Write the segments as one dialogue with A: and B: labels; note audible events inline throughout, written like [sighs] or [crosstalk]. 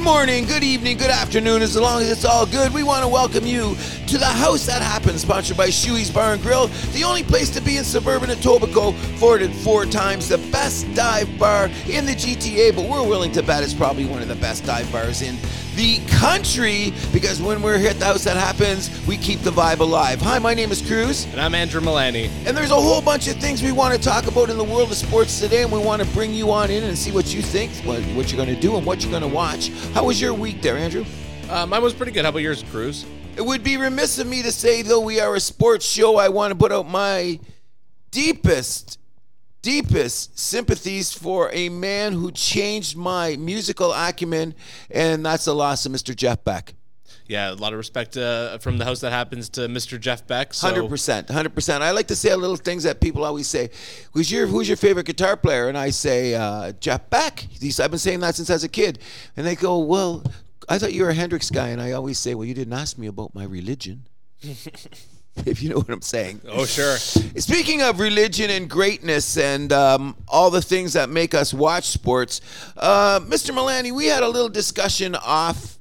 A: morning, good evening, good afternoon. As long as it's all good, we want to welcome you to the House That Happens, sponsored by Shuey's Bar and Grill, the only place to be in suburban Etobicoke, voted four times the best dive bar in the GTA. But we're willing to bet it's probably one of the best dive bars in the country because when we're here at the House That Happens, we keep the vibe alive. Hi, my name is Cruz.
B: And I'm Andrew Milani.
A: And there's a whole bunch of things we want to talk about in the world of sports today, and we want to bring you on in and see what you think, what, what you're going to do, and what you're going to watch. How was your week there, Andrew?
B: Uh, mine was pretty good. How about yours, Cruz?
A: It would be remiss of me to say, though we are a sports show, I want to put out my deepest, deepest sympathies for a man who changed my musical acumen, and that's the loss of Mr. Jeff Beck.
B: Yeah, a lot of respect uh, from the house that happens to Mr. Jeff Beck. So
A: Hundred percent, hundred percent. I like to say little things that people always say. Who's your Who's your favorite guitar player? And I say uh, Jeff Beck. He's, I've been saying that since I was a kid. And they go, Well, I thought you were a Hendrix guy. And I always say, Well, you didn't ask me about my religion. [laughs] if you know what I'm saying.
B: Oh, sure.
A: Speaking of religion and greatness and um, all the things that make us watch sports, uh, Mr. Milani, we had a little discussion off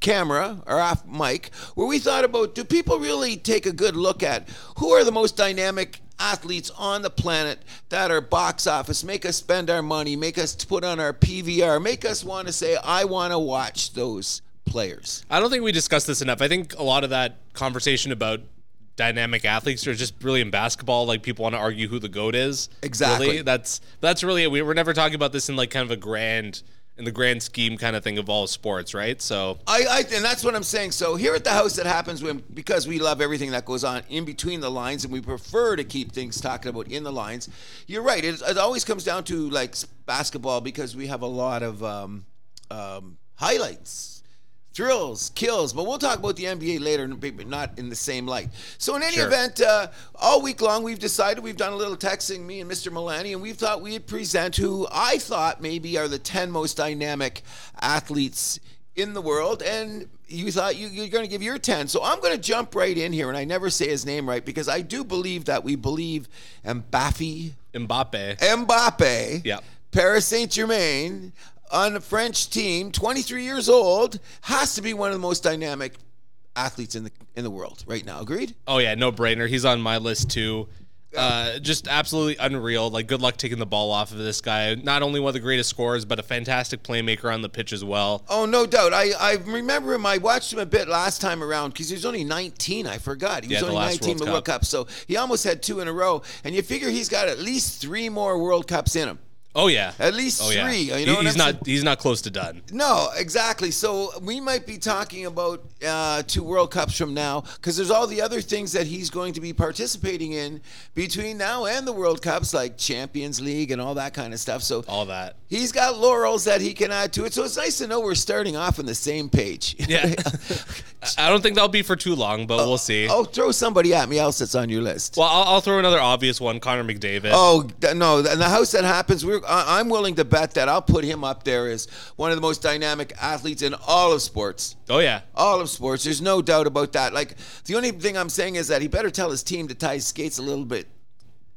A: camera or off mic where we thought about do people really take a good look at who are the most dynamic athletes on the planet that are box office make us spend our money make us put on our pvr make us want to say i want to watch those players
B: I don't think we discussed this enough. I think a lot of that conversation about dynamic athletes are just really in basketball. Like people want to argue who the goat is.
A: Exactly.
B: Really. That's that's really it. We were never talking about this in like kind of a grand in the grand scheme kind of thing of all sports, right? So
A: I, I and that's what I'm saying. So here at the house, it happens when because we love everything that goes on in between the lines, and we prefer to keep things talking about in the lines. You're right. It, it always comes down to like s- basketball because we have a lot of um, um, highlights. Thrills, kills, but we'll talk about the NBA later, but not in the same light. So, in any
B: Sure.
A: event, uh, all week long we've decided we've done a little texting, me and Mr. Milani, and we thought we'd present who I thought maybe are the ten most dynamic athletes in the world, and you thought you, you're going to give your ten. So I'm going to jump right in here, and I never say his name right because I do believe that we believe Mbappe,
B: Mbappe.
A: Mbappe,
B: Yep.
A: Paris Saint Germain on the French team, 23 years old, has to be one of the most dynamic athletes in the in the world right now. Agreed?
B: Oh yeah, no brainer. He's on my list too. Uh, just absolutely unreal. Like good luck taking the ball off of this guy. Not only one of the greatest scorers, but a fantastic playmaker on the pitch as well.
A: Oh, no doubt. I, I remember him. I watched him a bit last time around because he was only 19. I forgot. He was
B: Yeah, the
A: only
B: last
A: 19 in the
B: World
A: World Cup. So he almost had two in a row. And you figure he's got at least three more World Cups in him.
B: Oh yeah,
A: At least
B: oh,
A: three, you know
B: He-
A: what I'm
B: he's
A: saying?
B: not. He's not close to done.
A: No, exactly. So we might be talking about uh, two World Cups from now because there's all the other things that he's going to be participating in between now and the World Cups, like Champions League and all that kind of stuff. So
B: All that.
A: he's got laurels that he can add to it. So it's nice to know we're starting off on the same page.
B: Yeah. [laughs] I I don't think that'll be for too long, but we'll see.
A: [laughs] oh, throw somebody at me else that's on your list.
B: Well, I'll, I'll throw another obvious one: Connor McDavid.
A: Oh th- no! And the house that happens, we're, I, I'm willing to bet that I'll put him up there as one of the most dynamic athletes in all of sports.
B: Oh, yeah.
A: all of sports. There's no doubt about that. Like the only thing I'm saying is that he better tell his team to tie his skates a little bit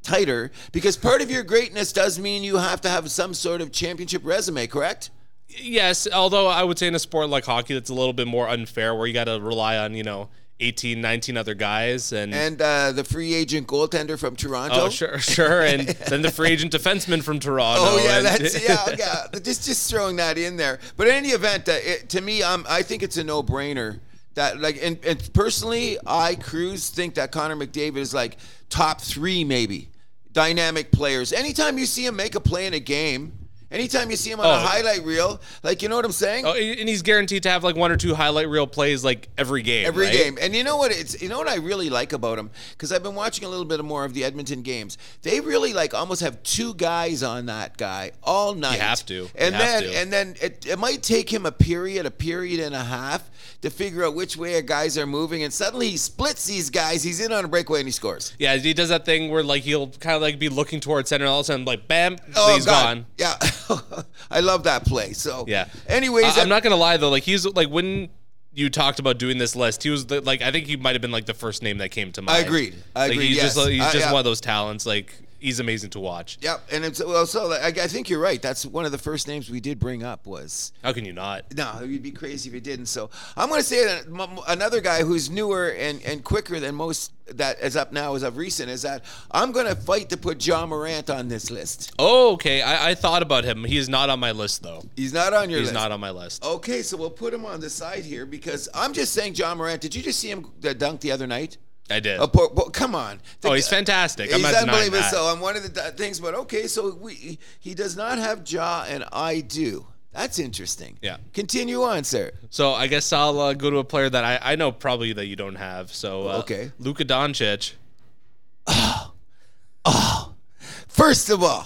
A: tighter because part of your greatness does mean you have to have some sort of championship resume, correct?
B: Yes, although I would say in a sport like hockey, that's a little bit more unfair, where you got to rely on you know 18, 19 other guys, and,
A: And uh, the free agent goaltender from Toronto.
B: oh sure, sure, and then the free agent defenseman from Toronto.
A: Oh yeah,
B: and- [laughs]
A: that's yeah, yeah. Just just throwing that in there. But in any event, uh, it, to me, um, I think it's a no brainer. That like, and, and personally, I Cruz think that Connor McDavid is like top three, maybe dynamic players. Anytime you see him make a play in a game, anytime you see him on a
B: Oh.
A: highlight reel, like you know what I'm saying?
B: Oh, and he's guaranteed to have like one or two highlight reel plays like every game.
A: Every
B: right?
A: game, and you know what? It's you know what I really like about him because I've been watching a little bit more of the Edmonton games. They really like almost have two guys on that guy all night.
B: have to.
A: and
B: You
A: then
B: have to.
A: and then it, it might take him a period, a period and a half to figure out which way our guys are moving, and suddenly he splits these guys. He's in on a breakaway and he scores.
B: Yeah, he does that thing where like he'll kind of like be looking towards center, and all of a sudden like bam, he's
A: Oh, God.
B: gone.
A: Yeah, [laughs] I love that play. So
B: Yeah.
A: Anyways, uh,
B: I,
A: that-
B: am not gonna lie though. Like he's like when you talked about doing this list, he was the, like I think he might have been like the first name that came to mind.
A: agreed. I
B: Like,
A: agreed,
B: He's
A: yes.
B: just like, he's
A: I-
B: just
A: yeah.
B: one of those talents. Like he's amazing to watch.
A: Yep, and it's well. So I, I think you're right. That's one of the first names we did bring up was
B: How can you not?
A: no. You'd be crazy if you didn't. So I'm going to say that m- m- another guy who's newer and, and quicker than most that is up now is of recent is that I'm going to fight to put John Morant on this list.
B: Oh, okay. I, I thought about him. He is not on my list though.
A: He's not on your
B: He's
A: list.
B: not on my list.
A: Okay, so we'll put him on the side here because I'm just saying, John Morant. Did you just see him uh, dunk the other night?
B: I did.
A: A po- po- come on. The
B: Oh, he's
A: g-
B: fantastic. I'm
A: he's
B: not denying
A: unbelievable.
B: that.
A: So I'm one of the d- things, but okay. So we he does not have jaw, and I do. That's interesting.
B: Yeah.
A: Continue on, sir.
B: So I guess I'll uh, go to a player that I, I know probably that you don't have. So uh,
A: Okay.
B: Luka Doncic.
A: First of all,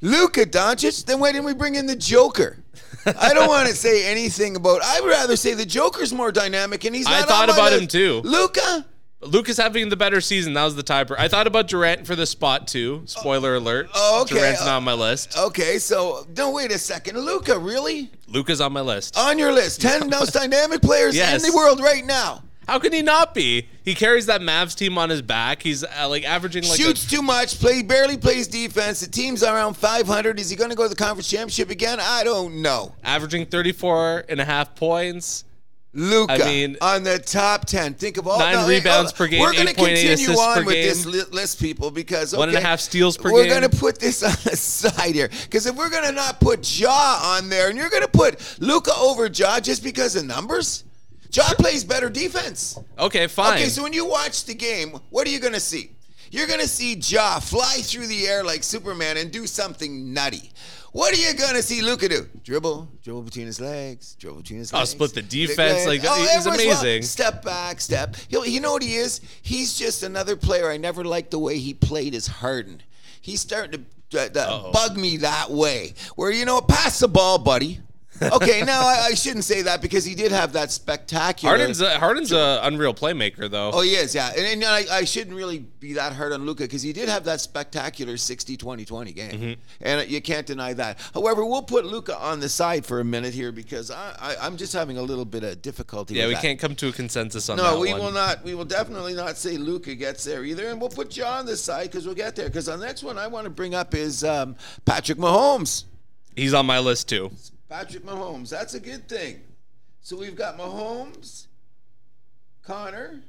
A: Luka Doncic. Then why didn't we bring in the Joker? I don't want to say anything about. I'd rather say the Joker's more dynamic, and he's.
B: I
A: Not
B: thought
A: on my
B: about him
A: list.
B: too.
A: Luka.
B: Luka's having the better season. That was the tiebreaker. I thought about Durant for the spot too. Spoiler alert.
A: oh, okay.
B: Durant's
A: Uh,
B: not on my list.
A: Okay, so no, wait a second, Luka. Really
B: Luka's on my list.
A: on your list? Ten most dynamic players
B: Yes.
A: in the world right now.
B: How can he not be? He carries that Mavs team on his back. He's uh, like averaging like a-
A: Shoots too much. Play barely plays defense. The team's around 500. Is he going to go to the conference championship again? I don't know.
B: averaging 34 and a half points.
A: Luca
B: I mean-
A: on the top 10. Think of all
B: Nine
A: no, hey,
B: rebounds
A: oh,
B: per game,
A: We're gonna
B: 8.8
A: continue
B: assists
A: on
B: per
A: with this
B: game.
A: li- list, people, because okay,
B: One and a half steals per
A: we're
B: game.
A: gonna put this [laughs] on the side here because if we're gonna not put Jaw on there, and you're gonna put Luca over Jaw just because of numbers, Jaw plays better defense.
B: Okay, fine.
A: Okay, so when you watch the game, what are you going to see? You're going to see Ja fly through the air like Superman and do something nutty. What are you going to see Luka do? Dribble, dribble between his legs, dribble between his
B: Oh,
A: legs.
B: split the
A: Big
B: defense,
A: leg.
B: like, he's
A: everyone's wild.
B: amazing.
A: Step back, step. He'll, you know what he is? He's just another player. I never liked the way he played as Harden. He's starting to. uh, uh,
B: Uh-oh.
A: bug me that way, where you know, pass the ball, buddy.
B: [laughs]
A: Okay, now I, I shouldn't say that because he did have that spectacular.
B: Harden's a, Harden's a unreal playmaker though.
A: Oh, he is, yeah. And, and I, I shouldn't really be that hard on Luca because he did have that spectacular 60 20 20 game.
B: Mm-hmm.
A: And uh, you can't deny that. However, we'll put Luca on the side for a minute here because I, I, I'm just having a little bit of difficulty
B: yeah,
A: with
B: we
A: that.
B: can't come to a consensus on
A: No,
B: that
A: we
B: one.
A: will not. We will definitely not say Luca gets there either, and we'll put John on this side because we'll get there. Because the next one I want to bring up is um, Patrick Mahomes.
B: He's on my list too.
A: Patrick Mahomes. That's a good thing. So we've got Mahomes, Connor,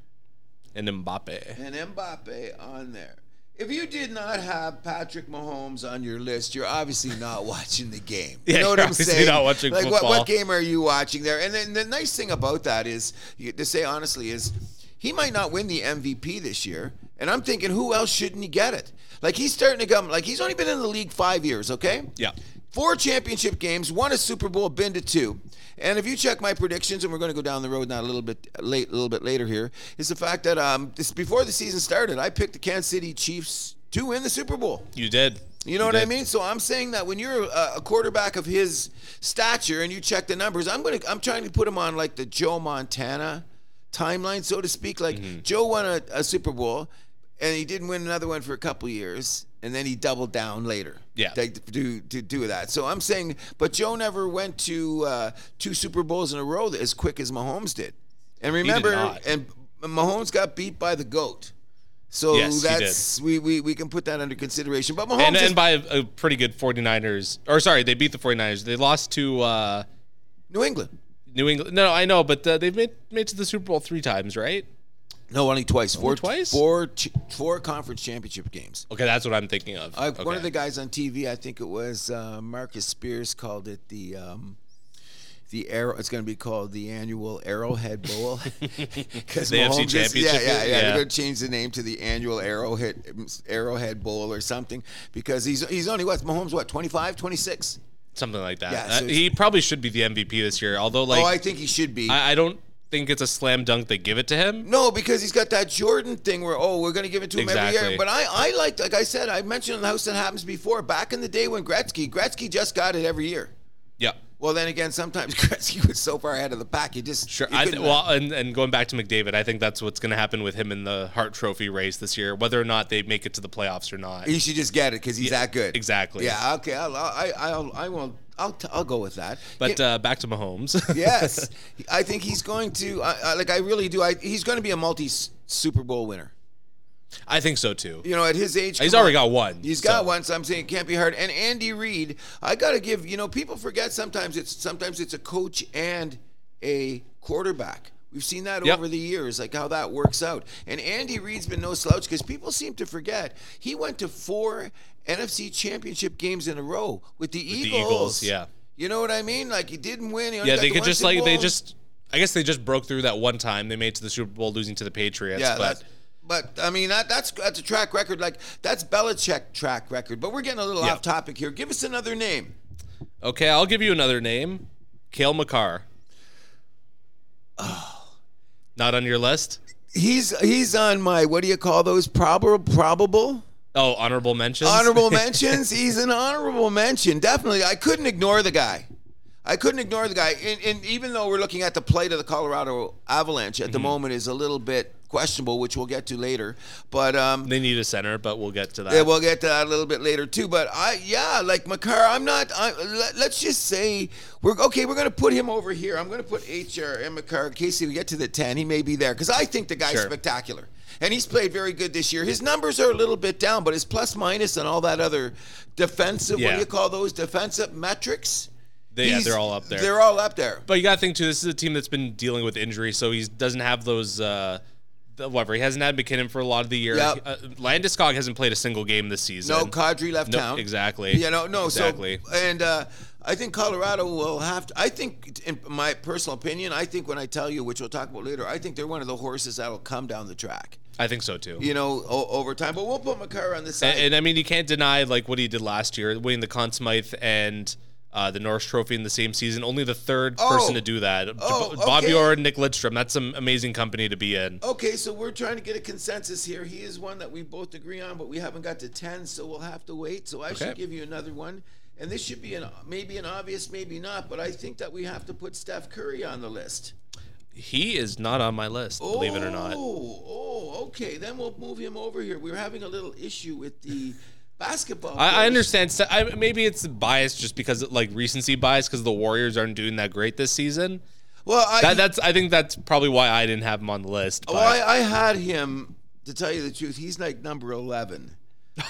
B: And Mbappe.
A: and Mbappe on there. If you did not have Patrick Mahomes on your list, you're obviously not [laughs] watching the game. You
B: Yeah,
A: know what
B: you're
A: I'm
B: obviously
A: saying?
B: not watching
A: like what,
B: football.
A: what game are you watching there? And then the nice thing about that is, you, to say honestly, is he might not win the MVP this year. And I'm thinking, who else shouldn't he get it? Like he's starting to come. Like he's only been in the league five years. Okay.
B: Yeah.
A: Four championship games, won a Super Bowl, been to two. And if you check my predictions, and we're going to go down the road now a little bit late, a little bit later here, is the fact that um, this, before the season started, I picked the Kansas City Chiefs to win the Super Bowl.
B: You did.
A: You know what I
B: did.
A: mean? So I'm saying that when you're a, a quarterback of his stature and you check the numbers, I'm gonna I'm trying to put him on like the Joe Montana timeline, so to speak. Like
B: Mm-hmm.
A: Joe won a, a Super Bowl, and he didn't win another one for a couple years, and then he doubled down later.
B: Yeah.
A: to, to, to do that. So I'm saying, but Joe never went to uh, two Super Bowls in a row as quick as Mahomes did. And remember,
B: not.
A: and Mahomes got beat by the goat. So
B: Yes, he did.
A: that's we, we we can put that under consideration. But Mahomes
B: And,
A: is
B: and by a, a pretty good 49ers. Or sorry, they beat the 49ers. They lost to uh,
A: New England.
B: New England. No, I know, but uh, they've made made to the Super Bowl 3 times, right?
A: No, only twice. Four
B: twice?
A: Four ch- four conference championship games.
B: Okay, that's what I'm thinking of.
A: I, One
B: Okay.
A: of the guys on TV, I think it was uh, Marcus Spears, called it the. Um, the arrow. It's going to be called the annual Arrowhead
B: [laughs]
A: Bowl [laughs] because
B: The AFC
A: Yeah,
B: Championship
A: yeah, yeah.
B: is-
A: They're
B: yeah.
A: going to change the name to the annual Arrowhead Arrowhead Bowl or something because he's he's only what Mahomes what 25, 26?
B: Something like that.
A: Yeah,
B: Uh,
A: so it's-
B: he probably should be the MVP this year, although like
A: oh, I think he should be.
B: I, I don't think it's a slam dunk they give it to him.
A: No, because he's got that Jordan thing where oh we're gonna give it to him every year.
B: Exactly.
A: But I I liked like I said I mentioned on the house that happens before back in the day when Gretzky Gretzky just got it every year.
B: Yeah.
A: Well then again sometimes [laughs] Gretzky was so far ahead of the pack he just
B: Sure.
A: you
B: I th-
A: couldn't-
B: well, and, and going back to McDavid, I think that's what's going to happen with him in the Hart Trophy race this year, whether or not they make it to the playoffs or not.
A: he should just get it because he's that good.
B: exactly.
A: Yeah. Okay. I'll, I I'll, I won't. I'll t- I'll go with that.
B: But uh, back to Mahomes.
A: [laughs] yes, I think he's going to. I, I, like I really do. I, he's going to be a multi Super Bowl winner.
B: I think so too.
A: You know, at his age,
B: He's
A: come
B: already
A: on.
B: got one.
A: He's
B: so.
A: got one, so I'm saying it can't be hard. And Andy Reid, I gotta give you know people forget sometimes it's sometimes it's a coach and a quarterback. We've seen that
B: Yep.
A: over the years, like how that works out. And Andy Reid's been no slouch because people seem to forget he went to four NFC Championship games in a row with the Eagles.
B: Eagles, yeah.
A: You know what I mean? Like he didn't win. He only
B: Yeah,
A: got
B: they
A: the
B: could
A: one
B: just
A: Super
B: like they
A: Bowl.
B: just. I guess they just broke through that one time they made it to the Super Bowl losing to the Patriots.
A: Yeah,
B: but
A: that's, but I mean that that's that's a track record. Like that's Belichick track record. But we're getting a little
B: Yeah.
A: off topic here. Give us another name.
B: okay, I'll give you another name, Kale
A: [sighs]
B: McCarr. Not on your list.
A: He's he's on my what do you call those probable probable
B: Oh, honorable mentions. [laughs]
A: honorable mentions. He's an honorable mention. Definitely, I couldn't ignore the guy. I couldn't ignore the guy. And, and even though we're looking at the plight of the Colorado Avalanche at the moment is a little bit questionable, which we'll get to later. But um,
B: They need a center, but we'll get to that.
A: Yeah, we'll get to that a little bit later too. But I, yeah, like Makar, I'm not. I, let, let's just say we're okay. We're gonna put him over here. I'm gonna put HR and Makar. In case we get to the ten, he may be there because I think the guy's
B: Sure.
A: spectacular. And he's played very good this year. His numbers are a little bit down, but his plus minus and all that other defensive, what
B: Yeah.
A: do you call those defensive metrics?
B: They- yeah,
A: He's-
B: they're all up there.
A: They're all up there.
B: But you got to think too. This is a team that's been dealing with injury, so he doesn't have those. Uh, the- whatever he hasn't had McKinnon for a lot of the year.
A: Yep.
B: Uh, Landeskog hasn't played a single game this season.
A: No, Kadri left
B: No,
A: town.
B: exactly.
A: You know, no.
B: Exactly.
A: So, and uh, I think Colorado will have to. I think, in my personal opinion, I think when I tell you, which we'll talk about later, I think they're one of the horses that'll come down the track.
B: I think so too.
A: You know, o- over time. But we'll put McCarr on the side.
B: And, and I mean, you can't deny like what he did last year, winning the Conn Smythe and uh, the Norris Trophy in the same season. Only the third
A: Oh.
B: person to do that.
A: Oh,
B: J- Bob
A: okay.
B: Yor, Nick Lidstrom. That's some amazing company to be in.
A: okay, so we're trying to get a consensus here. He is one that we both agree on, but we haven't got to ten, so we'll have to wait. So I
B: Okay.
A: should give you another one. And this should be an maybe an obvious, maybe not, but I think that we have to put Steph Curry on the list.
B: He is not on my list, believe it or not.
A: Oh, oh, okay. Then we'll move him over here. We were having a little issue with the
B: [laughs]
A: basketball.
B: I, I
A: players.
B: understand. so- I, maybe it's bias just because like recency bias because the Warriors aren't doing that great this season.
A: Well, I,
B: That, that's I think that's probably why I didn't have him on the list.
A: well,
B: but-
A: I, I had him. To tell you the truth, he's like number eleven.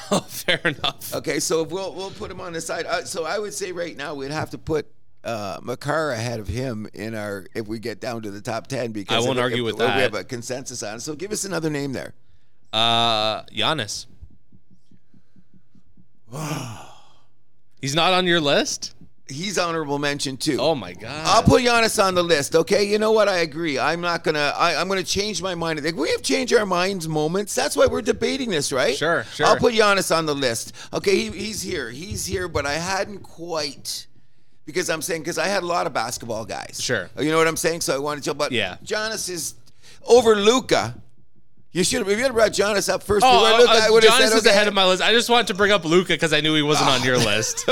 B: [laughs] fair enough.
A: Okay, so we'll we'll put him on the side. Uh, so I would say right now we'd have to put uh, Makar ahead of him in our if we get down to the top ten because
B: I won't
A: if-
B: argue
A: if-
B: with
A: We have
B: that.
A: a consensus on. it. So give us another name there.
B: Uh, Giannis. He's not on your list.
A: He's honorable mention too.
B: Oh my
A: I'll
B: god.
A: put Giannis on the list, okay? You know what? I agree. I'm not gonna. I, I'm gonna change my mind. I think we have changed our minds moments. That's why we're debating this, right?
B: Sure, sure.
A: I'll put Giannis on the list. Okay, he, he's here. He's here, but I hadn't quite because I'm saying because I had a lot of basketball guys.
B: Sure.
A: You know what I'm saying? So I wanted to. But
B: Yeah.
A: Giannis is over Luca. You should have. If you had brought Giannis up first, before
B: Oh,
A: Luka,
B: uh,
A: I would have
B: Giannis
A: said,
B: is
A: okay.
B: ahead of my list. I just wanted to bring up Luca because I knew he wasn't on your list.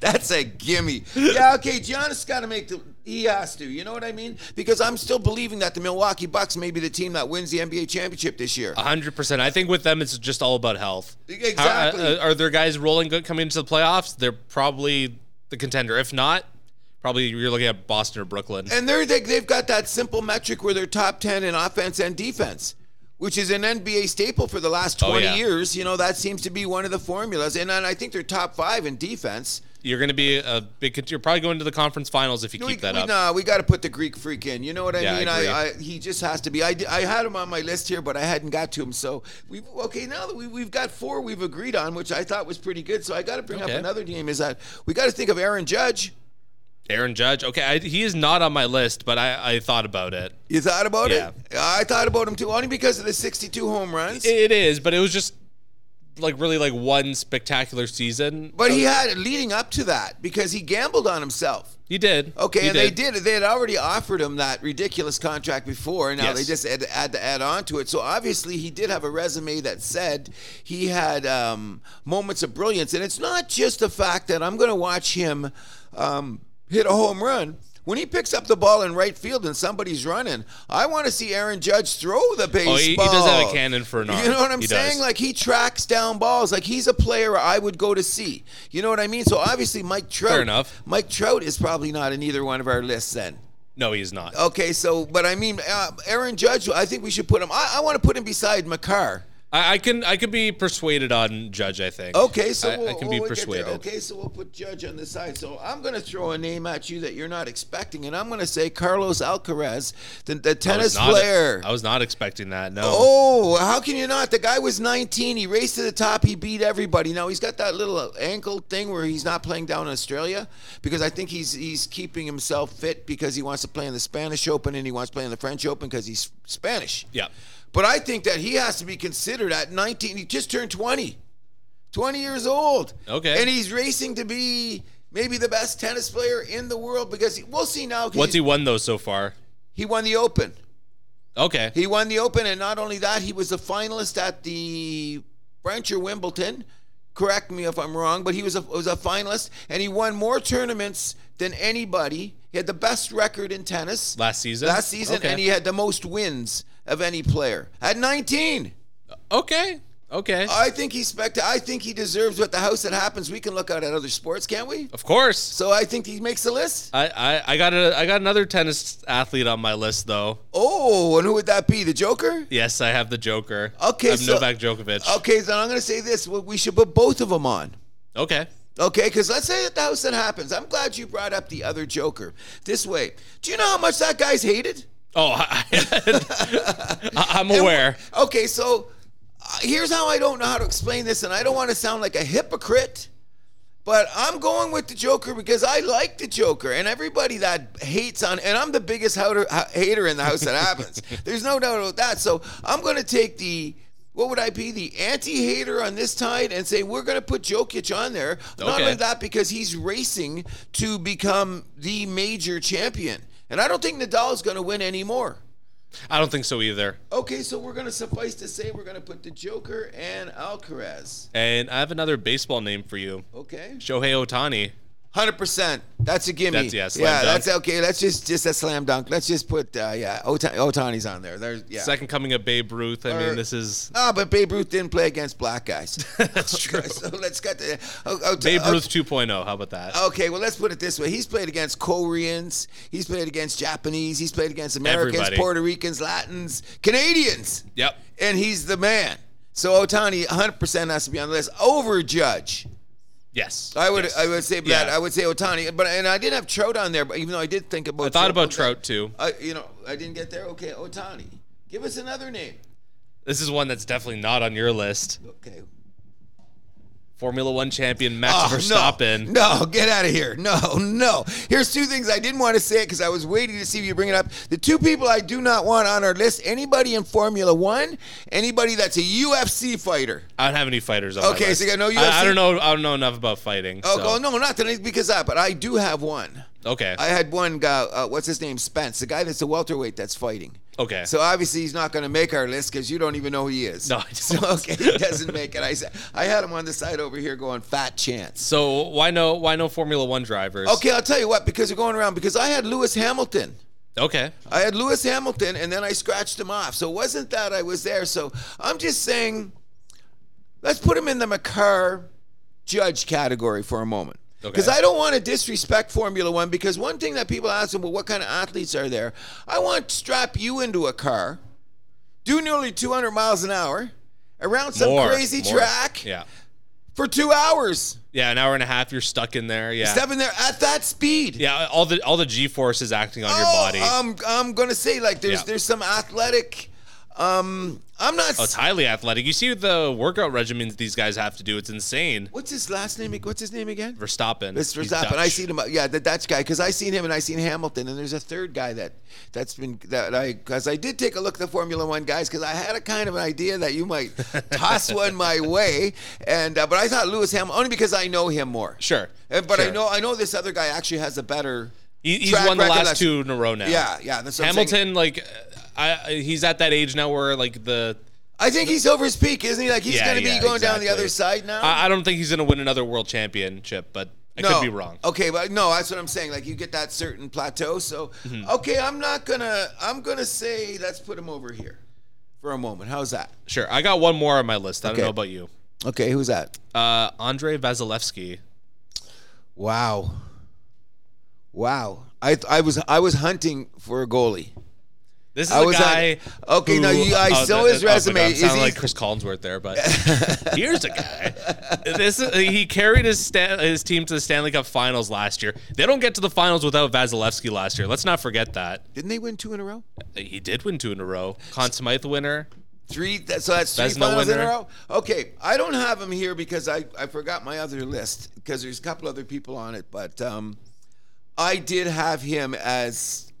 A: That's a gimme. Yeah, okay, Giannis got to make the. He has to. You know what I mean? Because I'm still believing that the Milwaukee Bucks may be the team that wins the NBA championship this year. E,
B: hundred percent. I think with them, it's just all about health. How-
A: Exactly.
B: Uh, uh, are there guys rolling good coming into the playoffs? They're probably the contender. If not, probably you're looking at Boston or Brooklyn.
A: And they're they, they've got that simple metric where they're top ten in offense and defense, which is an NBA staple for the last
B: Oh,
A: 20
B: yeah.
A: years. You know that seems to be one of the formulas, and, and I think they're top five in defense.
B: You're going to be a big. cont- You're probably going to the conference finals if you keep
A: we,
B: that
A: we,
B: up.
A: Nah, we got to put the Greek freak in. You know what I
B: Yeah, I
A: mean? I,
B: agree.
A: I, he just has to be. I, d- I had him on my list here, but I hadn't got to him. So we okay now that we we've got four we've agreed on, which I thought was pretty good. So I got to bring
B: Okay.
A: up another name. Is that we got to think of Aaron Judge?
B: Aaron Judge. Okay, I, he is not on my list, but I, I thought about it.
A: You thought about
B: Yeah.
A: it? I thought about him too, only because of the 62 home runs.
B: It is, but it was just like really like one spectacular season.
A: but he had it leading up to that because he gambled on himself.
B: He did.
A: Okay,
B: He
A: and they did. They had already offered him that ridiculous contract before, and now
B: Yes.
A: they just had, had to add on to it. So obviously, he did have a resume that said he had um, moments of brilliance, and it's not just the fact that I'm going to watch him um, hit a home run. When he picks up the ball in right field and somebody's running, I want to see Aaron Judge throw the baseball.
B: Oh, he, he does have a cannon for an arm.
A: You know what I'm
B: He does.
A: saying? Like he tracks down balls. Like he's a player I would go to see. You know what I mean? So obviously Mike Trout.
B: Fair enough.
A: Mike Trout is probably not in either one of our lists then.
B: No, he is not.
A: Okay, so but I mean, uh, Aaron Judge. I think we should put him. I, I want to put him beside McCarr.
B: I, I can I could be persuaded on Judge. I think.
A: Okay, so
B: I,
A: we'll,
B: I can
A: we'll
B: be
A: get there.
B: persuaded.
A: Okay, so we'll put Judge on the side. So I'm going to throw a name at you that you're not expecting, and I'm going to say Carlos Alcaraz, the, the
B: I was
A: tennis
B: Oh, not-
A: player.
B: I was not expecting that. No.
A: Oh, how can you not? The guy was 19. He raced to the top. He beat everybody. Now he's got that little ankle thing where he's not playing down in Australia because I think he's he's keeping himself fit because he wants to play in the Spanish Open and he wants to play in the French Open because he's Spanish.
B: Yeah.
A: But I think that he has to be considered at 19. He just turned 20. 20 years old.
B: Okay.
A: And he's racing to be maybe the best tennis player in the world because he, we'll see now. 'cause
B: What's he
A: he's-
B: won though so far?
A: He won the Open.
B: Okay.
A: He won the Open, and not only that, he was a finalist at the French or Wimbledon. Correct me if I'm wrong, but he was a was a finalist, and he won more tournaments than anybody. He had the best record in tennis
B: last season.
A: last season,
B: Okay.
A: and he had the most wins of any player at 19.
B: okay. Okay.
A: I think he spect. I think he deserves what the house that happens. We can look out at other sports, can't we?
B: of course.
A: So I think he makes the list.
B: I, I, I got a I got another tennis athlete on my list though.
A: Oh, and who would that be? The Joker.
B: Yes, I have the Joker.
A: Okay,
B: I have
A: so- Oh.
B: Novak Djokovic.
A: Okay, so I'm going to say this: well, we should put both of them on.
B: Okay.
A: Okay, because let's say that the house that happens. I'm glad you brought up the other Joker. This way, do you know how much that guy's hated?
B: Oh, [laughs]
A: [laughs]
B: I, I, am aware.
A: Okay, so uh, here's how I don't know how to explain this, and I don't want to sound like a hypocrite, but I'm going with the Joker because I like the Joker, and everybody that hates on, and I'm the biggest hater, ha- hater in the house that happens. There's no doubt about that. So I'm going to take the. What would I be the anti-hater on this tide and say we're going to put Jokic on there? Not
B: Okay.
A: only that, because he's racing to become the major champion, and I don't think Nadal's going to win anymore.
B: I don't think so either.
A: Okay, so we're gonna suffice to say we're gonna put the Joker and Alcaraz.
B: And I have another baseball name for you.
A: Okay,
B: Shohei Otani.
A: hundred percent. That's a gimme.
B: That's- yeah, slam
A: yeah.
B: dunk.
A: That's okay. Let's just just a slam dunk. Let's just put uh, yeah Ota- Otani's on there. There's yeah.
B: Second coming of Babe Ruth. I
A: Or-
B: mean,
A: [laughs]
B: this is
A: Ah, but Babe Ruth didn't play against black guys.
B: [laughs]
A: [laughs]
B: That's true.
A: so let's get the oh, oh,
B: Babe
A: oh,
B: Ruth 2.0. How about that?
A: Okay, well, let's put it this way. He's played against Koreans. He's played against Japanese. He's played against Americans,
B: Everybody.
A: Puerto Ricans, Latins, Canadians.
B: Yep.
A: and he's the man. So Otani, 100% has to be on the list over Judge.
B: Yes.
A: I would
B: Yes.
A: I would say that
B: Yeah.
A: I would say Otani, but and I didn't have Trout on there, but even though I did think about
B: I thought about
A: but-
B: Trout too.
A: I, you know, I didn't get there. Okay, Otani. Give us another name.
B: This is one that's definitely not on your list.
A: Okay.
B: Formula One champion Max
A: Oh,
B: Verstappen.
A: No, no, get out of here. No, no. Here's two things I didn't want to say because I was waiting to see if you bring it up. The two people I do not want on our list anybody in Formula One, anybody that's a UFC fighter.
B: I don't have any fighters on my
A: Okay,
B: list.
A: so you got no
B: I, I
A: UFC?
B: don't know. I don't know enough about fighting.
A: Oh,
B: so-
A: go- no, not that because of that, but I do have one.
B: Okay.
A: I had one guy. Uh, what's his name? Spence, the guy that's a welterweight that's fighting.
B: Okay.
A: So obviously he's not going to make our list because you don't even know who he is.
B: No,
A: [laughs]
B: I don't.
A: So, okay, he doesn't make it. I said I had him on the side over here going fat chance.
B: so why no? Why no Formula One drivers?
A: Okay, I'll tell you what because you're going around because I had Lewis Hamilton.
B: Okay.
A: I had Lewis Hamilton and then I scratched him off. So it wasn't that I was there. So I'm just saying, let's put him in the McCarr judge category for a moment.
B: Okay.
A: Because I don't want to disrespect Formula One. Because one thing that people ask them, well, what kind of athletes are there? I want to strap you into a car, do nearly 200 miles an hour, around some
B: More,
A: crazy
B: more.
A: track
B: Yeah.
A: for two hours.
B: Yeah. An hour and a half. You're stuck in there. Yeah.
A: Step in there at that speed.
B: yeah. All the all the G forces acting on your
A: Oh,
B: body.
A: I'm I'm gonna say like there's
B: Yeah. Oh,
A: there's some athletic. Um, I'm not.
B: it's highly athletic. You see the workout regimens these guys have to do. It's insane.
A: what's his last name? ag- What's his name again?
B: Verstappen.
A: It's
B: he's
A: Verstappen. I
B: Dutch.
A: seen him. uh, Yeah, the Dutch guy. Because I seen him and I seen Hamilton. And there's a third guy that that's been that I because I did take a look at the Formula One guys because I had a kind of an idea that you
B: [laughs]
A: might toss one my way. And uh, but I thought Lewis Hamilton only because I know him more.
B: [laughs] Sure.
A: And, but I
B: Sure.
A: know I know this other guy actually has a better.
B: He, he's
A: track
B: won the
A: record
B: last
A: last-
B: two in a row now.
A: Yeah, yeah. That's what I'm saying.
B: Hamilton, like, I he's at that age now where like the
A: I think he's over his peak, isn't he? Like he's
B: Yeah,
A: going to
B: yeah,
A: be going down the
B: exactly.
A: other side now.
B: I, I don't think he's gonna win another world championship, but I could be wrong.
A: Okay, but no, that's what I'm saying. Like you get that certain plateau. So
B: Mm-hmm.
A: okay, I'm not gonna. I'm gonna say let's put him over here for a moment. How's that?
B: Sure, I got one more on my list. I
A: Okay.
B: don't know about you.
A: Okay, who's that?
B: Uh, Andre Vasilevsky.
A: Wow. Wow. I I was I was hunting for a goalie.
B: This is
A: I
B: a
A: was
B: guy.
A: on- okay, now you- I saw
B: that-
A: his
B: that- oh my
A: resume.
B: God, I'm
A: Is
B: sounding
A: he-
B: like Chris Collinsworth there,
A: [laughs]
B: but here's a guy. This is- he carried his Stan, his team to the Stanley Cup Finals last year. They don't get to the finals without Vasilevsky last year. Let's not forget that
A: Didn't they win two in a row?
B: he did win two in a row. Conn Smythe winner.
A: Three. That, so that's three
B: Vesna
A: finals in a
B: winner.
A: row. Okay, I don't have him here because I, I forgot my other list because there's a couple other people on it, but um, I did have him as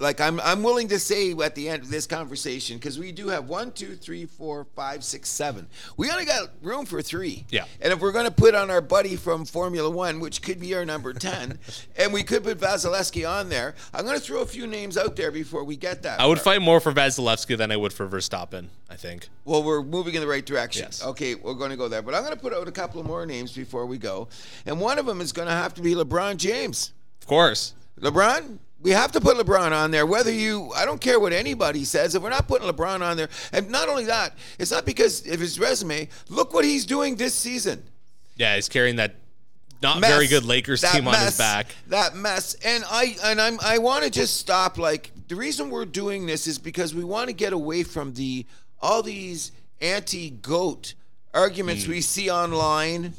A: like I'm I'm willing to say at the end of this conversation because we do have one, two, three, four, five, six, seven. We only got room for three.
B: Yeah.
A: And if we're going to put on our buddy from Formula One, which could be our number ten, and we could put Vasilevsky on there, I'm going to throw a few names out there before we get that.
B: I would
A: far.
B: fight more for Vasilevsky than I would for Verstappen. I think.
A: Well, we're moving in the right direction.
B: Yes.
A: Okay, we're going to go there. But I'm going to put out a couple of more names before we go. And one of them is going to have to be LeBron James.
B: Of course.
A: LeBron, we have to put LeBron on there. Whether you, I don't care what anybody says, if we're not putting LeBron on there, and not only that, it's not because of his resume. Look what he's doing this season.
B: Yeah, he's carrying that not
A: mess.
B: very good Lakers
A: That
B: team on
A: mess.
B: his back.
A: That mess. And I and I'm I want to just stop. Like the reason we're doing this is because we want to get away from the all these anti goat arguments we see online.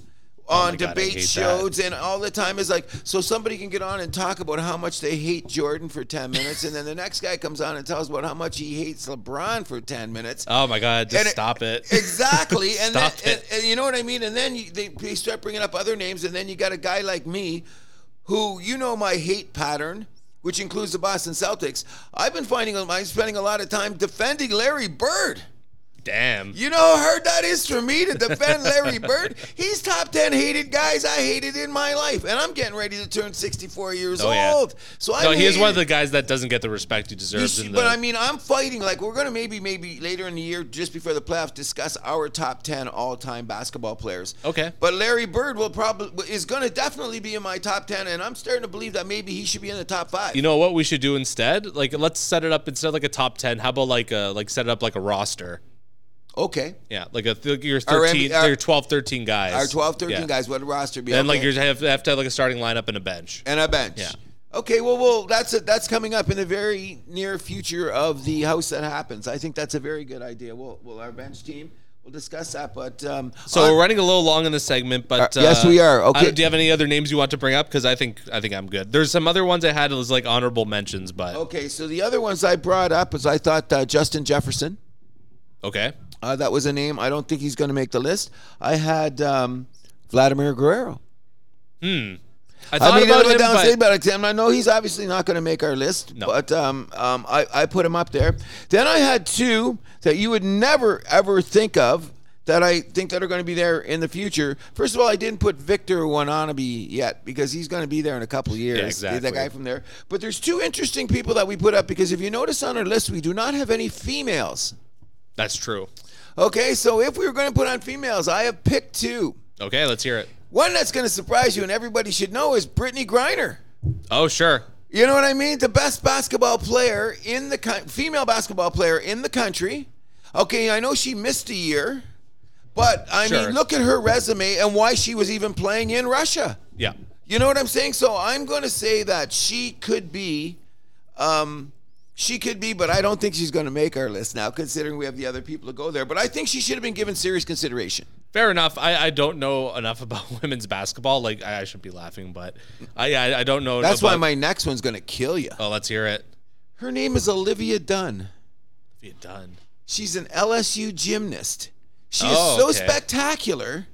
A: On
B: Hmm. Oh my God, I
A: debate
B: hate
A: shows and all the time is like, so somebody can get on and talk about how much they hate Jordan for 10 minutes, and then the next guy comes on and tells about how much he hates LeBron for 10 minutes.
B: Oh my God! Just
A: And it-
B: stop it. [laughs]
A: Exactly, and, then,
B: Stop
A: and,
B: it.
A: and you know what I mean. And then you, they, they start bringing up other names, and then you got a guy like me, who you know my hate pattern, which includes the Boston Celtics. I've been finding I'm spending a lot of time defending Larry Bird.
B: Damn.
A: You know how hard that is for me to
B: [laughs]
A: defend Larry Bird. He's top ten hated guys I hated in my life, and I'm getting ready to turn 64 years
B: Oh, yeah.
A: old. So I
B: No, he is one of
A: hated-
B: the guys that doesn't get the respect he
A: you
B: deserves.
A: see-
B: in the,
A: but I mean, I'm fighting. Like we're gonna maybe, maybe later in the year, just before the playoffs, discuss our top ten all-time basketball players.
B: Okay.
A: But Larry Bird will probably is gonna definitely be in my top ten, and I'm starting to believe that maybe he should be in the top five.
B: you know what we should do instead? Like, let's set it up instead of like a top ten. How about like a like set it up like a roster?
A: okay.
B: Yeah, like a th- your
A: Our M-
B: thirteen,
A: our-
B: your 12, 13 guys.
A: Our 12, 13
B: Yeah.
A: guys. What a roster be?
B: Then
A: okay.
B: like you have, have to have like a starting lineup and a bench.
A: and a bench.
B: Yeah.
A: Okay, well, well, that's a, that's coming up in the very near future of the house that happens. I think that's a very good idea. We'll, we'll our bench team, we'll discuss that. But um,
B: So
A: on-
B: we're running a little long in this segment, but
A: Uh, yes, we are.
B: I don't-
A: Okay.
B: do you have any other names you want to bring up? Because I think I think I'm good. There's some other ones I had as like honorable mentions, but okay.
A: Okay, so the other ones I brought up is I thought uh, Justin Jefferson. Uh, that was a name. I don't think he's going to make the list. I had um, Vladimir Guerrero.
B: I thought
A: I mean,
B: about
A: I
B: him,
A: down
B: but
A: about it. I know he's obviously not going to make our list,
B: No.
A: but um, um, I, I put him up there. Then I had two that you would never ever think of that I think that are going to be there in the future. First of all, I didn't put Victor Wananabe yet because he's going to be there in a couple of years.
B: exactly.
A: That guy from there. But there's two interesting people that we put up because if you notice on our list, we do not have any females.
B: that's true.
A: Okay, so if we were going to put on females, I have picked two.
B: Okay, let's hear it.
A: One that's going to surprise you and everybody should know is Brittany Griner.
B: Oh sure,
A: You know what I mean? The best basketball player in the coun female basketball player in the country. Okay, I know she missed a year, but I
B: Sure.
A: mean, look at her resume and why she was even playing in Russia.
B: yeah.
A: You know what I'm saying? So I'm going to say that she could be, um, she could be, but I don't think she's going to make our list now, considering we have the other people to go there. But I think she should have been given serious consideration.
B: Fair enough. I, I don't know enough about [laughs] women's basketball. Like I, I shouldn't be laughing, but I I, I don't know.
A: That's why
B: about,
A: my next one's going to kill you.
B: Oh, let's hear it.
A: Her name is Olivia Dunn.
B: Be done.
A: She's an LSU gymnast. She is
B: Oh,
A: so
B: okay.
A: spectacular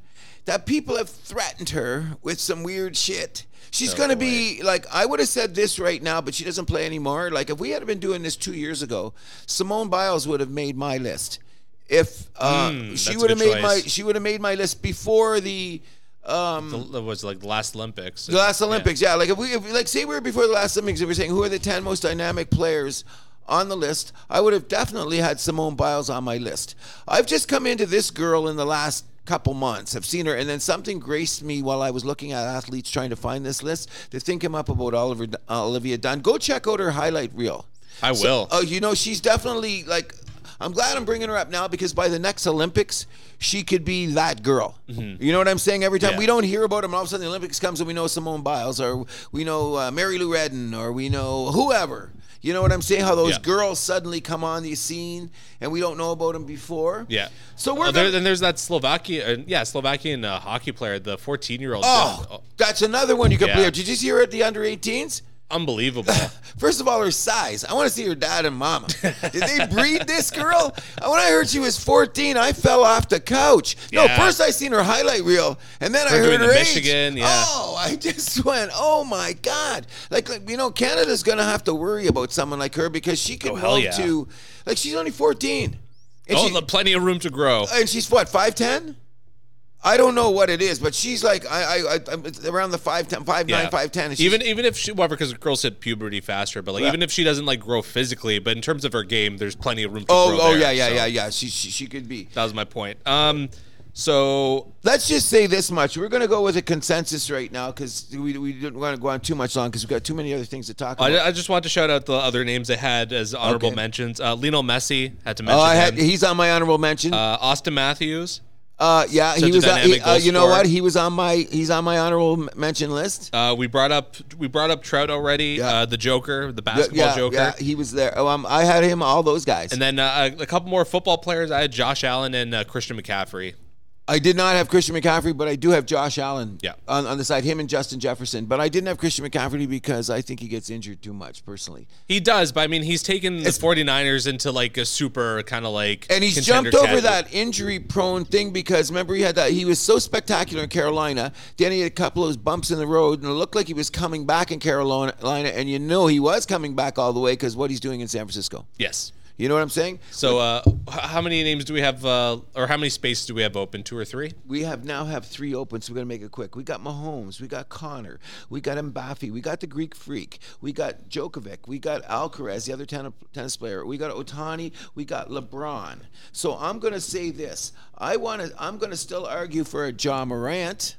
A: that people have threatened her with some weird shit. She's
B: Oh,
A: going to be like, I would have said this right now, but she doesn't play anymore. Like, if we had been doing this two years ago, Simone Biles would have made my list. If uh, she
B: Hmm, that's a
A: would have
B: good
A: made my
B: choice.
A: she would have made my list before the um,
B: The, that was like the last Olympics.
A: the last Olympics, yeah. Like if we, if, like say we were before the last Olympics, if we are saying who are the ten most dynamic players on the list, I would have definitely had Simone Biles on my list. I've just come into this girl in the last couple months. I've seen her, and then something graced me while I was looking at athletes trying to find this list to think him up about Oliver uh, Olivia Dunn. Go check out her highlight reel.
B: I will.
A: Oh, you know she's definitely like. I'm glad I'm bringing her up now because by the next Olympics, she could be that girl. You know what I'm saying? Every time
B: Mm-hmm. Yeah.
A: we don't hear about them, all of a sudden the Olympics comes and we know Simone Biles or we know uh, Mary Lou Redden or we know whoever. You know what I'm saying? How those
B: Yeah.
A: girls suddenly come on the scene and we don't know about them before.
B: Yeah.
A: So we're
B: Uh, there,
A: gonna-
B: then there's that Slovakia, uh, yeah, Slovakian uh, hockey player, the uh, 14 year old.
A: Oh, that's another one you could
B: Yeah.
A: play. Did you see her at the under 18s? [laughs]
B: unbelievable.
A: First of all, her size. I want to see her dad and mama. Did
B: [laughs]
A: they breed this girl? When I heard she was 14, I fell off the couch. No,
B: Yeah.
A: first I seen her highlight reel, and then I
B: Her
A: heard
B: doing the
A: her age.
B: Michigan, yeah.
A: Oh, I just [laughs] went, oh my god! Like, like, you know, Canada's gonna have to worry about someone like her because she can
B: Oh, hell
A: move
B: yeah.
A: to, like, she's only 14. And
B: oh,
A: she- Uh,
B: the- plenty of room to grow.
A: and she's what five ten? I don't know what it is, but she's like I I, I I'm it's around the five ten, five nine, five ten. and she's-
B: even even if she, whatever, because girls hit puberty faster, but like
A: Yeah.
B: even if she doesn't like grow physically, but in terms of her game, there's plenty of room. to
A: oh
B: grow
A: oh
B: there,
A: yeah yeah
B: so
A: yeah yeah she, she she could be.
B: That was my point. Um, so
A: Let's just say this much: we're gonna go with a consensus right now because we we didn't want to go on too much long because we've got too many other things to talk about.
B: Oh, I, I just want to shout out the other names they had as honorable
A: Okay.
B: mentions. Uh, Lionel Messi had to
A: Oh,
B: mention
A: I had,
B: him.
A: he's on my honorable mention. Uh,
B: uh, Austin Matthews.
A: yeah, he
B: such
A: was.
B: a
A: On, he-
B: dynamic
A: uh,
B: goal
A: you know
B: scorer.
A: what? He was on my. He's on my honorable m- mention list.
B: Uh, we brought up we brought up Trout already. Uh, the Joker, the
A: Yeah,
B: basketball
A: yeah,
B: Joker.
A: yeah, he was there. Oh, um, I had him. All those guys.
B: And then uh, a, a couple more football players. I had Josh Allen and uh, Christian McCaffrey.
A: I did not have Christian McCaffrey, but I do have Josh Allen
B: Yeah.
A: on, on the side, him and Justin Jefferson. But I didn't have Christian McCaffrey because I think he gets injured too much personally.
B: He does, but I mean, he's taken the 49ers into like a super kind of like.
A: And he's
B: contender
A: jumped over
B: category.
A: that injury prone thing because remember he had that he was so spectacular in Carolina. Then he had a couple of those bumps in the road and it looked like he was coming back in Carolina and you know he was coming back all the way because what he's doing in San Francisco.
B: Yes.
A: You know what I'm saying?
B: So, uh, h- how many names do we have, uh, or how many spaces do we have open? Two or three?
A: We have now have three opens. We're gonna make it quick. We got Mahomes, we got Connor, we got Mbappe, we got the Greek Freak, we got Djokovic, we got Alcaraz, the other ten- tennis player, we got Otani, we got LeBron. So I'm gonna say this. I want to. I'm gonna still argue for a John Morant.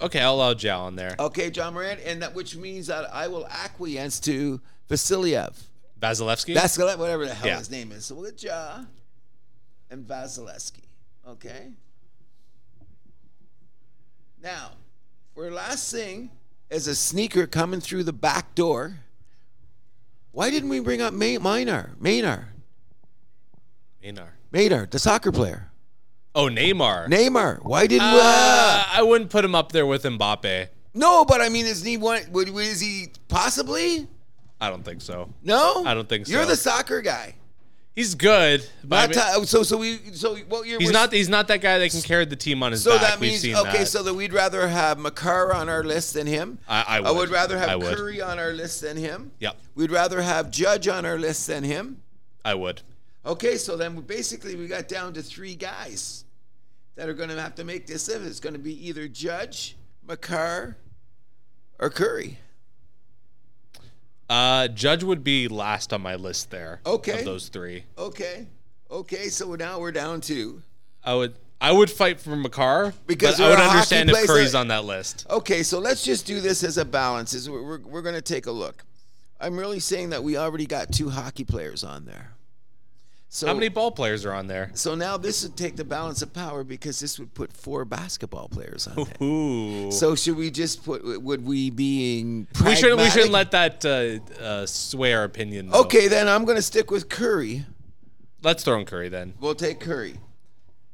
B: Okay, I'll allow Jal in there.
A: Okay, John Morant, and that which means that I will acquiesce to Vasiliev.
B: Vasilevsky?
A: That's whatever the hell
B: Yeah.
A: his name is. So we'll get Ja and Vasilevsky. Okay. Now, our last thing is a sneaker coming through the back door. Why didn't we bring up May- Maynard? Maynard.
B: Neymar.
A: Maynard, the soccer player.
B: Oh, Neymar.
A: Neymar. Why didn't we?
B: Uh, I wouldn't put him up there with Mbappe.
A: No, but I mean, is he one? Would, is he possibly?
B: I don't think so.
A: No,
B: I don't think so.
A: You're the soccer guy.
B: He's good, but I mean,
A: Not ti- so, so we, so what you're
B: he's
A: we're-
B: not he's not that guy that can carry the team on his
A: So
B: back.
A: that
B: We've
A: means
B: seen
A: okay.
B: that.
A: So that we'd rather have Makar on our list than him.
B: I- I
A: I
B: would.
A: would rather have
B: I would.
A: Curry on our list than him.
B: Yep.
A: We'd rather have Judge on our list than him.
B: I would.
A: Okay, so then we basically we got down to three guys that are going to have to make this. If it's going to be either Judge, Makar, or Curry.
B: Uh, Judge would be last on my list there.
A: Okay.
B: Of those three,
A: Okay, okay. So now we're down to
B: I would I would fight for Makar
A: Because
B: but I
A: you're
B: would
A: a hockey
B: understand if
A: player, so-
B: Curry's on that list.
A: Okay, so let's just do this as a balance. Is we're, we're, we're going to take a look. I'm really saying that we already got two hockey players on there. So
B: How many ball players are on there?
A: So now this would take the balance of power because this would put four basketball players on
B: [laughs]
A: there.
B: Ooh.
A: So should we just put? Would we being
B: we shouldn't we
A: pragmatic?
B: shouldn't let that uh, uh, sway our opinion. though.
A: Okay, then I'm going to stick with Curry.
B: Let's throw in Curry then,
A: We'll take Curry.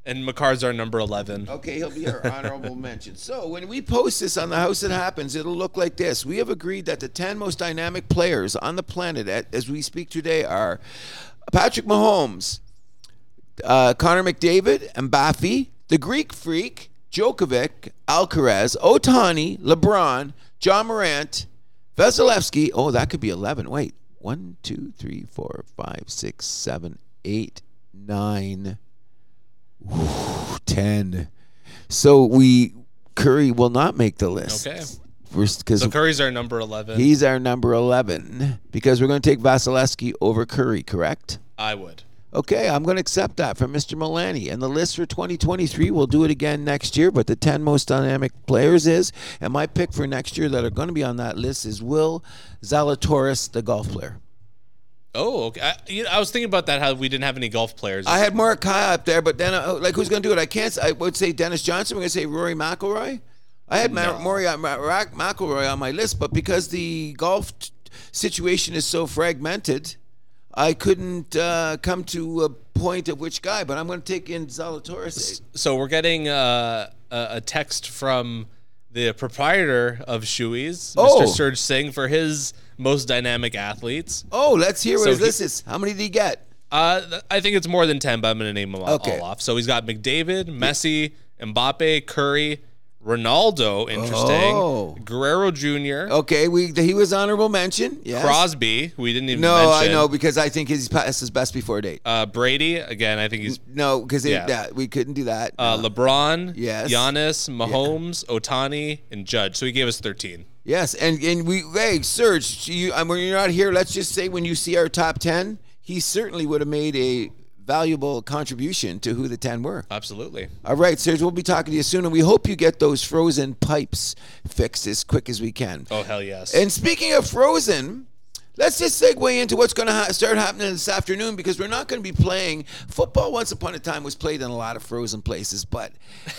B: and Makar's our number eleven.
A: Okay, he'll be our honorable mention. So when we post this on the House That Happens, it'll look like this. We have agreed that the 10 most dynamic players on the planet at, as we speak today are Patrick Mahomes, uh, Connor McDavid, Mbappe, the Greek Freak, Djokovic, Alcaraz, Otani, LeBron, John Morant, Vasilevsky. Oh, that could be 11. Wait. one, two, three, four, five, six, seven, eight, nine. 10. So we Curry will not make the list.
B: Okay.
A: Because
B: So Curry's our number eleven.
A: he's our number 11 because we're going to take Vasilevsky over Curry, correct?
B: I would.
A: Okay, I'm going to accept that from Mr. Milani. And the list for 2023, we'll do it again next year. But the 10 most dynamic players is, and my pick for next year that are going to be on that list is Will Zalatoris, the golf player.
B: Oh, okay. I, you know, I was thinking about that how we didn't have any golf players.
A: I had Mark Kai up there, but then uh, like who's going to do it? I can't. I would say Dennis Johnson. We're going to say Rory McIlroy. I had Ma- Rory uh, Ma- Ra- McIlroy on my list, but because the golf t- situation is so fragmented, I couldn't uh, come to a point of which guy. But I'm going to take in Zalatoris.
B: so we're getting uh, a, a text from the proprietor of Shoei's,
A: Oh.
B: Mr. Serge Singh, for his most dynamic athletes.
A: Oh, let's hear what
B: So
A: his
B: he-
A: list is. How many did he get?
B: Uh, th- I think it's more than 10, but I'm going to name them all,
A: Okay.
B: all off. So he's got McDavid, Messi, Mbappe, Curry, Ronaldo, interesting,
A: Oh.
B: Guerrero Jr.,
A: Okay, we he was honorable mention. Yes.
B: Crosby, who we didn't even
A: No,
B: mention.
A: I know because I think he's past his best before date.
B: Uh, Brady, again, I think he's
A: no, because
B: yeah.
A: we couldn't do that.
B: uh,
A: No.
B: LeBron,
A: Yes.
B: Giannis, Mahomes, Otani, and Judge. So he gave us 13.
A: Yes, and and we hey Serge, you, um, when you're not here, let's just say when you see our top ten, he certainly would have made a valuable contribution to who the ten were.
B: Absolutely.
A: All right, Serge, we'll be talking to you soon, and we hope you get those frozen pipes fixed as quick as we can.
B: Oh, hell yes.
A: And speaking of Frozen, let's just segue into what's going to ha- start happening this afternoon because we're not going to be playing football. Once upon a time was played in a lot of frozen places, but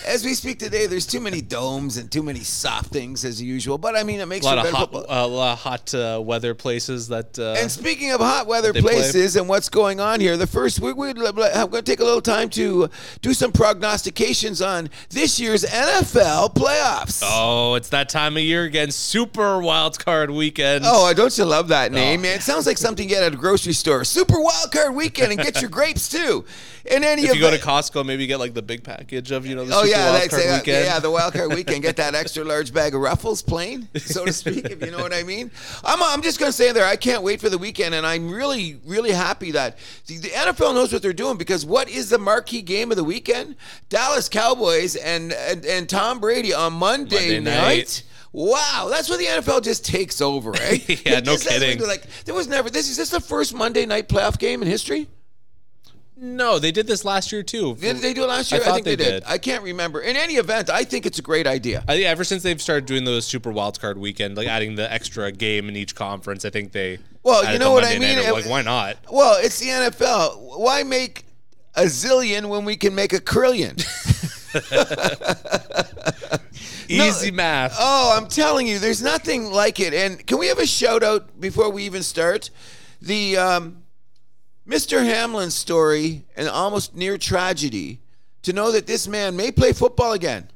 A: as we speak today, there's too many domes and too many soft things as usual. But I mean, it makes
B: a
A: for
B: lot of
A: better
B: hot,
A: football.
B: a lot of hot uh, weather places that. Uh,
A: And speaking of hot weather
B: play.
A: places and what's going on here, the first we, we, I'm going to take a little time to do some prognostications on this year's NFL playoffs.
B: oh, it's that time of year again. Super wild card weekend.
A: Oh, don't you love that name? man? It sounds like something you get at a grocery store. Super Wild Card Weekend, and get your grapes too. In any
B: if you go
A: event-
B: to Costco, maybe you get like the big package of you know the
A: Oh
B: Super
A: yeah,
B: Wild
A: that's
B: Card
A: it.
B: weekend.
A: yeah, the wild card weekend. Get that extra large bag of Ruffles, plain, so to speak, if you know what I mean. I'm, I'm just gonna say there. I can't wait for the weekend, and I'm really, really happy that the, the NFL knows what they're doing because what is the marquee game of the weekend? Dallas Cowboys and and, and Tom Brady on Monday,
B: Monday night.
A: night. Wow, that's where the NFL just takes over, eh?
B: [laughs] Yeah,
A: It
B: no
A: just has
B: kidding.
A: been Like there was never this is this the first Monday night playoff game in history?
B: no, they did this last year too.
A: Did they do it last
B: I
A: year?
B: thought
A: think
B: they
A: they, did.
B: did.
A: I can't remember. In any event, I think it's a great idea.
B: I think ever since they've started doing those Super Wild Card weekend, like adding the extra game in each conference, I think they.
A: Well, you
B: added
A: know
B: the
A: what I
B: Monday
A: mean?
B: nighter.
A: It-
B: Like, why not?
A: Well, it's the NFL. Why make a zillion when we can make a trillion?
B: Easy math.
A: oh, I'm telling you, there's nothing like it. And can we have a shout out before we even start? The um, Mr. Hamlin story, an almost near tragedy, to know that this man may play football again.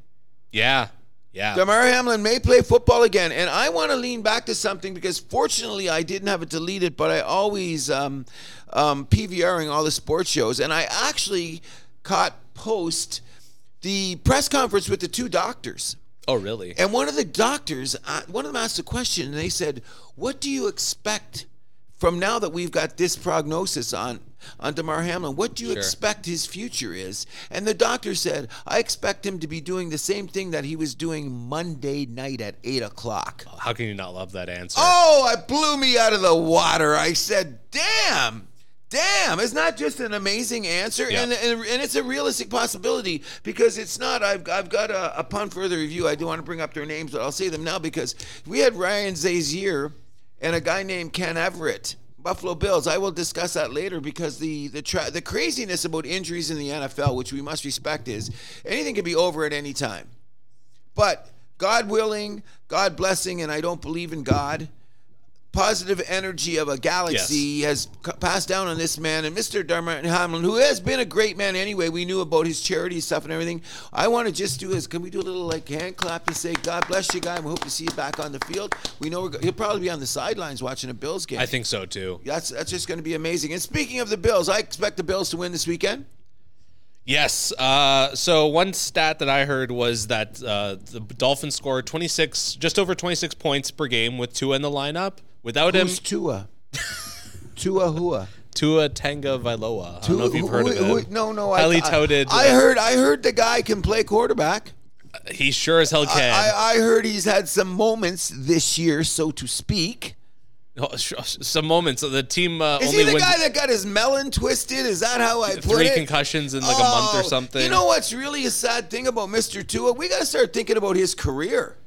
B: yeah, yeah.
A: Damar Hamlin may play football again, and I want to lean back to something because fortunately I didn't have it deleted, but I always um, um, PVRing all the sports shows, and I actually caught post the press conference with the two doctors.
B: oh, really?
A: And one of the doctors, uh, one of them asked a question, and they said, "What do you expect from now that we've got this prognosis on on Damar Hamlin? What do you expect his future is?" And the doctor said, "I expect him to be doing the same thing that he was doing Monday night at eight o'clock."
B: How can you not love that answer?
A: Oh, it blew me out of the water. I said, damn. Damn, it's not just an amazing answer,
B: Yeah.
A: and, and and it's a realistic possibility because it's not. I've, I've got a upon further review. I do want to bring up their names, but I'll say them now because we had Ryan Zazier and a guy named Ken Everett, Buffalo Bills. I will discuss that later because the the tra- the craziness about injuries in the NFL, which we must respect, is anything can be over at any time. But God willing, God blessing, and I don't believe in God. Positive energy of a galaxy has c- passed down on this man and Mr. Dermot Hamlin, who has been a great man anyway. We knew about his charity stuff and everything. I want to just do this. Can we do a little like hand clap to say God bless you, guy? and We hope to see you back on the field. We know we're go- he'll probably be on the sidelines watching a Bills game.
B: I think so too.
A: that's that's just going to be amazing. And speaking of the Bills, I expect the Bills to win this weekend.
B: Yes. Uh, so one stat that I heard was that uh, the Dolphins score 26, just over 26 points per game with Tua in the lineup. Without him,
A: Who's
B: [laughs]
A: Tua? Tua Hua.
B: Tua Tenga Vailoa. I don't know if you've heard of
A: Who- who-
B: him.
A: no, no.
B: Highly
A: I,
B: touted. uh,
A: I, I heard. I heard the guy can play quarterback.
B: He sure as hell can.
A: I, I heard he's had some moments this year, so to speak.
B: Oh, sh- sh- Some moments. The team uh,
A: Is
B: only
A: he the
B: wins
A: guy that got his melon twisted? Is that how I put
B: three
A: it?
B: concussions in like a month or
A: Oh,
B: something.
A: You know what's really a sad thing about Mr. Tua? We got to start thinking about his career.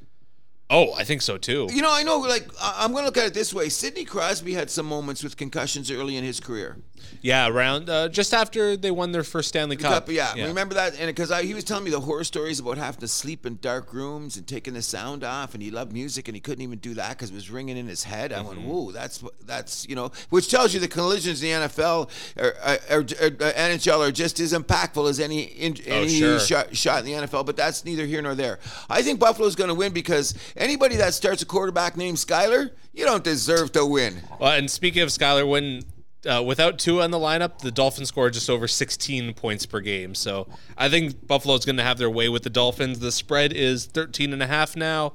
B: Oh, I think so too.
A: You know, I know. Like, I- I'm going to look at it this way: Sidney Crosby had some moments with concussions early in his career.
B: Yeah, around uh, just after they won their first Stanley Cup.
A: Cup, yeah, remember that? And because he was telling me the horror stories about having to sleep in dark rooms and taking the sound off, and he loved music and he couldn't even do that because it was ringing in his head. I
B: Mm-hmm.
A: went, "Whoa, that's that's you know," which tells you the collisions in the NFL or, or, or, or NHL are uh, just as impactful as any in, any
B: Oh, sure.
A: shot, shot in the NFL. But that's neither here nor there. I think Buffalo's going to win because anybody that starts a quarterback named Skyler, you don't deserve to win.
B: Well, and speaking of Skyler, when uh, without Tua in the lineup, the Dolphins score just over 16 points per game. So I think Buffalo's going to have their way with the Dolphins. The spread is 13 and a half now.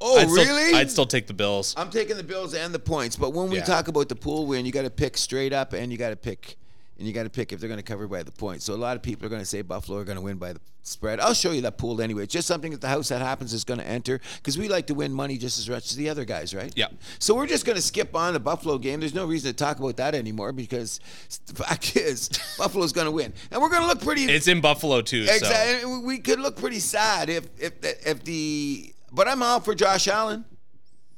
A: Oh,
B: I'd still-
A: really?
B: I'd still take the Bills.
A: I'm taking the Bills and the points, but when we
B: Yeah.
A: talk about the pool win, you got to pick straight up, and you got to pick, and you got to pick if they're going to cover by the points. So a lot of people are going to say Buffalo are going to win by the spread. I'll show you that pool anyway. It's just something that the house that happens is going to enter because we like to win money just as much as the other guys, right?
B: Yeah.
A: So we're just going to skip on the Buffalo game. There's no reason to talk about that anymore because the fact [laughs] is Buffalo's going to win, and we're going to look pretty.
B: It's in Buffalo too. So.
A: Exactly. We could look pretty sad if if if the. But I'm all for Josh Allen.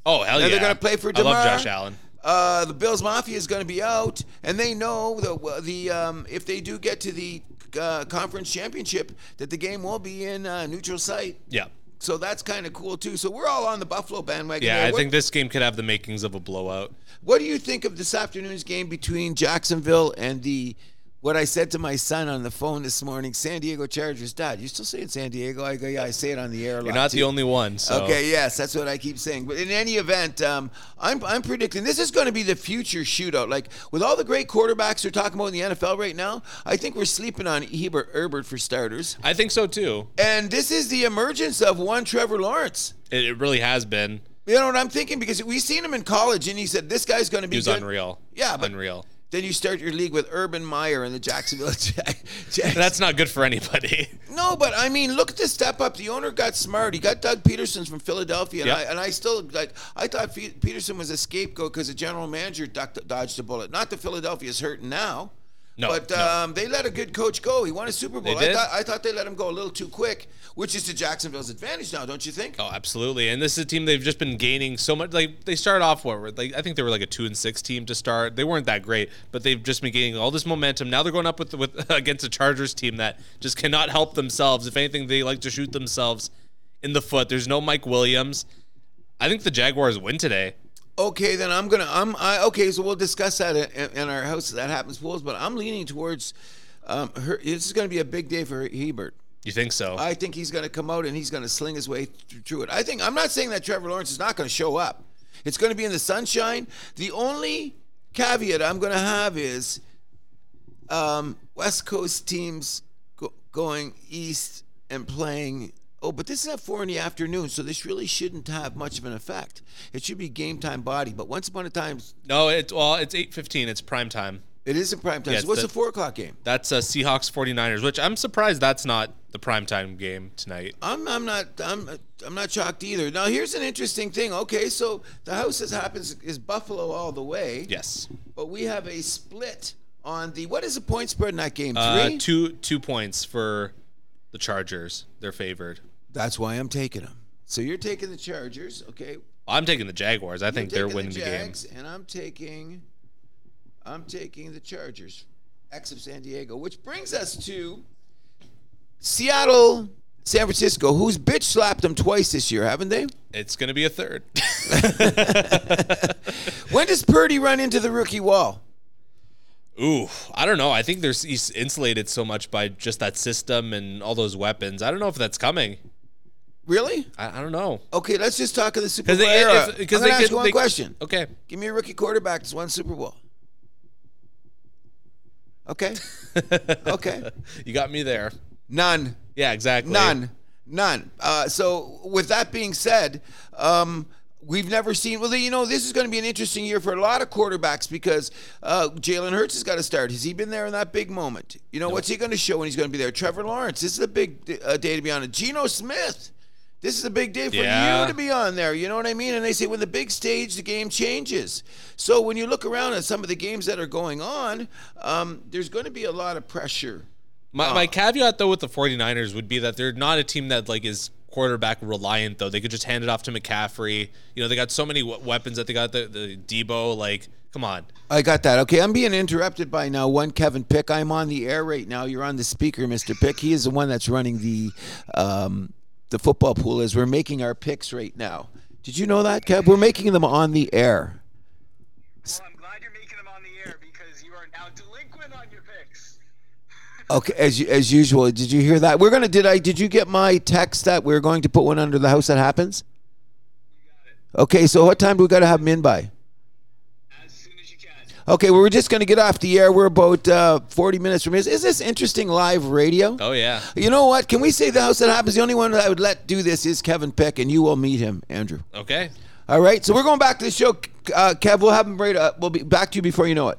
B: Oh hell
A: Now
B: yeah!
A: they're gonna play for
B: I love
A: DeMar.
B: Josh Allen.
A: Uh, the Bills Mafia is going to be out, and they know the the um, if they do get to the uh, conference championship, that the game will be in uh, neutral site.
B: Yeah,
A: So that's kind of cool too. So we're all on the Buffalo bandwagon.
B: yeah.
A: here.
B: I
A: what,
B: think this game could have the makings of a blowout.
A: What do you think of this afternoon's game between Jacksonville and the? What I said to my son on the phone this morning, San Diego Chargers. Dad, you still say it San Diego? I go, yeah, I say it on the air. A
B: You're not the only one. So.
A: Okay, yes, that's what I keep saying. But in any event, um, I'm, I'm predicting this is going to be the future shootout. Like with all the great quarterbacks they're talking about in the NFL right now, I think we're sleeping on Hebert Herbert for starters.
B: I think so too.
A: And this is the emergence of one Trevor Lawrence.
B: It, it really has been.
A: You know what I'm thinking? Because we seen him in college, and he said this guy's going to be
B: It was
A: good.
B: unreal.
A: Yeah, but-
B: unreal.
A: Then you start your league with Urban Meyer and the Jacksonville [laughs] Jag- Jags.
B: That's not good for anybody. [laughs]
A: No, but I mean, look at the step up. The owner got smart. He got Doug Peterson from Philadelphia, and,
B: Yep.
A: I, and I still like. I thought Fe- Peterson was a scapegoat because the general manager ducked, dodged a bullet. Not that Philadelphia's hurting now.
B: No,
A: but
B: no.
A: um, they let a good coach go. He won a Super Bowl.
B: They
A: I
B: did?
A: thought I thought they let him go a little too quick, which is to Jacksonville's advantage now, don't you think?
B: Oh, absolutely. And this is a team they've just been gaining so much. Like they started off what were like I think they were like a two and six team to start. They weren't that great, but they've just been gaining all this momentum. Now they're going up with with [laughs] against a Chargers team that just cannot help themselves. If anything, they like to shoot themselves in the foot. There's no Mike Williams. I think the Jaguars win today.
A: Okay, then I'm gonna I'm I, okay. So we'll discuss that in, in our house that happens pools. But I'm leaning towards um, her, this is going to be a big day for Hebert.
B: You think so?
A: I think he's going to come out and he's going to sling his way th- through it. I think I'm not saying that Trevor Lawrence is not going to show up. It's going to be in the sunshine. The only caveat I'm going to have is um, West Coast teams go- going east and playing. Oh, but this is at four in the afternoon, so this really shouldn't have much of an effect. It should be game time body. But once upon a time,
B: no, it's well, it's eight fifteen. It's prime time.
A: it is in prime time.
B: Yeah,
A: so
B: it's
A: what's
B: the-
A: the four o'clock game?
B: That's uh, Seahawks 49ers, which I'm surprised that's not the prime time game tonight.
A: I'm I'm not I'm I'm not shocked either. Now here's an interesting thing. Okay, so the house that happens is Buffalo all the way.
B: Yes.
A: But we have a split on the what is the point spread in that game?
B: Uh,
A: Three.
B: two two points for the Chargers. They're favored.
A: That's why I'm taking them. So you're taking the Chargers, okay?
B: I'm taking the Jaguars. I think
A: You're
B: they're
A: taking
B: winning the,
A: the
B: game.
A: Jags, and I'm taking I'm taking the Chargers, ex of San Diego, which brings us to Seattle, San Francisco, who's bitch slapped them twice this year, haven't they?
B: It's going to be a third. [laughs]
A: When does Purdy run into the rookie wall?
B: Ooh, I don't know. I think they're s- insulated so much by just that system and all those weapons. I don't know if that's coming.
A: Really?
B: I, I don't know.
A: Okay, let's just talk of the Super
B: Because
A: Bowl
B: they,
A: era.
B: if-
A: I'm
B: 'cause
A: gonna
B: they
A: ask
B: could-
A: you one
B: they-
A: question.
B: Okay.
A: Give me a rookie quarterback that's won Super Bowl.
B: [laughs]
A: Okay, okay.
B: You got me there.
A: None,
B: Yeah, exactly.
A: none, none. Uh, so, with that being said, um, we've never seen. Well, you know, this is going to be an interesting year for a lot of quarterbacks because uh, Jalen Hurts has got to start. Has he been there in that big moment? You know, what's he going to show when he's going to be there? Trevor Lawrence. This is a big uh, day to be on it. Geno Smith. This is a big day for
B: Yeah.
A: you to be be on there. You know what I mean? And they say when the big stage, the game changes. So when you look around at some of the games that are going on, um, there's going to be a lot of pressure. Oh.
B: My, my caveat though with the 49ers would be that they're not a team that like is quarterback reliant though. They could just hand it off to McCaffrey. You know, they got so many w- weapons that they got the, the Debo. Like, come on.
A: I got that. Okay, I'm being interrupted by now one Kevin Pick. I'm on the air right now. You're on the speaker, Mr. Pick. He is the one that's running the um, the football pool as we're making our picks right now. Did you know that, Kev? We're making them on the air.
C: Well, I'm glad you're making them on the air because you are now delinquent on your picks.
A: Okay, as as usual. Did you hear that? We're gonna. Did I? Did you get my text that we're going to put one under the house that happens? Okay, so what time do we got to have them in by?
C: As soon as you can.
A: Okay, well, we're just going to get off the air. We're about uh, 40 minutes from here. Is this interesting live radio?
B: Oh yeah.
A: You know what? Can we say the house that happens? The only one that I would let do this is Kevin Peck, and you will meet him, Andrew.
B: Okay.
A: All right, so we're going back to the show, uh, Kev. We'll have him right up. We'll be back to you before you know it.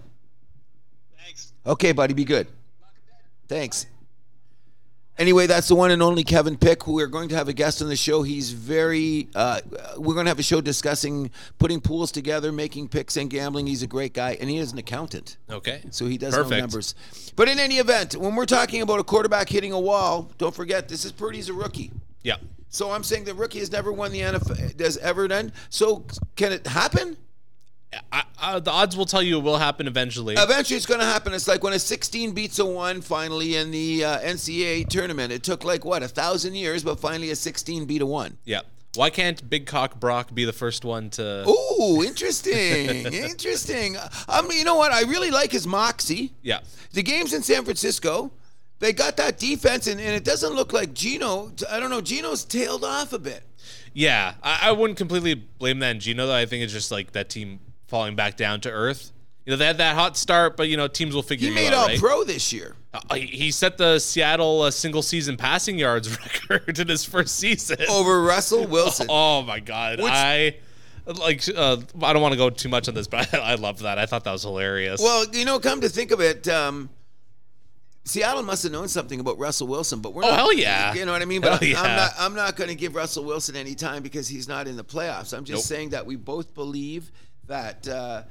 C: Thanks.
A: Okay, buddy, be good. Thanks. Anyway, that's the one and only Kevin Pick. We're going to have a guest on the show. He's very. Uh, we're going to have a show discussing putting pools together, making picks, and gambling. He's a great guy, and he is an accountant
B: Okay.
A: so he does know
B: Perfect.
A: numbers. But in any event, when we're talking about a quarterback hitting a wall, don't forget this is Purdy's a rookie.
B: Yeah.
A: So I'm saying the rookie has never won the NFL, has ever done. So can it happen?
B: I, I, the odds will tell you it will happen eventually.
A: Eventually, it's going to happen. It's like when a 16 beats a one finally in the uh, NCAA tournament. It took like what a thousand years, but finally a 16 beat a one.
B: yeah. Why can't Big Cock Brock be the first one to?
A: Ooh, interesting, interesting. I mean, you know what? I really like his moxie.
B: Yeah.
A: The game's in San Francisco. They got that defense, and, and it doesn't look like Gino. I don't know. Gino's tailed off a bit.
B: Yeah. I, I wouldn't completely blame that on Gino though. I think it's just like that team falling back down to earth. You know, they had that hot start, but you know, teams will figure
A: He
B: you
A: made
B: out,
A: all
B: right?
A: pro this year.
B: Uh, he- he set the Seattle uh, single season passing yards [laughs] record in his first season.
A: Over Russell Wilson.
B: Oh my god!
A: Which-
B: I like. Uh, I don't want to go too much on this, but [laughs] I, I love that. I thought that was hilarious.
A: Well, you know, come to think of it, um, Seattle must have known something about Russell Wilson, but we're
B: Oh,
A: not,
B: hell yeah.
A: you know what I mean. But
B: Hell
A: I'm
B: yeah.
A: not I'm not going to give Russell Wilson any time because he's not in the playoffs. I'm just
B: Nope.
A: saying that we both believe that uh,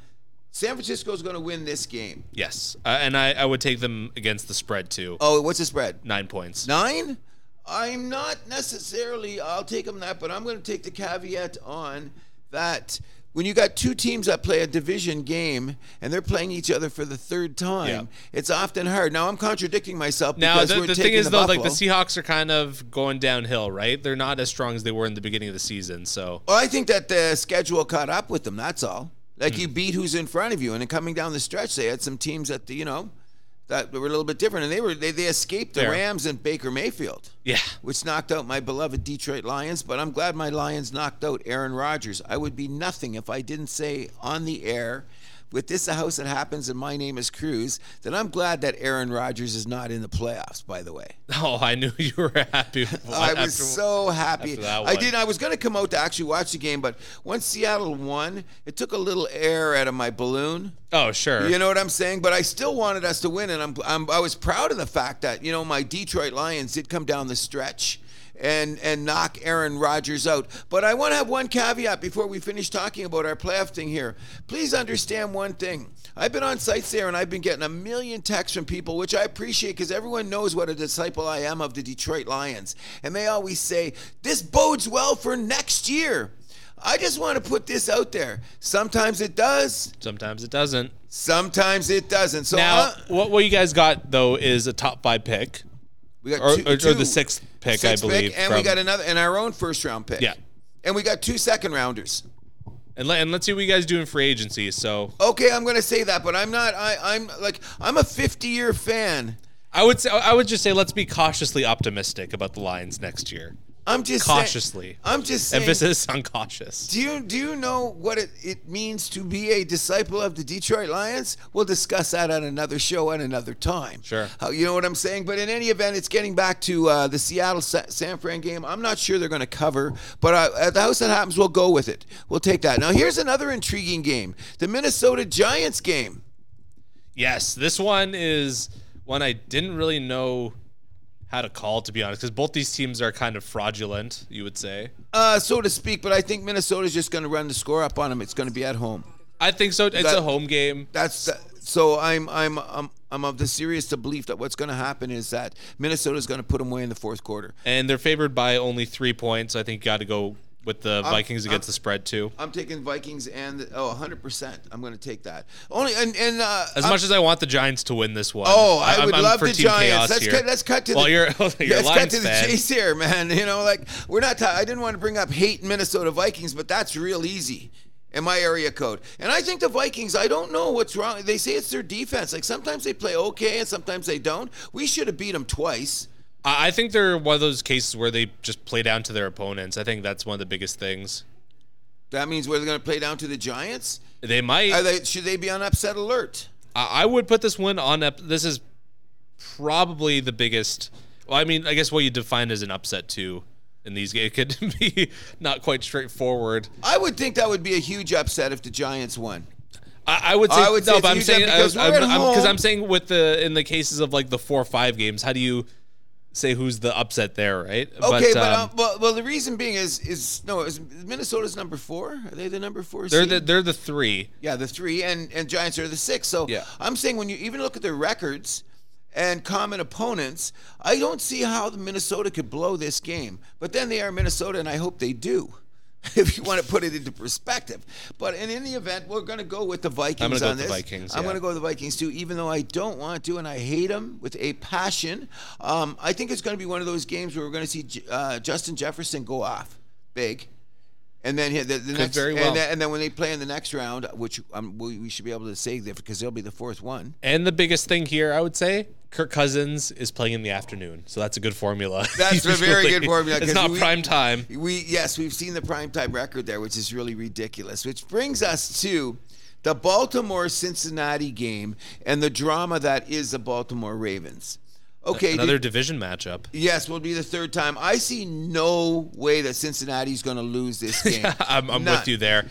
A: San Francisco's going to win this game.
B: yes, uh, and I, I would take them against the spread too.
A: Oh, what's the spread?
B: Nine points.
A: Nine? I'm not necessarily, I'll take them that, but I'm going to take the caveat on that when you got two teams that play a division game and they're playing each other for the third time, it's often hard. Now, I'm contradicting myself
B: Now
A: because
B: the,
A: we're
B: the
A: taking
B: thing is
A: the
B: though,
A: Buffalo.
B: like the Seahawks are kind of going downhill, right? They're not as strong as they were in the beginning of the season. So
A: Well, I think that the schedule caught up with them, that's all. Like
B: Hmm.
A: you beat who's in front of you, and then coming down the stretch, they had some teams that you know that were a little bit different, and they were they, they escaped the
B: Fair.
A: Rams and Baker Mayfield.
B: yeah, [laughs]
A: which knocked out my beloved Detroit Lions, but I'm glad my Lions knocked out Aaron Rodgers. I would be nothing if I didn't say on the air, with this a house that happens and my name is Cruz, that I'm glad that Aaron Rodgers is not in the playoffs, by the way.
B: oh, I knew [laughs] you were happy. [laughs]
A: I was
B: after-
A: so happy.
B: after that
A: I
B: one.
A: did I was gonna come out to actually watch the game, but once Seattle won, it took a little air out of my balloon.
B: Oh sure.
A: You know what I'm saying? But I still wanted us to win, and I'm, I'm I was proud of the fact that you know my Detroit Lions did come down the stretch. And, and knock Aaron Rodgers out. But I want to have one caveat before we finish talking about our playoff thing here. Please understand one thing. I've been on sites there and I've been getting a million texts from people, which I appreciate because everyone knows what a disciple I am of the Detroit Lions. And they always say, this bodes well for next year. I just want to put this out there. Sometimes it does,
B: Sometimes it doesn't.
A: Sometimes it doesn't. So
B: Now,
A: uh,
B: what what you guys got though is a top five pick,
A: we got
B: or,
A: two-
B: or, or
A: two-
B: the sixth pick,
A: sixth
B: I believe.
A: and we
B: from-
A: got another and our own first round pick.
B: Yeah.
A: and we got two second rounders.
B: and, let, and let's see what you guys do in free agency. So
A: Okay, I'm gonna say that, but I'm not. I, I'm like I'm a 50 year fan.
B: I would say I would just say let's be cautiously optimistic about the Lions next year.
A: I'm just saying-
B: Cautiously.
A: I'm just saying.
B: Emphasis on cautious.
A: Do you do you know what it, it means to be a disciple of the Detroit Lions? We'll discuss that on another show at another time.
B: Sure.
A: Uh, you know what I'm saying? But in any event, it's getting back to uh, the Seattle Sa- San Fran game. I'm not sure they're going to cover, but uh, at the house that happens, we'll go with it. We'll take that. Now here's another intriguing game: the Minnesota Giants game.
B: Yes, this one is one I didn't really know how to call to be honest, because both these teams are kind of fraudulent. You would say.
A: Uh, so to speak, but I think Minnesota's just going to run the score up on them. It's going to be at home.
B: I think so. It's
A: That-
B: a home game.
A: That's so. I'm. I'm. Um, I'm of the serious belief that what's going to happen is that Minnesota is going to put them away in the fourth quarter.
B: and they're favored by only three points. I think you got to go with the Vikings against the spread too.
A: I'm taking Vikings and oh, 100. percent I'm going to take that. Only and and uh,
B: As
A: I'm-
B: much as I want the Giants to win this one,
A: Oh, I
B: I'm-
A: would
B: I'm
A: love
B: for
A: the
B: Team
A: Giants.
B: Chaos
A: Let's
B: here.
A: cut. Let's cut to
B: well,
A: the.
B: you're, [laughs] you're a
A: let's cut
B: Lions
A: to the
B: fan.
A: chase here, man. You know, like we're not. Ta- I didn't want to bring up hate Minnesota Vikings, but that's real easy in my area code. And I think the Vikings. I don't know what's wrong. They say it's their defense. Like sometimes they play okay, and sometimes they don't. We should have beat them twice.
B: I I think they're one of those cases where they just play down to their opponents. I think that's one of the biggest things.
A: That means we're going to play down to the Giants.
B: They might.
A: Are they? Should they be on upset alert?
B: I I would put this one on. up- This is probably the biggest. Well, I mean, I guess what you define as an upset too in these games it could [laughs] be not quite straightforward.
A: I would think that would be a huge upset if the Giants won.
B: I, I would say
A: I would
B: no,
A: say it's
B: but
A: a
B: I'm
A: huge
B: saying
A: up because
B: because I'm,
A: we're at
B: I'm- 'cause I'm
A: home.
B: saying with the in the cases of like the four or five games, how do you say who's the upset there, right?
A: Okay, but,
B: um,
A: um, well, well, the reason being is is no, is Minnesota's number four. Are they the number four?
B: they're
A: seed?
B: the they're the three.
A: Yeah, the three and and Giants are the six. So
B: Yeah.
A: I'm saying when you even look at their records and common opponents, I don't see how the Minnesota could blow this game. But then they are Minnesota, and I hope they do. [laughs] If you want to put it into perspective, but in any event, we're going to go with the Vikings
B: gonna go
A: on
B: with the
A: this.
B: Vikings,
A: I'm
B: yeah.
A: going to go with the Vikings too, even though I don't want to, and I hate them with a passion. Um, I think it's going to be one of those games where we're going to see J- uh, Justin Jefferson go off big, and then hit the, the next,
B: very
A: and
B: well.
A: then- and then when they play in the next round, which um, we, we should be able to say that because they'll be the fourth one.
B: And the biggest thing here, I would say, Kirk Cousins is playing in the afternoon, so that's a good formula. [laughs]
A: That's a very good formula,
B: It's
A: 'cause
B: not
A: we-
B: prime time.
A: We yes, we've seen the primetime record there, which is really ridiculous. Which brings us to the Baltimore Cincinnati game and the drama that is the Baltimore Ravens. Okay,
B: Another
A: did-
B: division matchup.
A: yes, will be the third time. I see no way that Cincinnati's going to lose
B: [laughs]
A: this game.
B: I'm, I'm
A: None.
B: with you there.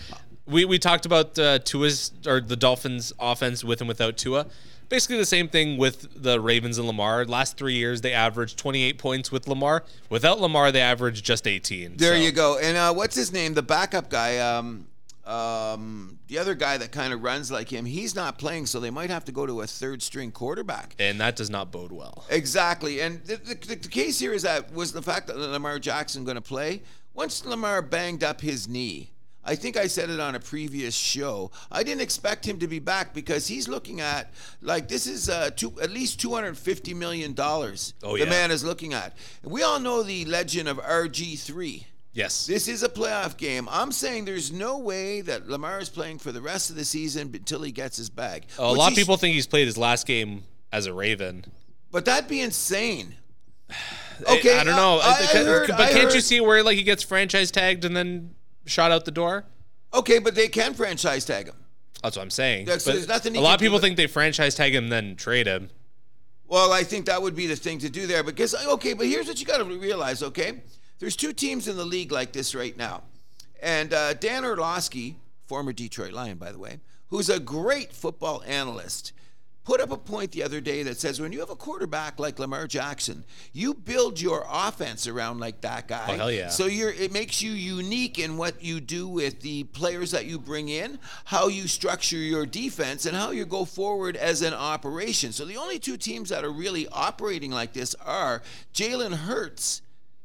B: We, we talked about uh, Tua's or the Dolphins' offense with and without Tua. Basically, the same thing with the Ravens and Lamar. Last three years, they averaged 28 points with Lamar. Without Lamar, they averaged just 18.
A: There
B: So,
A: you go. And uh, what's his name? The backup guy, um, um, the other guy that kind of runs like him. He's not playing, so they might have to go to a third string quarterback.
B: And that does not bode well.
A: Exactly. And the, the, the case here is that was the fact that Lamar Jackson going to play. Once Lamar banged up his knee, I think I said it on a previous show. I didn't expect him to be back because he's looking at like this is uh, two, at least two hundred fifty million dollars.
B: Oh,
A: the
B: yeah.
A: man is looking at. We all know the legend of RG three.
B: Yes.
A: This is a playoff game. I'm saying there's no way that Lamar is playing for the rest of the season until he gets his bag.
B: a
A: Which
B: lot
A: he
B: of
A: sh-
B: people think he's played his last game as a Raven.
A: but that'd be insane.
B: [sighs] I-
A: Okay,
B: I, don't know.
A: I, I
B: It- it-
A: heard,
B: but
A: I
B: can't you
A: heard-
B: see where like he gets franchise tagged and then shot out the door?
A: Okay, but they can franchise tag him.
B: That's what I'm saying.
A: Yeah, so
B: But
A: there's nothing he
B: a lot
A: can
B: of
A: do
B: people
A: but-
B: think they franchise tag him and then trade him.
A: Well, I think that would be the thing to do there because okay, but here's what you got to realize, okay? There's two teams in the league like this right now, and uh, Dan Orlovsky, former Detroit Lion, by the way, who's a great football analyst, put up a point the other day that says when you have a quarterback like Lamar Jackson, you build your offense around like that guy.
B: Oh, hell yeah.
A: So you're it makes you unique in what you do with the players that you bring in, how you structure your defense, and how you go forward as an operation. So the only two teams that are really operating like this are Jalen Hurts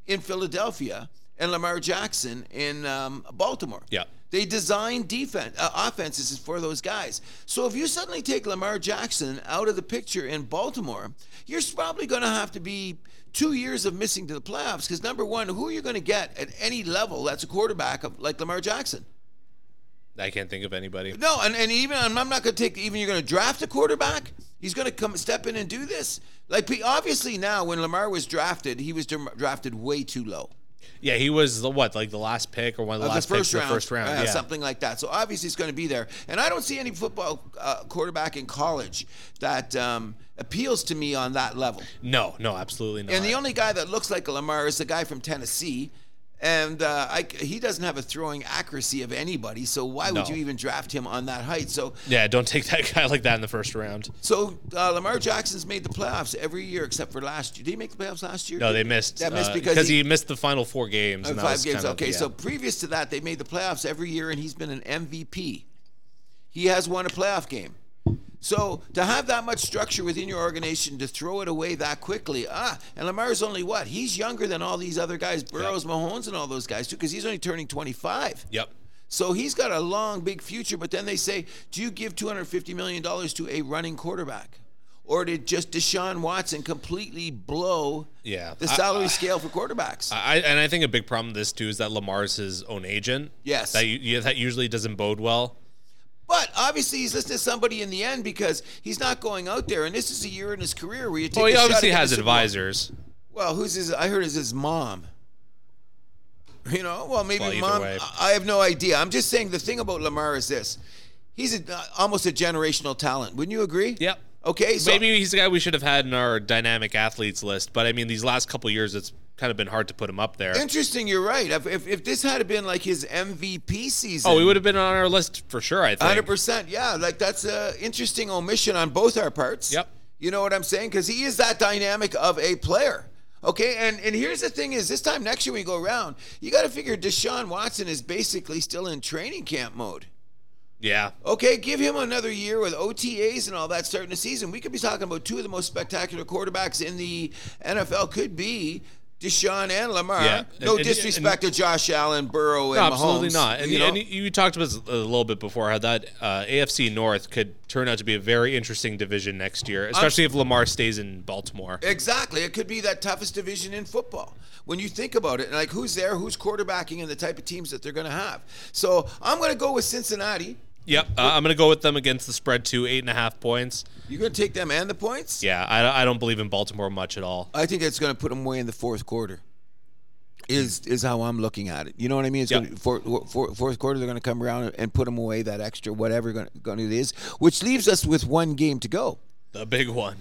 A: in Philadelphia and Lamar Jackson in um, Baltimore.
B: Yeah.
A: They design defense uh, offenses for those guys. So if you suddenly take Lamar Jackson out of the picture in Baltimore, you're probably going to have to be two years of missing to the playoffs because number one, who are you going to get at any level that's a quarterback of, like Lamar Jackson?
B: I can't think of anybody.
A: No, and, and even I'm I'm not going to take even you're going to draft a quarterback. He's going to come step in and do this. Like pe- obviously now, when Lamar was drafted, he was dra- drafted way too low.
B: Yeah, he was the what, like the last pick or one of the
A: of
B: last
A: the
B: picks
A: first
B: in
A: round,
B: the first round.
A: uh,
B: yeah.
A: something like that. So obviously it's going to be there, and I don't see any football uh, quarterback in college that um, appeals to me on that level.
B: No, no, absolutely not.
A: And the only guy that looks like a Lamar is the guy from Tennessee, and uh, I, he doesn't have a throwing accuracy of anybody. So why would
B: No.
A: you even draft him on that height? So
B: yeah, don't take that [laughs] guy like that in the first round.
A: so uh, Lamar Jackson's made the playoffs every year except for last year. Did he make the playoffs last year?
B: No, they
A: Did-
B: missed.
A: That missed
B: uh,
A: because Uh,
B: he, missed the final four games. and that
A: five
B: was
A: games.
B: kind of-
A: okay,
B: yeah.
A: so previous to that, they made the playoffs every year, and he's been an MVP. He has won a playoff game. So to have that much structure within your organization to throw it away that quickly, ah, and Lamar's only what? He's younger than all these other guys, Burrows, Mahomes, and all those guys too, because he's only turning 25.
B: Yep.
A: So he's got a long, big future. But then they say, do you give $250 million to a running quarterback? Or did just Deshaun Watson completely blow
B: Yeah.
A: the
B: I-
A: salary scale for quarterbacks?
B: I, and I think a big problem with this too is that Lamar's his own agent.
A: Yes.
B: That u- yeah, that usually doesn't bode well.
A: but obviously, he's listening to somebody in the end because he's not going out there. And this is a year in his career where you take
B: Well, he
A: a shot
B: obviously
A: at
B: has
A: the Super Bowl.
B: advisors.
A: Well, who's his? I heard it's his mom. You know, well maybe
B: Well, either
A: mom.
B: way.
A: I I have no idea. I'm just saying the thing about Lamar is this: he's a, uh, almost a generational talent. Wouldn't you agree?
B: Yep.
A: Okay. So
B: Maybe he's the guy we should have had in our dynamic athletes list, but I mean, these last couple years, it's kind of been hard to put him up there.
A: interesting. You're right. If, if, if this had been like his MVP season,
B: Oh, he would have been on our list for sure. I think.
A: Hundred percent. Yeah, like that's a interesting omission on both our parts.
B: Yep.
A: You know what I'm saying? Because he is that dynamic of a player. Okay, and and here's the thing: is this time next year we go around, you got to figure Deshaun Watson is basically still in training camp mode.
B: Yeah.
A: Okay, give him another year with OTAs and all that starting the season. We could be talking about two of the most spectacular quarterbacks in the NFL. Could be. Deshaun and Lamar.
B: Yeah,
A: No
B: and- and-
A: disrespect to Josh Allen, Burrow, and
B: No,
A: Mahomes.
B: absolutely not. And
A: you
B: you,
A: know?
B: and you you talked about this a little bit before how that uh, AFC North could turn out to be a very interesting division next year, especially if Lamar stays in Baltimore.
A: Exactly. It could be that toughest division in football. When you think about it, like who's there, who's quarterbacking, and the type of teams that they're going to have. So I'm going to go with Cincinnati.
B: Yep, uh, I'm gonna go with them against the spread too, eight and a half points.
A: You're going to take them and the points?
B: Yeah, I, I don't believe in Baltimore much at all.
A: I think it's going to put them away in the fourth quarter. Is is how I'm looking at it. You know what I mean? It's
B: Yeah.
A: going to, for, for, fourth quarter they're going to come around and put them away that extra whatever going, going it is, which leaves us with one game to go.
B: The big one.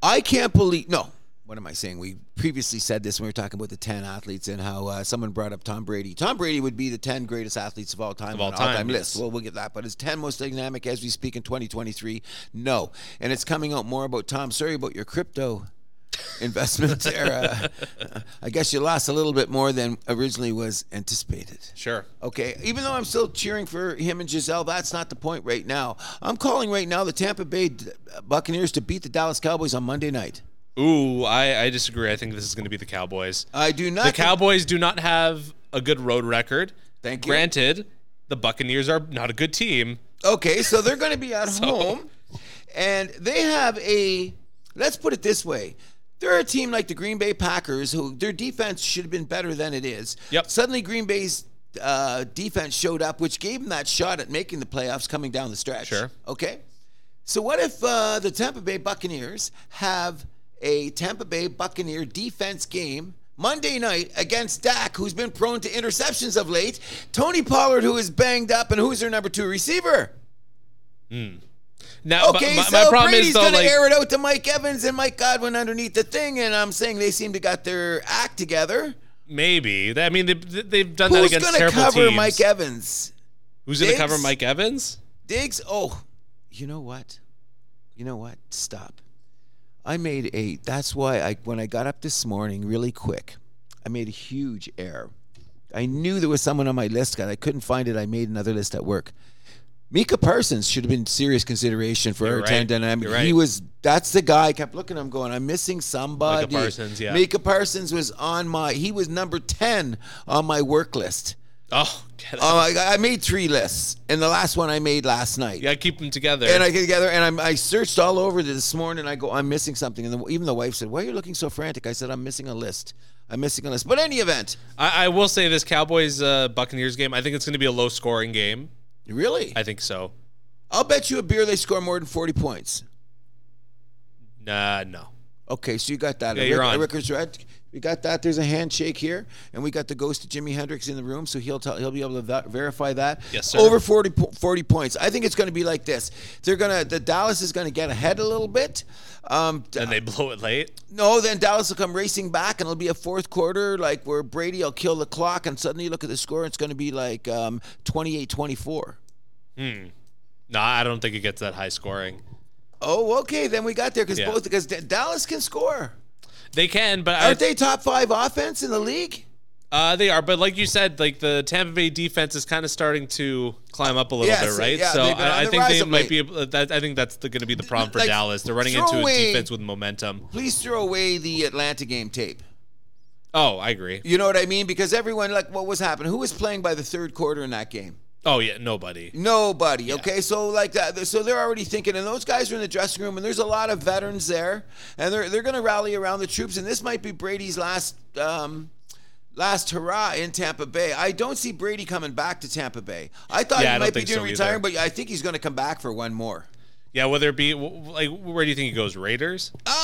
A: I can't believe. No, what am I saying? We previously said this when we were talking about the ten athletes and how uh, someone brought up Tom Brady. Tom Brady would be the ten greatest athletes of all time
B: all
A: on all time
B: time,
A: list.
B: yes.
A: Well, we'll get that. But is ten most dynamic as we speak in 2023? No, and it's coming out more about Tom. Sorry about your crypto. [laughs] Investment there. uh, I guess you lost a little bit more than originally was anticipated.
B: Sure.
A: Okay, even though I'm still cheering for him and Giselle, that's not the point right now. I'm calling right now the Tampa Bay D- Buccaneers to beat the Dallas Cowboys on Monday night.
B: Ooh, I, I disagree. I think this is gonna be the Cowboys.
A: I do not.
B: The Cowboys do not have a good road record.
A: Thank you.
B: Granted, the Buccaneers are not a good team.
A: okay, so they're going to be
B: [laughs]
A: at home, and they have a. Let's put it this way. They're a team like the Green Bay Packers, who their defense should have been better than it is.
B: Yep.
A: Suddenly, Green Bay's uh, defense showed up, which gave them that shot at making the playoffs coming down the stretch.
B: Sure.
A: Okay. So what if uh, the Tampa Bay Buccaneers have a Tampa Bay Buccaneer defense game Monday night against Dak, who's been prone to interceptions of late, Tony Pollard, who is banged up, and who's their number two receiver?
B: Now, but
A: Okay,
B: my,
A: so
B: my problem
A: Brady's
B: is though,
A: gonna
B: like,
A: air it out to Mike Evans and Mike Godwin underneath the thing, and I'm saying they seem to got their act together.
B: Maybe. I mean, they, they've done that
A: Who's
B: against
A: gonna
B: terrible
A: cover
B: teams.
A: Mike Evans?
B: Who's going to cover
A: Diggs?
B: Mike Evans?
A: Diggs. Oh, you know what? You know what? Stop. I made a. That's why I when I got up this morning, really quick, I made a huge error. I knew there was someone on my list, and I couldn't find it. I made another list at work. Mika Parsons should have been serious consideration for
B: You're
A: our
B: right.
A: ten dynamic.
B: You're right.
A: He was. That's the guy. I kept looking at him, going, "I'm missing somebody."
B: Parsons, yeah.
A: Mika Parsons was on my. He was number ten on my work list.
B: Oh, get
A: Oh, I, I made three lists, and the last one I made last night.
B: you got to keep them together.
A: And I get together, and i I searched all over this morning. And I go, I'm missing something, and the, even the wife said, "Why are you looking so frantic?" I said, "I'm missing a list. I'm missing a list." But any event,
B: I, I will say this Cowboys uh, Buccaneers game, I think it's going to be a low scoring game.
A: really,
B: I think so.
A: I'll bet you a beer they score more than 40 points.
B: Nah, no.
A: Okay, so you got that.
B: Yeah, you're on.
A: Ricker's right. We got that. There's a handshake here, and we got the ghost of Jimi Hendrix in the room, so he'll tell, he'll be able to ver- verify that.
B: Yes, sir.
A: Over 40, po- 40 points. I think it's going to be like this. They're gonna the Dallas is going to get ahead a little bit. Um,
B: And they blow it late.
A: No, then Dallas will come racing back, and it'll be a fourth quarter, like where Brady will kill the clock, and suddenly you look at the score, and it's going to be like um, 28 24.
B: No, I don't think it gets that high scoring.
A: Oh, okay. Then we got there because
B: Yeah.
A: both because D- Dallas can score.
B: They can, but I,
A: Aren't they top five offense in the league?
B: Uh, they are, but like you said, like the Tampa Bay defense is kind of starting to climb up a little
A: Yes,
B: bit, right?
A: yeah,
B: so
A: they've been on
B: I, I
A: the
B: think
A: rise
B: they
A: of
B: might be. able- That, I think that's going to be the problem for
A: Like,
B: Dallas. They're running
A: throw
B: into a
A: away-
B: defense with momentum.
A: Please throw away the Atlanta game tape.
B: Oh, I agree.
A: You know what I mean? Because everyone, like, what was happening? Who was playing by the third quarter in that game?
B: Oh yeah, nobody.
A: Nobody. Okay, so like that. So they're already thinking, and those guys are in the dressing room, and there's a lot of veterans there, and they're they're going to rally around the troops, and this might be Brady's last. Um, Last hurrah in Tampa Bay. I don't see Brady coming back to Tampa Bay. I thought
B: Yeah, I
A: he
B: don't
A: might be
B: think
A: doing
B: so either.
A: retiring, but I think he's going to come back for one more.
B: Yeah, whether it be w- like, where do you think he goes? Raiders?
A: Oh,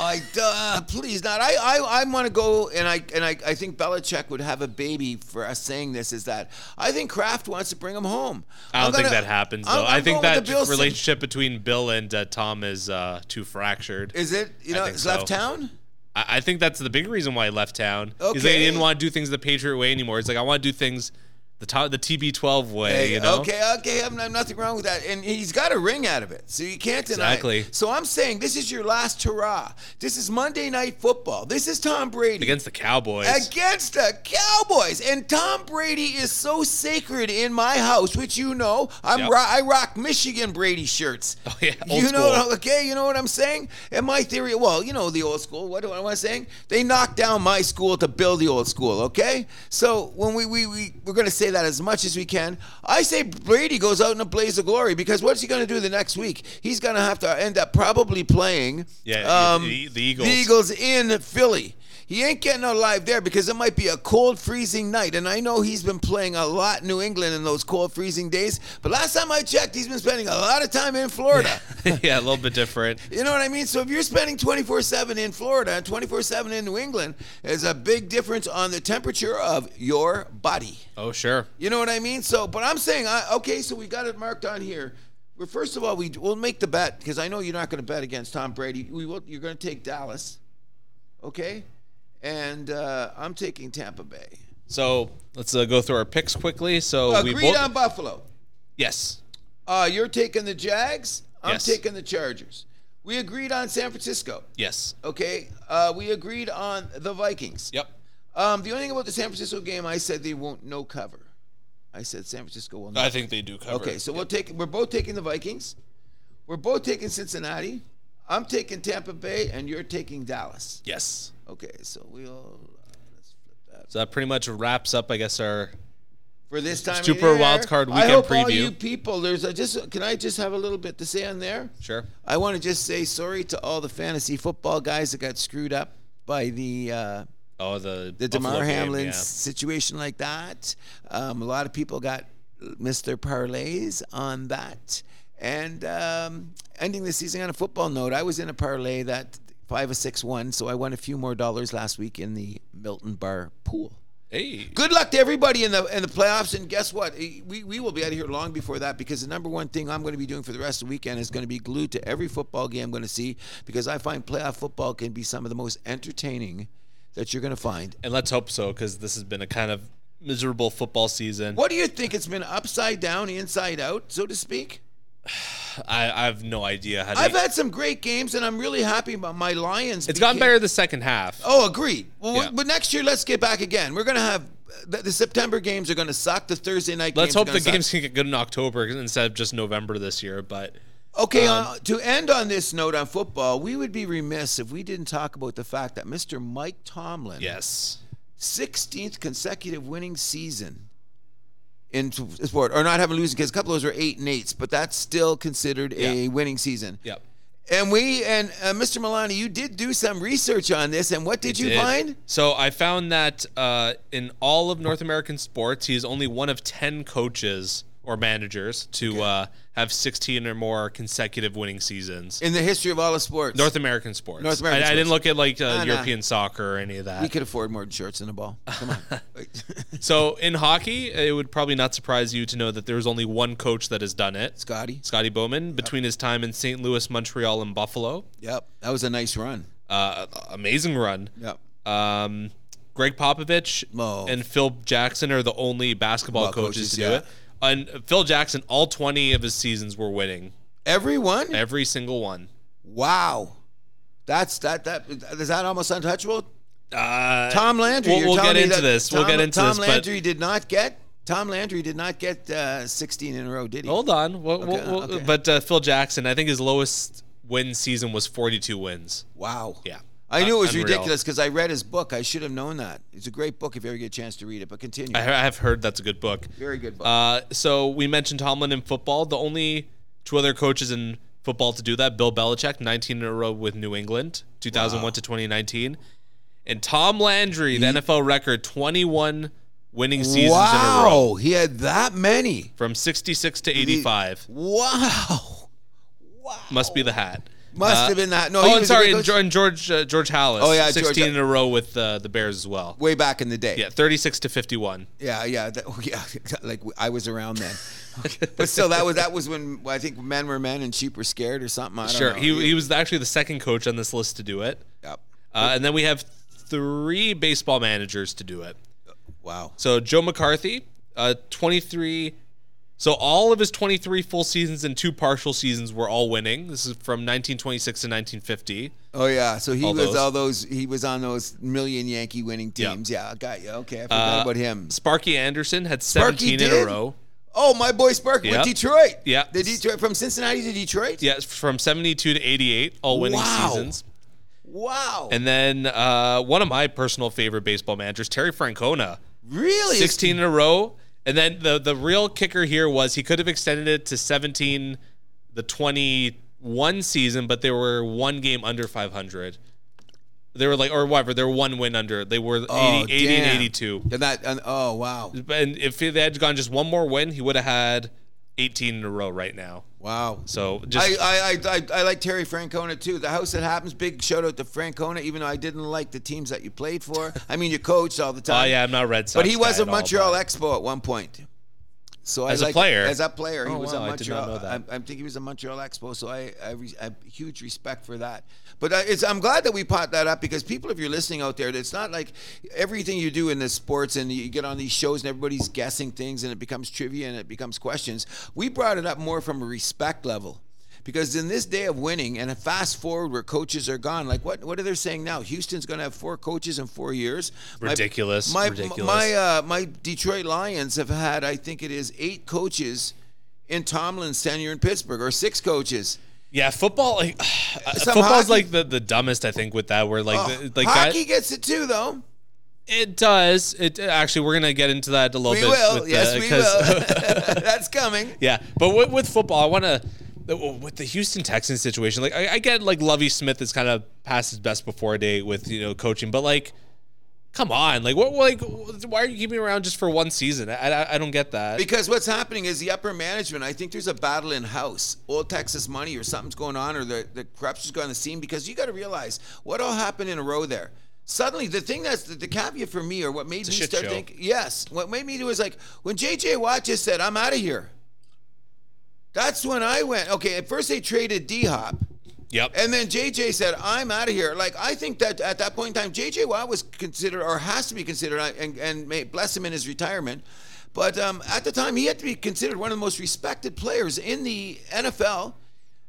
A: I uh, please not. I I, I want to go and I and I, I think Belichick would have a baby for us saying this. Is that I think Kraft wants to bring him home.
B: I don't think that happens though. i think that
A: relationship.
B: relationship between Bill and uh, Tom is uh, too fractured.
A: Is it? You
B: I
A: know,
B: think
A: it's left
B: so.
A: town.
B: I, I think that's the big reason why he left town. Okay. He's like,
A: Okay.
B: he didn't want to do things the Patriot way anymore. He's like, I want to do things the to- the TB12 way.
A: Hey,
B: you know?
A: Okay, okay, I'm, I'm nothing wrong with that, and he's got a ring out of it, so you can't deny. it.
B: Exactly.
A: So I'm saying this is your last hurrah. This is Monday Night Football. This is Tom Brady
B: Against the Cowboys.
A: against the Cowboys, and Tom Brady is so sacred in my house, which you know. I'm
B: Yep.
A: ro- I rock Michigan Brady shirts.
B: [laughs] Oh, yeah, old
A: you know, [laughs]
B: school.
A: okay, you know what I'm saying. And my theory, well, you know the old school. What, what am I saying? They knocked down my school to build the old school. Okay, so when we we, we we're gonna say that as much as we can. I say Brady goes out in a blaze of glory because what's he gonna do the next week? He's gonna have to end up probably playing.
B: Yeah, the- E-, the Eagles.
A: Um, The Eagles in Philly. He ain't getting alive there because it might be a cold, freezing night. And I know he's been playing a lot New England in those cold, freezing days. But last time I checked, he's been spending a lot of time in Florida.
B: [laughs] yeah, a little bit different.
A: [laughs] You know what I mean? So if you're spending 24 7 in Florida and 24 7 in New England, there's a big difference on the temperature of your body.
B: Oh, sure.
A: You know what I mean? So, but I'm saying, I, okay, so we got it marked on here. Well, first of all, we we'll make the bet because I know you're not going to bet against Tom Brady. We will. You're going to take Dallas, okay? And uh, I'm taking Tampa Bay.
B: So let's uh, go through our picks quickly. So we
A: Agreed
B: both.
A: on Buffalo.
B: yes.
A: Uh, you're taking the Jags. I'm
B: Yes.
A: taking the Chargers. We agreed on San Francisco.
B: Yes.
A: Okay. Uh, we agreed on the Vikings.
B: Yep.
A: Um, the only thing about the San Francisco game, I said they won't no cover. I said San Francisco will not
B: I think they do cover.
A: Okay, so we'll take we're both taking the Vikings. We're both taking Cincinnati. I'm taking Tampa Bay and you're taking Dallas.
B: yes.
A: Okay, so we'll uh, let's flip that.
B: So that pretty much wraps up, I guess, our.
A: For this time of
B: Super
A: year,
B: Wild Card
A: I
B: Weekend
A: hope all
B: preview.
A: you people there's a just can I just have a little bit to say on there?
B: Sure.
A: I want to just say sorry to all the fantasy football guys that got screwed up by the uh
B: Oh, the
A: the
B: Buffalo
A: Demar
B: game,
A: Hamlin
B: yeah.
A: situation like that. Um, a lot of people got missed their parlays on that, and um, ending the season on a football note. I was in a parlay that five a six one, so I won a few more dollars last week in the Milton Bar pool.
B: Hey.
A: Good luck to everybody in the in the playoffs, and guess what? Eh, We, we will be out of here long before that because the number one thing I'm going to be doing for the rest of the weekend is going to be glued to every football game I'm going to see because I find playoff football can be some of the most entertaining that you're going to find
B: And let's hope so, because this has been a kind of miserable football season.
A: What do you think? It's been upside down, inside out, so to speak.
B: I, I have no idea how to.
A: I've had some great games, and I'm really happy about my Lions.
B: it's gotten
A: became-
B: better the second half.
A: Oh, agreed. Well,
B: Yeah.
A: but next year, let's get back again. We're gonna have the, the September games are gonna suck. The Thursday night.
B: Let's
A: games are
B: hope
A: gonna
B: the
A: suck.
B: games can get good in October instead of just November this year. But
A: Okay.
B: um,
A: uh, to end on this note on football, we would be remiss if we didn't talk about the fact that Mr. Mike Tomlin,
B: yes,
A: 16th consecutive winning season in t- sport, or not having losing because a couple of those are eight and eights, but that's still considered a
B: Yeah.
A: winning season.
B: yep.
A: And we and uh, Mr. Milani, you did do some research on this, and what did you
B: Did.
A: find?
B: So I found that uh, in all of North American sports, he's only one of ten coaches or managers to uh, have sixteen or more consecutive winning seasons.
A: In the history of all of sports,
B: North American sports.
A: North American
B: I, I didn't
A: sports.
B: look at like uh,
A: Nah, nah.
B: European soccer or any of that.
A: we could afford more shirts than a ball. Come
B: [laughs]
A: on.
B: So in hockey, it would probably not surprise you to know that there's only one coach that has done
A: [laughs]
B: it.
A: Scotty.
B: Scotty Bowman between his time in St. Louis, Montreal, and Buffalo.
A: Yep. That was a nice run.
B: Uh, amazing run.
A: Yep.
B: Um, Greg Popovich
A: Oh.
B: and Phil Jackson are the only basketball
A: Basketball
B: coaches,
A: coaches,
B: to do
A: yeah.
B: it. And Phil Jackson, all 20 of his seasons were winning,
A: Everyone?
B: every single one.
A: Wow. That's that that is that almost untouchable?
B: Uh,
A: Tom Landry.
B: We'll,
A: you're
B: we'll
A: telling
B: get
A: me
B: into
A: that
B: this. we'll
A: Tom-
B: get into
A: Tom
B: this.
A: Landry did not get. Tom Landry did not get uh, 16 in a row, did he?
B: But hold on. We'll, we'll,
A: Okay,
B: we'll,
A: okay.
B: But uh, Phil Jackson, I think his lowest win season was 42 wins.
A: Wow.
B: Yeah.
A: I knew it was
B: Unreal.
A: ridiculous because I read his book. I should have known that. It's a great book if you ever get a chance to read it. But continue.
B: I, I have heard that's a good book.
A: Very good book.
B: Uh, so we mentioned Tomlin in football. The only two other coaches in football to do that: Bill Belichick, 19 in a row with New England, 2001 to 2019, and Tom Landry, the NFL record, 21 winning seasons in a row
A: wow, he had that many.
B: from 66 to 85.
A: Wow.
B: Must be the hat.
A: Must
B: Uh,
A: have been that. No,
B: oh,
A: he
B: and
A: was a
B: sorry,
A: good
B: and
A: coach.
B: George George, uh, George Hallis,
A: Oh, yeah,
B: 16
A: George-
B: in a row with uh, the Bears as well.
A: way back in the day.
B: Yeah, 36 to 51.
A: yeah, yeah, that, [laughs] oh, yeah. Like I was around then, [laughs] but still, that was that was when I think men were men and sheep were scared or something. I don't
B: Sure,
A: know.
B: he, he was actually the second coach on this list to do it.
A: Yep.
B: Uh, and then we have three baseball managers to do it.
A: Wow.
B: So Joe McCarthy, uh, 23. So all of his 23 full seasons and two partial seasons were all winning. This is from 1926 to 1950.
A: Oh yeah. So he
B: All
A: was
B: those.
A: all those. He was on those million Yankee winning
B: Yeah. Uh,
A: teams. Yeah, I got you. Okay, I forgot about him.
B: Sparky Anderson had
A: Sparky
B: 17 in
A: did?
B: a row.
A: Oh, my boy Spark
B: Yeah.
A: with Detroit.
B: Yeah.
A: The Detroit from Cincinnati to Detroit.
B: Yeah, from 72 to 88, all winning
A: Wow.
B: seasons.
A: Wow.
B: And then uh, one of my personal favorite baseball managers, Terry Francona,
A: really?
B: 16 in a row. And then the the real kicker here was he could have extended it to 17 the 21 season, but they were one game under 500. They were like or whatever, they were one win under. They were 80,
A: Oh,
B: 80 and
A: damn.
B: 82.
A: And that. And, oh wow.
B: And if they had gone just one more win, he would have had 18 in a row right now.
A: Wow.
B: So just
A: I, I, I, I, I like Terry Francona too. The House That Happens. Big shout out to Francona, even though I didn't like the teams that you played for. I mean, you coached all the
B: Oh
A: time.
B: yeah, I'm not a Red Sox.
A: But he
B: guy
A: was a
B: at all,
A: Montreal
B: but-
A: Expo at one point. So I
B: As a
A: like-
B: player?
A: as a player, he
B: Oh,
A: was
B: wow,
A: a
B: I did
A: Montreal.
B: not know that.
A: I, I think he was a Montreal Expo. So I, I, re, I have huge respect for that. But I, it's, I'm glad that we pot that up because people, if you're listening out there, it's not like everything you do in the sports and you get on these shows and everybody's guessing things and it becomes trivia and it becomes questions. We brought it up more from a respect level. Because in this day of winning, and a fast forward where coaches are gone, like what what are they saying now? Houston's going to have four coaches in four years. My-
B: Ridiculous,
A: My,
B: ridiculous.
A: My uh, my Detroit Lions have had, I think it is eight coaches in Tomlin's tenure in Pittsburgh, or six coaches.
B: Yeah, football. Like, [sighs] uh,
A: Some
B: football's
A: hockey-
B: like the, the dumbest. I think with that, where like
A: Oh,
B: the, like guy-
A: hockey gets it too, though.
B: It does. It actually, we're gonna get into that a little
A: We
B: bit.
A: will,
B: Oh, with
A: yes,
B: the-
A: we
B: [laughs] 'cause- [laughs]
A: will. [laughs] That's coming.
B: yeah, but with, with football, I want to with the Houston Texans situation. Like, I, I get like Lovey Smith is kind of past his best before date with you know coaching, but like, come on, like what, like why are you keeping him around just for one season? I, I, I don't get that.
A: Because what's happening is the upper management. I think there's a battle in house, old Texas money, or something's going on, or the, the corruption's going on the scene. Because you got to realize what all happened in a row there. Suddenly, the thing that's the, the caveat for me, or what made me
B: shit
A: start
B: show.
A: thinking, yes, what made me do is like when JJ Watt just said, "I'm out of here." That's when I went. Okay, at first they traded D Hop.
B: yep.
A: And then JJ said, "I'm out of here." Like I think that at that point in time, JJ Watt was considered or has to be considered, uh, and and may bless him in his retirement. But um, at the time, he had to be considered one of the most respected players in the NFL.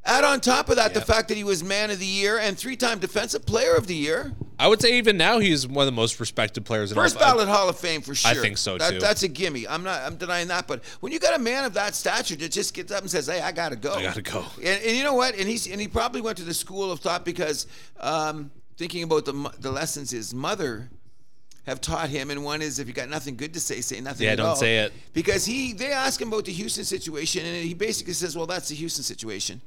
A: Add on top of that the
B: Yeah.
A: fact that he was Man of the Year and three-time Defensive Player of the Year,
B: I would say even now he's one of the most respected players in
A: first
B: all. I-
A: ballot Hall of Fame for sure.
B: I think so,
A: That-
B: too.
A: That's a gimme. I'm not. I'm denying that. But when you got a man of that stature that just gets up and says, "Hey, I gotta go,"
B: I gotta go.
A: And, and you know what? And he's and he probably went to the school of thought because um, thinking about the mo- the lessons his mother have taught him, and one is if you got nothing good to say, say nothing.
B: Yeah,
A: at
B: don't
A: all.
B: say it.
A: Because he they ask him about the Houston situation, and he basically says, "Well, that's the Houston situation."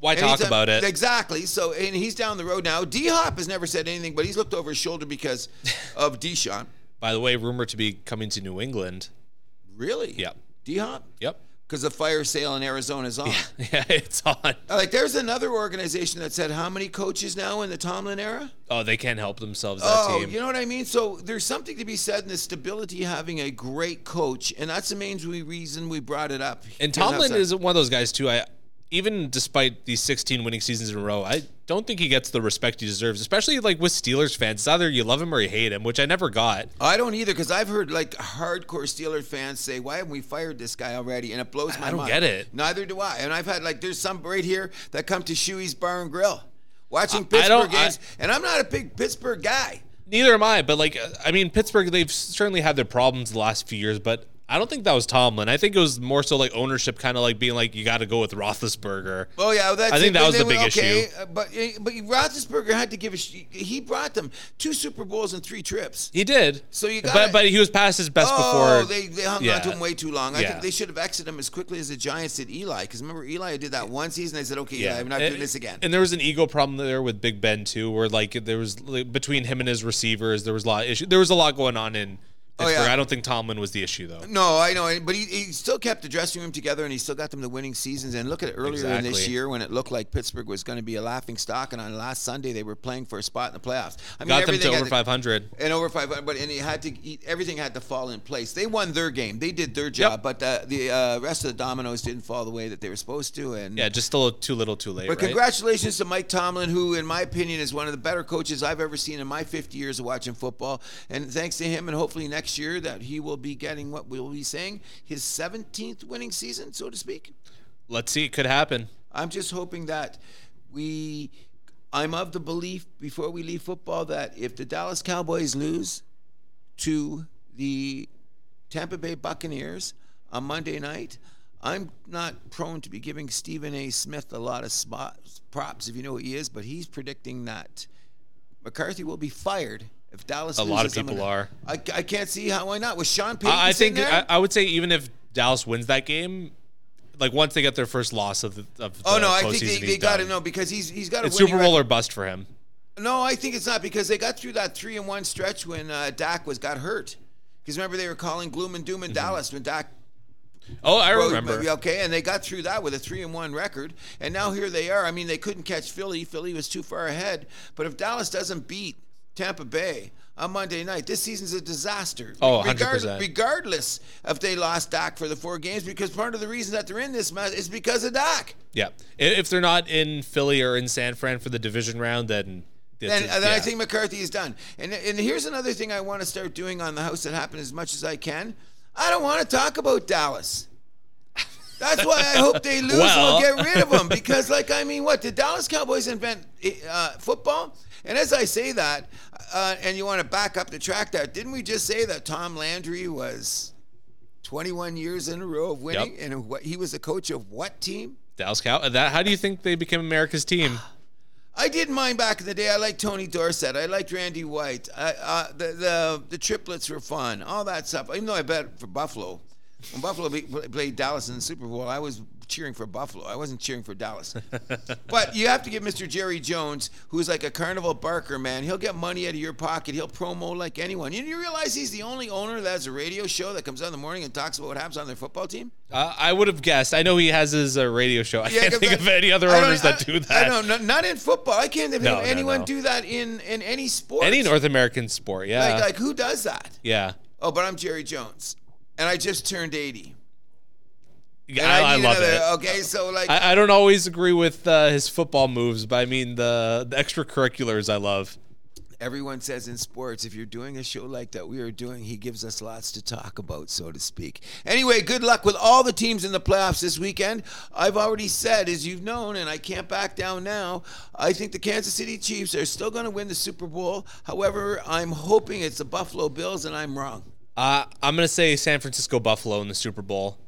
B: Why talk
A: Anytime-
B: about it?
A: Exactly. So, and he's down the road now. D Hop has never said anything, but he's looked over his shoulder because
B: [laughs]
A: of Deshaun.
B: By the way, rumored to be coming to New England.
A: Really?
B: Yep.
A: D Hop?
B: Yep. [laughs]
A: Because the fire sale in Arizona is on.
B: Yeah, it's on.
A: Like, there's another organization that said how many coaches now in the Tomlin era?
B: Oh, they can't help themselves. That
A: Oh,
B: team.
A: you know what I mean? So there's something to be said in the stability of having a great coach, and that's the main re- reason we brought it up.
B: And
A: here on
B: Tomlin
A: Outside.
B: is one of those guys too. I even despite these 16 winning seasons in a row, I don't think he gets the respect he deserves, especially like with Steelers fans. It's either you love him or you hate him, which I never got.
A: I don't either because I've heard like hardcore Steelers fans say, "Why haven't we fired this guy already?" And it blows my mind.
B: I don't get it.
A: Neither do I. And I've had like there's some right here that come to Shuey's Bar and Grill, watching
B: I- I
A: Pittsburgh
B: don't-
A: games, and I'm not a big Pittsburgh guy.
B: Neither am I, but like I mean, Pittsburgh they've certainly had their problems the last few years, but I don't think that was Tomlin. I think it was more so like ownership, kind of like being like you got to go with Roethlisberger.
A: Oh yeah, well, that's
B: I
A: it.
B: think that
A: But
B: was
A: they
B: the
A: were-
B: big
A: okay,
B: issue.
A: uh, But but Roethlisberger had to give a sh- he brought them two Super Bowls and three trips.
B: He did.
A: So you gotta-
B: but but he was past his best
A: Oh,
B: before.
A: they, they hung
B: yeah.
A: on to him way too long. I
B: Yeah.
A: think they should have exited him as quickly as the Giants did Eli. Because remember, Eli did that one season. They said, "Okay, Eli, I'm not
B: And-
A: doing this again."
B: And there was an ego problem there with Big Ben too, where like there was like, between him and his receivers, there was a lot of issue. There was a lot going on in.
A: Oh,
B: Pittsburgh.
A: yeah.
B: I don't think Tomlin was the issue though.
A: no, I know, but he, he still kept the dressing room together, and he still got them the winning seasons. And look at it earlier in this
B: Exactly.
A: year when it looked like Pittsburgh was going to be a laughing stock, and on last Sunday they were playing for a spot in the playoffs. I mean,
B: Got them to
A: everything had
B: over 500.
A: and over 500 but and it had to eat, everything had to fall in place they won their game they did their job but the, the uh, rest of the dominoes didn't fall the way that they were supposed to and
B: Yeah, just a little too little, too late.
A: but
B: right?
A: congratulations to Mike Tomlin, who, in my opinion, is one of the better coaches I've ever seen in my 50 years of watching football. And thanks to him, and hopefully next year that he will be getting what we'll be saying his 17th winning season, so to speak.
B: Let's see, it could happen.
A: I'm just hoping that we. I'm of the belief before we leave football that if the Dallas Cowboys lose to the Tampa Bay Buccaneers on Monday night, I'm not prone to be giving Stephen A. Smith a lot of spot, props if you know who he is, but he's predicting that McCarthy will be fired if Dallas.
B: A lot of
A: loses. I'm
B: people
A: gonna-
B: are.
A: I, I can't see how. Why not? With Sean Payton.
B: I, I
A: sitting
B: think
A: there?
B: I, I would say even if Dallas wins that game, like once they get their first loss of the of
A: oh
B: the
A: no! I
B: uh, postseason,
A: think they,
B: he's
A: they got to
B: done.
A: know because he's he's got a
B: It's
A: winning
B: Super Bowl
A: record.
B: or bust for him.
A: No, I think it's not because they got through that three and one stretch when uh, Dak was got hurt. Because remember they were calling gloom and doom in Dallas when Dak.
B: Oh, Mm-hmm. I
A: Well,
B: remember.
A: Okay, and they got through that with a three and one record, and now here they are. I mean, they couldn't catch Philly. Philly was too far ahead. But if Dallas doesn't beat Tampa Bay on Monday night, this season's a disaster.
B: Oh,
A: Regard-
B: 100%.
A: Regardless if they lost Dak for the four games, because part of the reason that they're in this match is because of Dak.
B: Yeah, I- if they're not in Philly or in San Fran for the division round, then it's-
A: And
B: it's-
A: then I
B: yeah.
A: think McCarthy is done. And and here's another thing I want to start doing on the house that happened as much as I can. I don't want to talk about Dallas. That's why I hope
B: [laughs]
A: they lose
B: Well.
A: and we'll get rid of
B: [laughs]
A: them. Because, like, I mean, what? Did Dallas Cowboys invent uh, football? And as I say that, uh, and you want to back up the track there, didn't we just say that Tom Landry was 21 years in a row of winning?
B: Yep.
A: And what, he was the coach of what team?
B: Dallas Cow. uh, That how do you think they became America's team?
A: I did mine back in the day. I liked Tony Dorsett. I liked Randy White. I, uh, the, the the triplets were fun. All that stuff. Even though I bet for Buffalo, when Buffalo be, played Dallas in the Super Bowl, I was cheering for Buffalo. I wasn't cheering for Dallas. but you have to give Mr. Jerry Jones, who's like a carnival barker man. He'll get money out of your pocket. He'll promo like anyone. You, you realize he's the only owner that has a radio show that comes out in the morning and talks about what happens on their football team.
B: Uh, I would have guessed. I know he has his uh, radio show. I can't
A: 'cause
B: think
A: I-
B: of any other
A: I don't-
B: owners that
A: I-
B: do that.
A: I don't know. Not in football. I can't think of
B: No, no,
A: anyone
B: no.
A: do that in in any sport.
B: Any North American sport, yeah,
A: Like, like who does that?
B: yeah.
A: Oh, but I'm Jerry Jones, and I just turned 80.
B: Yeah,
A: And uh,
B: I, I
A: need
B: love
A: another-
B: it.
A: Okay, so like.
B: I, I don't always agree with uh, his football moves, but I mean the, the extracurriculars I love.
A: everyone says in sports, if you're doing a show like that we are doing, he gives us lots to talk about, so to speak. Anyway, good luck with all the teams in the playoffs this weekend. I've already said, as you've known, and I can't back down now, I think the Kansas City Chiefs are still going to win the Super Bowl. However, I'm hoping it's the Buffalo Bills, and I'm wrong.
B: Uh, I'm gonna say San Francisco Buffalo in the Super Bowl.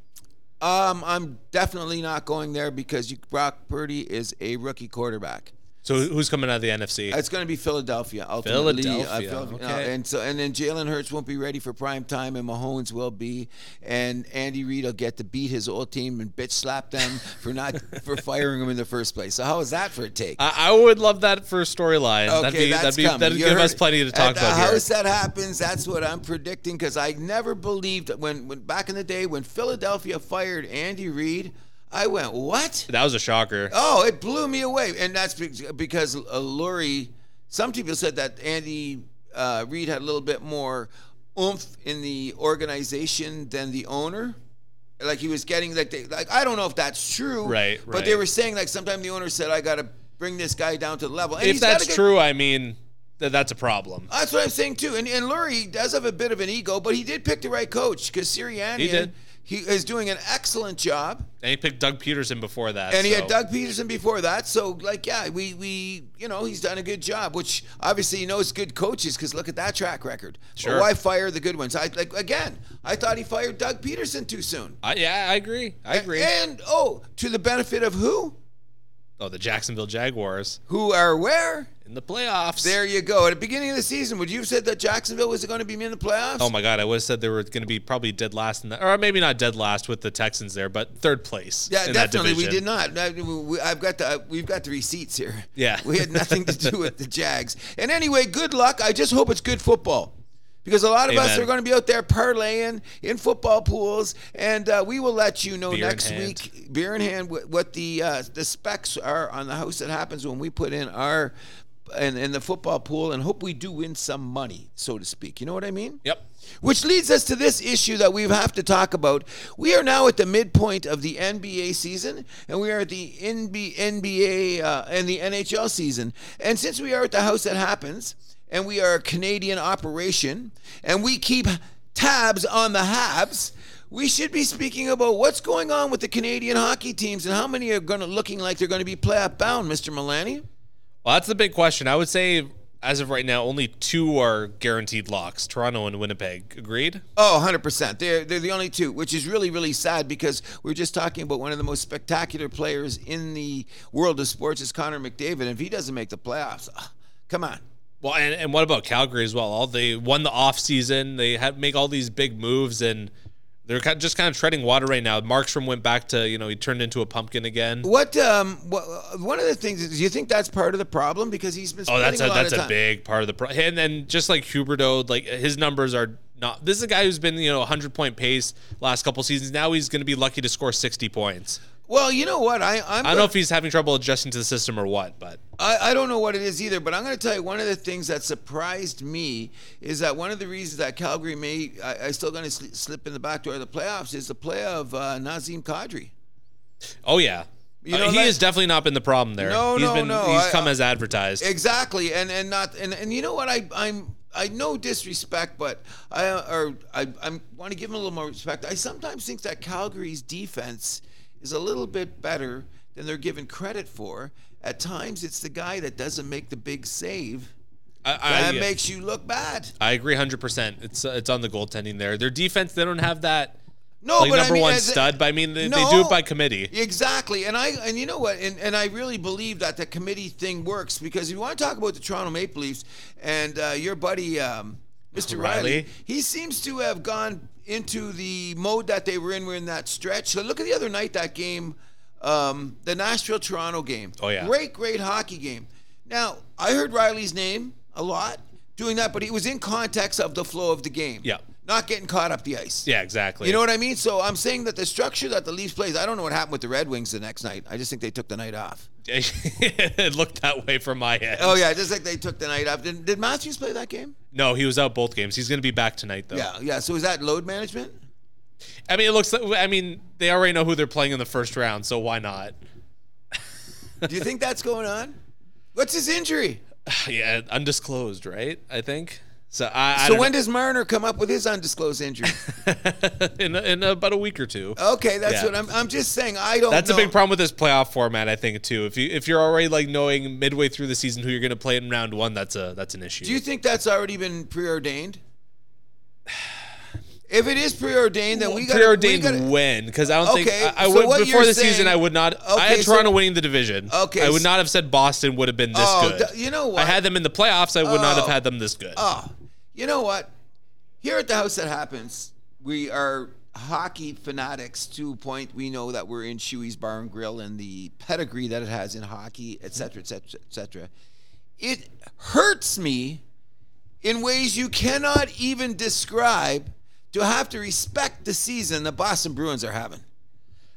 A: Um, I'm definitely not going there because you, Brock Purdy is a rookie quarterback.
B: So who- who's coming out of the NFC?
A: It's going to be Philadelphia. Ultimately.
B: Philadelphia,
A: Uh, Phil-
B: okay.
A: uh, and so and then Jalen Hurts won't be ready for prime time, and Mahomes will be, and Andy Reid will get to beat his old team and bitch slap them for not
B: [laughs]
A: for firing him in the first place. So how is that for a take?
B: I, I would love that for a storyline. Uh, that'd
A: Okay,
B: be,
A: that's
B: that'd, be,
A: coming.
B: that'd
A: You
B: give
A: heard
B: us
A: it.
B: plenty to
A: At
B: talk
A: the
B: about here.
A: house that happens, that's what I'm predicting because I never believed when, when back in the day when Philadelphia fired Andy Reid, I went what?
B: That was a shocker.
A: Oh, it blew me away, and that's be- because uh, Lurie. Some people said that Andy uh, Reid had a little bit more oomph in the organization than the owner. Like he was getting like they like I don't know if that's true,
B: Right,
A: But they
B: right.
A: were saying like sometime the owner said I got to bring this guy down to the level. And
B: if
A: he's got
B: that's
A: a good-
B: true, I mean th- that's a problem.
A: that's what I'm saying too. And and Lurie does have a bit of an ego, but he did pick the right coach because Sirianni.
B: He did.
A: He is doing an excellent job.
B: And he picked Doug Peterson before that.
A: And he
B: so-
A: had Doug Peterson before that, so like yeah, we we you know he's done a good job, which obviously he knows good coaches because look at that track record.
B: Sure.
A: Why fire the good ones? I like again. I thought he fired Doug Peterson too soon.
B: I, yeah, I agree. I agree.
A: And oh, to the benefit of who?
B: oh, the Jacksonville Jaguars
A: Who are where?
B: in the playoffs.
A: There you go. At the beginning of the season, would you have said that Jacksonville was going to be in the playoffs?
B: Oh my God! I would have said they were going to be probably dead last in that, or maybe not dead last with the Texans there, but third place.
A: Yeah,
B: in that
A: definitely. We
B: division.
A: did not. I- we- I've got the uh, we've got the receipts here.
B: Yeah.
A: [laughs] we had nothing to do with the Jags. And anyway, good luck. I just hope it's good football. Because a lot of us
B: Amen.
A: are going to be out there parlaying in football pools, and uh, we will let you know
B: Beer in
A: next
B: hand.
A: week, beer in hand, wh- what the uh, the specs are on the house that happens when we put in our in, in the football pool, and hope we do win some money, so to speak. You know what I mean?
B: Yep.
A: Which leads us to this issue that we have to talk about. We are now at the midpoint of the NBA season, and we are at the NB NBA uh, and the NHL season. And since we are at the house that happens, and we are a Canadian operation, and we keep tabs on the Habs, we should be speaking about what's going on with the Canadian hockey teams and how many are going to looking like they're going to be playoff bound, Mr. Milani.
B: Well, that's the big question. I would say, as of right now, only two are guaranteed locks: Toronto and Winnipeg. Agreed.
A: Oh, 100%. They're, they're the only two, which is really, really sad because we we're just talking about one of the most spectacular players in the world of sports is Connor McDavid. And if he doesn't make the playoffs, ah, come on.
B: Well, and, and what about Calgary as well? All they won the off season. They had make all these big moves, and they're kind just kind of treading water right now. Markstrom went back to you know he turned into a pumpkin again.
A: What, um, what, one of the things is, do you think that's part of the problem? Because he's been
B: Oh,
A: spending
B: that's
A: a
B: a,
A: lot
B: that's
A: of
B: a
A: time.
B: big part of the pro. And then just like Huberto, like his numbers are not. This is a guy who's been you know 100 point pace last couple seasons. Now he's going to be lucky to score 60 points.
A: Well, you know what? I, I'm
B: I don't know if he's having trouble adjusting to the system or what, but
A: I, I don't know what it is either, but I'm going to tell you one of the things that surprised me is that one of the reasons that Calgary may, I, I still going to sl- slip in the back door of the playoffs is the play of uh, Nazim Kadri.
B: oh yeah,
A: You
B: Uh,
A: know,
B: he
A: like-
B: has definitely not been the problem there.
A: No,
B: He's
A: no,
B: been,
A: no,
B: He's
A: I-
B: come as advertised.
A: Exactly, and and not and, and you know what I I'm I no disrespect, but I or I I want to give him a little more respect. I sometimes think that Calgary's defense is a little bit better than they're given credit for. At times, it's the guy that doesn't make the big save
B: I, I,
A: that makes you look bad.
B: I agree 100. percent It's uh, it's on the goaltending there. Their defense, they don't have that
A: No,
B: like
A: but
B: number
A: I mean,
B: one
A: as a-
B: stud. But I mean, they, they do
A: No.
B: it by committee.
A: Exactly, and I and you know what, and, and I really believe that the committee thing works because if you want to talk about the Toronto Maple Leafs and uh, your buddy um, Mr. Riley,
B: Riley.
A: he seems to have gone into the mode that they were in during that stretch. So look at the other night that game, um, the Nashville Toronto game.
B: Oh, yeah.
A: great, great hockey game. Now I heard Riley's name a lot doing that, but it was in context of the flow of the game.
B: Yeah.
A: not getting caught up the ice.
B: Yeah, exactly.
A: You know what I mean? So I'm saying that the structure that the Leafs plays, I don't know what happened with the Red Wings the next night. I just think they took the night off.
B: [laughs] it looked that way from my end.
A: Oh yeah, I just think they took the night off. Did, did Matthews play that game?
B: No, he was out both games. He's going to be back tonight, though.
A: Yeah, yeah. So is that load management?
B: I mean, it looks. Like, I mean, they already know who they're playing in the first round, so why not? [sighs]
A: Do you think that's going on? What's his injury?
B: yeah, undisclosed, right? I think. So I. I
A: so
B: don't
A: when does Marner come up with his undisclosed injury?
B: know. [laughs] in in about a week or two.
A: Okay, that's
B: Yeah.
A: what I'm. I'm just saying. I don't.
B: That's
A: know.
B: a big problem with this playoff format, I think, too. If you if you're already like knowing midway through the season who you're going to play in round one, that's a that's an issue.
A: Do you think that's already been preordained? [sighs] If it is preordained, then we got
B: preordained
A: We gotta,
B: win because I don't
A: Okay,
B: think I, I
A: so
B: would
A: what
B: before
A: you're
B: the
A: saying-
B: season. I would not. I had
A: Okay, so-
B: Toronto winning the division.
A: Okay,
B: I would
A: so-
B: not have said Boston would have been this
A: Oh,
B: good.
A: th- you know what?
B: I had them in the playoffs. I would not
A: Oh.
B: have had them this good.
A: Oh, you know what? Here at the house that happens, we are hockey fanatics to a point. We know that we're in Shuey's Bar and Grill and the pedigree that it has in hockey, et cetera, et cetera, et cetera. It hurts me in ways you cannot even describe to have to respect the season the Boston Bruins are having.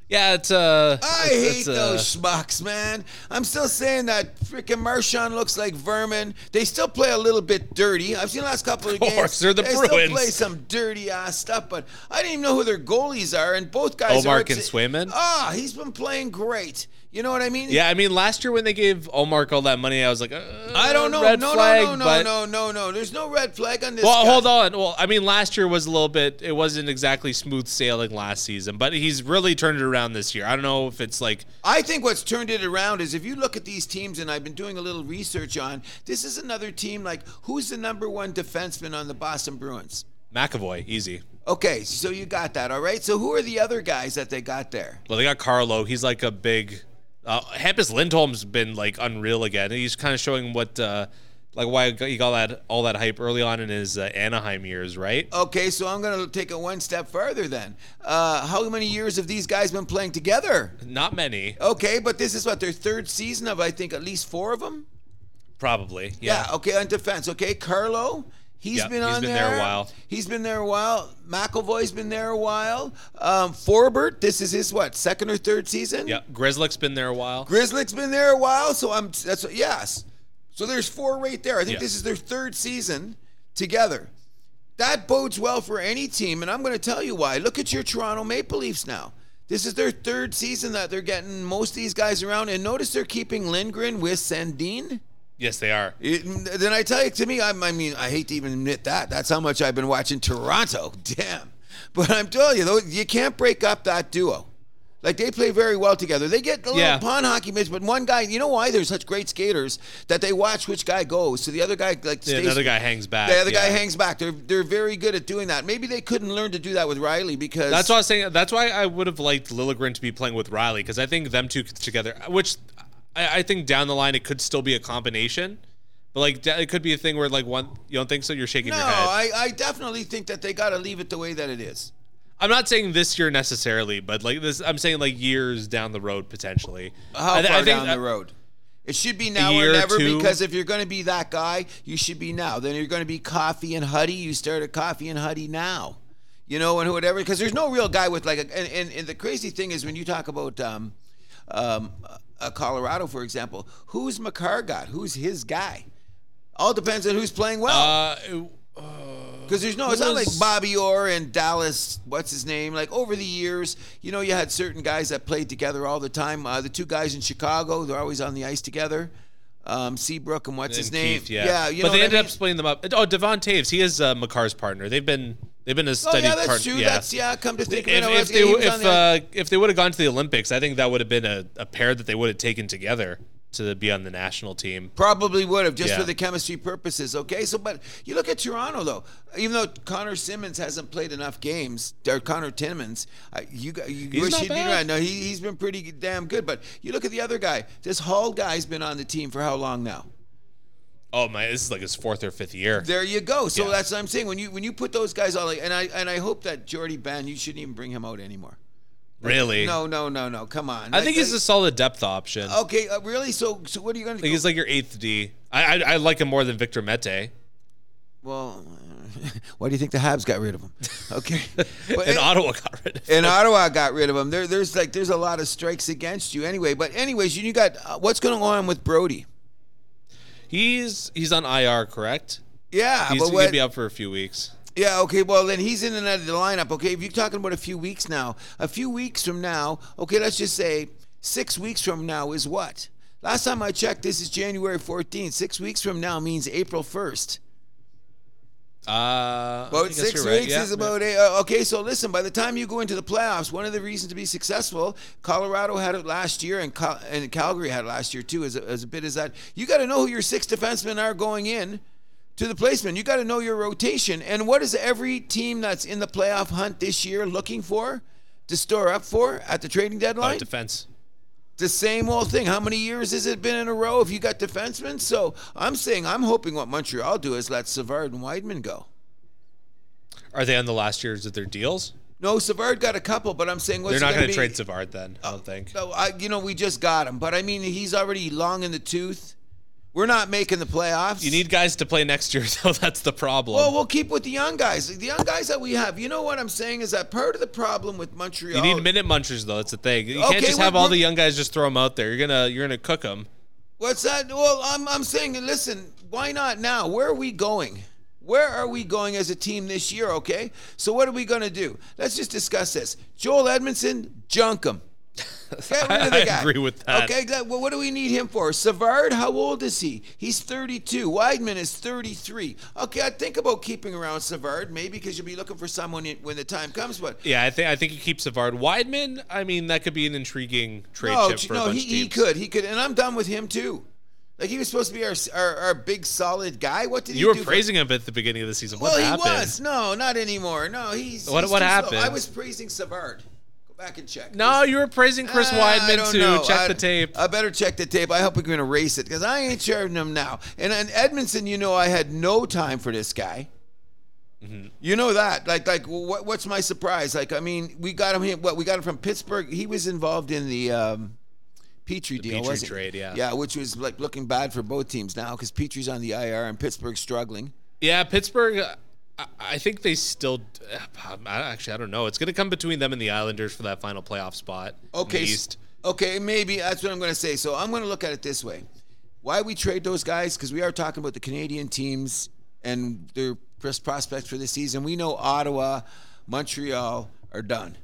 B: Yeah, it's uh.
A: I
B: it's-
A: hate
B: it's, uh,
A: those schmucks, man. I'm still saying that freaking Marshawn looks like vermin. They still play a little bit dirty. I've seen the last couple of,
B: Of course,
A: games.
B: they're the
A: they
B: Bruins.
A: still play some dirty ass stuff, but I didn't even know who their goalies are, and both guys
B: Omar
A: are.
B: Kinswamin?
A: Ah, he's been playing great. You know what I mean?
B: Yeah, I mean, last year when they gave Allmark all that money, I was like, uh,
A: I don't know.
B: red
A: no,
B: flag,
A: no, no, no,
B: but-
A: no, no, no. There's no red flag on this.
B: Well,
A: guy.
B: hold on. Well, I mean, last year was a little bit. It wasn't exactly smooth sailing last season, but he's really turned it around this year. I don't know if it's like
A: I think what's turned it around is if you look at these teams, and I've been doing a little research on this is another team like who's the number one defenseman on the Boston Bruins?
B: McAvoy easy.
A: Okay, so you got that, all right. So who are the other guys that they got there?
B: Well, they got Carlo. He's like a big. Uh, Hampus Lindholm's been like unreal again. He's kind of showing what, uh, like, why he got all that all that hype early on in his uh, Anaheim years, right?
A: Okay, so I'm gonna take it one step further then. Uh, how many years have these guys been playing together?
B: Not many,
A: Okay, but this is what their third season of I think at least four of them.
B: probably.
A: Yeah.
B: Yeah.
A: okay, on defense. Okay, Carlo, he's
B: Yeah,
A: been
B: he's
A: on
B: been
A: there.
B: there a while.
A: He's been there a while. McElvoy's been there a while. Um, Forbert, this is his what second or third season.
B: Yeah. Grizzlick's been there a while.
A: Grizzlick's been there a while, so I'm that's yes. So there's four right there. I think
B: Yeah.
A: this is their third season together. That bodes well for any team, and I'm going to tell you why. Look at your Toronto Maple Leafs now. This is their third season that they're getting most of these guys around, and notice they're keeping Lindgren with Sandine.
B: Yes, they are.
A: It- then I tell you, to me, I, I mean, I hate to even admit that. That's how much I've been watching Toronto. [laughs] Damn. But I'm telling you, though, you can't break up that duo. Like they play very well together. They get a little
B: Yeah.
A: pond hockey mitts, but one guy, you know why they're such great skaters that they watch which guy goes, so the other guy like
B: Yeah,
A: stays.
B: another guy hangs back.
A: The other guy
B: yeah.
A: hangs back. They're they're very good at doing that. Maybe they couldn't learn to do that with Riley because
B: That's why I was saying. That's why I would have liked Lilligren to be playing with Riley because I think them two together, which I, I think down the line it could still be a combination, but like da- it could be a thing where like one you don't think so you're shaking
A: No,
B: your head.
A: I, I definitely think that they got to leave it the way that it is.
B: I'm not saying this year necessarily, but like this, I'm saying like years down the road potentially.
A: How
B: I, thi-
A: far
B: I think uh,
A: down
B: that-
A: the road? It should be now
B: year
A: or
B: or
A: never
B: two?
A: because if you're going to be that guy, you should be now. Then you're going to be Coffee and Huddy. You start at Coffee and Huddy now, you know, and whatever. Because there's no real guy with like a. And, and, and the crazy thing is when you talk about um, um, uh, Colorado, for example, who's McCarr got? Who's his guy? All depends on who's playing well.
B: Uh, it-
A: Because there's no, it's not like
B: was-
A: Bobby Orr and Dallas, what's his name? Like over the years, you know, you had certain guys that played together all the time. Uh, the two guys in Chicago, they're always on the ice together. Um, Seabrook and what's his
B: and
A: name?
B: Keith, yeah.
A: you
B: but
A: know
B: they
A: what I
B: ended up
A: mean?
B: splitting them up. Oh, Devon Taves, he is uh, Makar's partner. They've been they've been a
A: Oh,
B: study
A: yeah, that's
B: part-
A: true.
B: yeah.
A: That's, yeah, come to think
B: If,
A: of it. I was-
B: if
A: yeah,
B: they
A: he
B: w-
A: was on
B: if
A: the-
B: uh, if they would have gone to the Olympics, I think that would have been a, a pair that they would have taken together to be on the national team.
A: Probably would have just
B: Yeah.
A: for the chemistry purposes. Okay, so but you look at Toronto though. Even though Connor Simmons hasn't played enough games, or Connor Timmons, uh, you got- you
B: He's
A: wish
B: not
A: he'd been
B: bad.
A: around. No, he he's been pretty damn good. But you look at the other guy. This Hall guy's been on the team for how long now?
B: Oh my, this is like his fourth or fifth year.
A: There you go. So
B: Yeah.
A: that's what I'm saying. When you when you put those guys all, and I and I hope that Jordy Ben, you shouldn't even bring him out anymore.
B: really,
A: No, no, no, no. Come on.
B: I think he's a solid depth option. I
A: Okay, uh, really? So, so what are you going
B: think
A: to?
B: he's like your eighth D. I I, I like him more than Victor Mete.
A: Well, [laughs] why do you think the Habs got rid of him? [laughs]
B: [laughs]
A: Okay, but
B: and Ottawa got rid of. him.
A: and Ottawa got rid of him. There, there's like there's a lot of strikes against you anyway. But anyways, you, you got uh, what's going on with Brody?
B: He's he's on IR, correct?
A: Yeah,
B: He's
A: Uh, but
B: gonna
A: what?
B: be out for a few weeks.
A: Yeah, okay. Well, then he's in and out of the lineup. Okay, if you're talking about a few weeks now, a few weeks from now, okay, let's just say six weeks from now is what? Last time I checked, this is January 14th. Six weeks from now means April 1st.
B: Uh, I
A: About
B: guess
A: six
B: you're right.
A: weeks
B: Yeah,
A: is
B: yeah.
A: about eight. Uh, okay, so listen, by the time you go into the playoffs, one of the reasons to be successful, Colorado had it last year and, Cal- and Calgary had it last year too, as a, as a bit as that. You got to know who your six defensemen are going in to the placement. You got to know your rotation. And what is every team that's in the playoff hunt this year looking for to store up for at the trading
B: Oh,
A: deadline?
B: defense.
A: the same old thing. How many years has it been in a row if you got defensemen? So I'm saying I'm hoping what Montreal do is let Savard and Weidman go.
B: Are they on the last years of their deals?
A: No, Savard got a couple, but I'm saying what's
B: They're not
A: going to
B: going to trade Savard then. I don't think.
A: So I, you know, we just got him, but I mean, he's already long in the tooth. We're not making the playoffs.
B: You need guys to play next year, [laughs] though. That's the problem.
A: Well, we'll keep with the young guys. The young guys that we have. You know what I'm saying is that part of the problem with
B: you
A: Montreal.
B: need minute munchers, though. That's the thing. You
A: Okay,
B: can't just
A: we're-
B: have all the
A: we're-
B: young guys just throw them out there. You're gonna you're gonna cook them.
A: What's that? Well, I'm I'm saying, listen, why not now? Where are we going? Where are we going as a team this year?
B: [laughs]
A: Okay, so what are we going to do? Let's just discuss this. Joel Edmondson, junk him. Get rid of the
B: I
A: guy.
B: agree with that.
A: Okay, that- well, what do we need him for? Savard, how old is he? He's 32. Weidman is 33. Okay, I think about keeping around Savard, maybe because you'll be looking for someone in- when the time comes. But
B: Yeah, I think I think he keeps Savard. Wideman, I mean, that could be an intriguing trade
A: no,
B: chip
A: Oh, j-
B: for a
A: no,
B: bunch
A: he,
B: of teams.
A: he could, he could, and I'm done with him too. Like he was supposed to be our s- our, our big solid guy. What did he
B: You were
A: do for-
B: praising him at the beginning of the season. What
A: well,
B: happened?
A: he was. No, not anymore. No, he's.
B: What-
A: he's
B: what
A: too slow.
B: happened?
A: I was praising Savard. Go back and check.
B: No, you were praising Chris
A: Ah, I
B: Weidman
A: don't
B: too.
A: know.
B: Check
A: I-
B: the tape.
A: I better check the tape. I hope we can erase it because I ain't charging him now. And, and Edmondson, you know, I had no time for this guy.
B: Mm-hmm.
A: You know that, like, like what, what's my surprise? Like, I mean, we got him. Here, what we got him from Pittsburgh. He was involved in the um, Petrie deal,
B: Petrie
A: wasn't he?
B: trade, yeah.
A: yeah, which was like looking bad for both teams now because Petrie's on the IR and Pittsburgh's struggling.
B: yeah, Pittsburgh. uh, I, I think they still. uh, I, actually, I don't know. It's going to come between them and the Islanders for that final playoff spot. in the
A: Okay. s-
B: East.
A: Okay, maybe that's what I'm going to say. So I'm going to look at it this way: why we trade those guys? Because we are talking about the Canadian teams and their pros- prospects for this season. We know Ottawa, Montreal are done,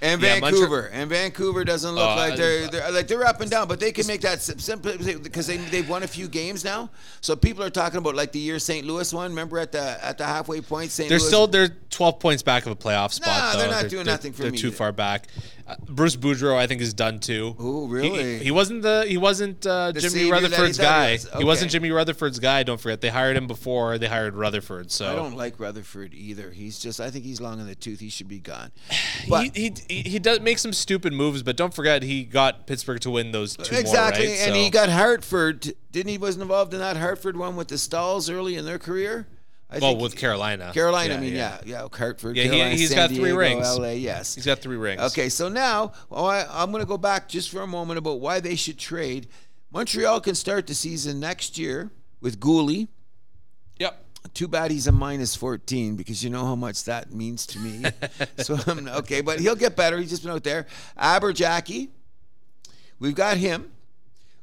A: and
B: Yeah, Montre-
A: Vancouver. and Vancouver doesn't look
B: Uh,
A: like they're, they're like they're up and down, but they can make that sim- simple because they they've won a few games now. So people are talking about like the year St. Louis won. Remember at the at the halfway point, St.
B: They're
A: Louis.
B: still they're twelve points back of a playoff spot.
A: Nah, they're
B: though.
A: not doing nothing for
B: they're
A: me.
B: too far back. Uh, Bruce Boudreau, I think, is done too.
A: Ooh,
B: He-
A: really?
B: He, wasn't the he wasn't uh, Jimmy
A: senior that he
B: Rutherford's
A: thought he
B: guy.
A: was.
B: He wasn't
A: Okay.
B: Jimmy Rutherford's guy. Don't forget, they hired him before they hired Rutherford. So
A: I don't like Rutherford either. He's just I think he's long in the tooth. He should be gone.
B: [sighs] he, he he he does make some stupid moves, but don't forget he got Pittsburgh to win those two
A: exactly,
B: more, right?
A: and
B: So-
A: he got Hartford. Didn't he was involved in that Hartford one with the stalls early in their career? I
B: well with Carolina.
A: Carolina. I mean, yeah, yeah, Hartford.
B: Yeah, he-
A: Carolina,
B: he's
A: San
B: got three
A: Diego,
B: rings.
A: LA, yes.
B: He's got three rings.
A: Okay, so now well, I, I'm going to go back just for a moment about why they should trade. Montreal can start the season next year with Gouli.
B: Yep.
A: Too bad he's a minus 14 because you know how much that means to
B: [laughs]
A: me. so I'm okay, but he'll get better. He's just been out there. Aberjacky, we've got him.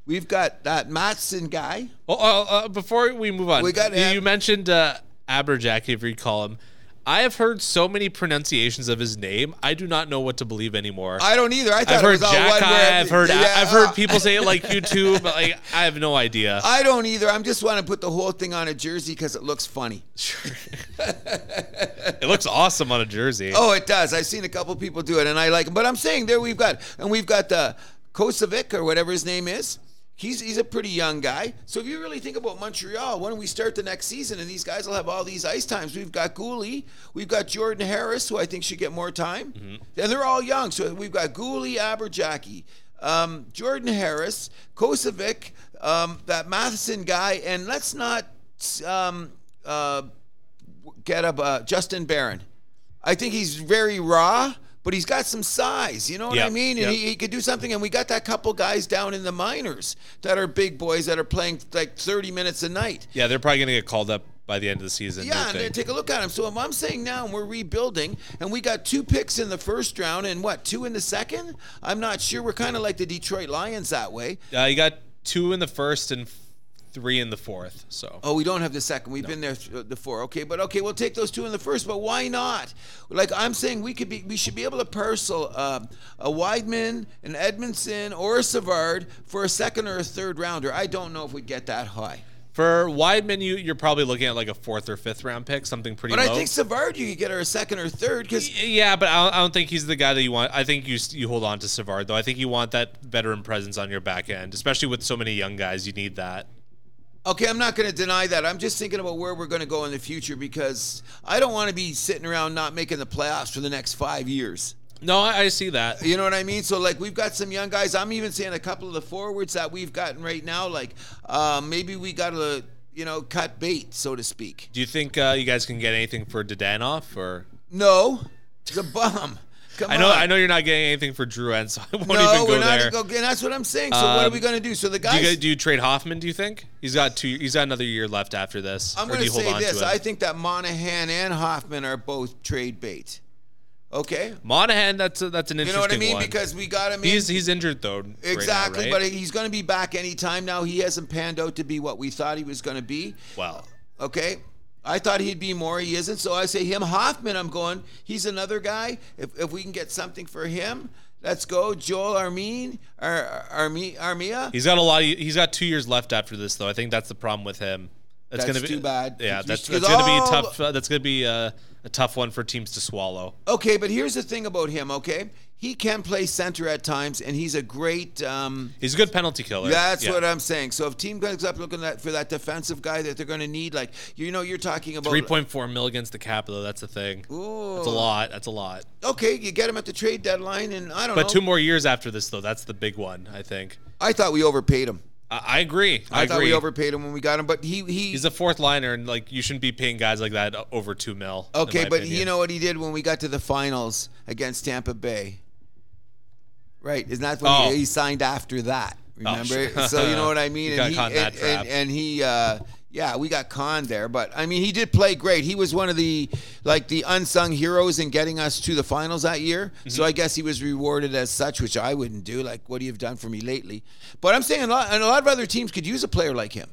A: We've got that Matson guy.
B: Oh, oh, uh, before we move on,
A: We got
B: you,
A: Ab-
B: you mentioned uh, Aberjack, if you call him. I have heard so many pronunciations of his name. I do not know what to believe anymore.
A: I don't either. I thought
B: I've
A: it
B: heard
A: was all
B: Jack
A: one word.
B: I've heard
A: Yeah,
B: I've heard
A: uh,
B: people say
A: [laughs]
B: it like you too, but like I have no idea.
A: I don't either. I'm just want to put the whole thing on a jersey because it looks funny.
B: It looks awesome on a jersey.
A: Oh, it does. I've seen a couple people do it, and I like. 'em. But I'm saying there we've got, and we've got the Kosovic or whatever his name is. He's he's a pretty young guy. So if you really think about Montreal, why don't we start the next season, and these guys will have all these ice times. We've got Gouli, we've got Jordan Harris, who I think should get more time, and they're all young. So we've got Gouli, Aberjacky, um, Jordan Harris, Kosovic, um, that Matheson guy, and let's not. Um, uh, get up uh, Justin Barron. I think he's very raw, but he's got some size. You know what I
B: Yep,
A: mean? And
B: yep.
A: he, he could do something. And we got that couple guys down in the minors that are big boys that are playing like 30 minutes a night.
B: Yeah, they're probably gonna get called up by the end of the season. you
A: Yeah, and then
B: think.
A: take a look at him. So if I'm saying now we're rebuilding, and we got two picks in the first round and what two in the second? I'm not sure. We're kind of like the Detroit Lions that way.
B: Uh, you got two in the first and f- three in the fourth. So
A: Oh, we don't have the second. We've been there th- the four. Okay, but okay, we'll take those two in the first. But why not? Like I'm saying, we could be, we should be able to parcel um, a Weidman, an Edmondson, or a Savard for a second or a third rounder. I don't know if we'd get that high,
B: for Weidman, you you're probably looking at like a fourth or fifth round pick, something pretty.
A: but
B: low.
A: I think Savard you could get her a second or third because
B: Y- Yeah, but I don't, I don't think he's the guy that you want. I think you s- you hold on to Savard though. I think you want that veteran presence on your back end, especially with so many young guys. You need that.
A: Okay, I'm not going to deny that. I'm just thinking about where we're going to go in the future because I don't want to be sitting around not making the playoffs for the next five years.
B: No, I, I see that.
A: You know what I mean? So like we've got some young guys. I'm even saying a couple of the forwards that we've gotten right now. Like uh, maybe we got to you know cut bait, so to speak.
B: Do you think uh, you guys can get anything for Dodanoff or?
A: No, it's a bum.
B: [laughs]
A: Come
B: I know,
A: on.
B: I know you're not getting anything for Drew End, so I [laughs] won't
A: Uh, No,
B: even go
A: we're not
B: there.
A: gonna go. And that's what I'm saying. So what are
B: Um,
A: we going to do? So the
B: do,
A: guys.
B: you, guys- do you trade Hoffman? Do you think he's got two? He's got another year left after this.
A: I'm
B: or
A: going
B: do
A: to
B: you hold
A: say
B: on
A: this.
B: To it?
A: I think that Monahan and Hoffman are both trade bait. Okay.
B: Monahan, that's a, that's an
A: You
B: interesting
A: know what I mean?
B: one.
A: Because we got him. in-
B: he's he's injured though. right now,
A: Exactly,
B: right?
A: but he's going to be back anytime now. He hasn't panned out to be what we thought he was going to be.
B: well,
A: Okay. I thought he'd be more. He isn't. So I say him. Hoffman, I'm going. He's another guy. If, if we can get something for him, let's go. Joel Armin, Ar, Armi, Armia.
B: He's got a lot. Of, he's got two years left after this, though. I think that's the problem with him. That's,
A: That's
B: gonna be
A: too bad.
B: Yeah, that's,
A: Because
B: that's gonna be a
A: all-
B: tough. uh, that's gonna be a, a tough one for teams to swallow.
A: Okay, but here's the thing about him. Okay, he can play center at times, and he's a great. Um,
B: He's a good penalty killer.
A: that's
B: Yeah.
A: what I'm saying. So if team goes up looking at, for that defensive guy that they're going to need, like you know, you're talking about
B: Three point four mil against the cap, though. That's the thing.
A: Ooh.
B: That's a lot. That's a lot.
A: Okay, you get him at the trade deadline, and I don't
B: But
A: know.
B: two more years after this, though. That's the big one. I think.
A: I thought we overpaid him.
B: I, I agree. I,
A: I,
B: agree.
A: thought we overpaid him when we got him, but he he
B: He's a fourth liner, and like you shouldn't be paying guys like that over two mil. in
A: Okay,
B: my
A: but
B: opinion.
A: you know what he did when we got to the finals against Tampa Bay, right? Isn't that when
B: Oh.
A: he, he signed after that? Remember?
B: sure.
A: so you know what
B: [laughs]
A: I mean.
B: He got caught in that
A: and,
B: trap.
A: and, and he, uh, yeah, we got conned there. But I mean, he did play great. He was one of the like the unsung heroes in getting us to the finals that year.
B: Mm-hmm.
A: So I guess he was rewarded as such, which I wouldn't do. Like, what do you have done for me lately? But I'm saying a lot, and a lot of other teams could use a player like him.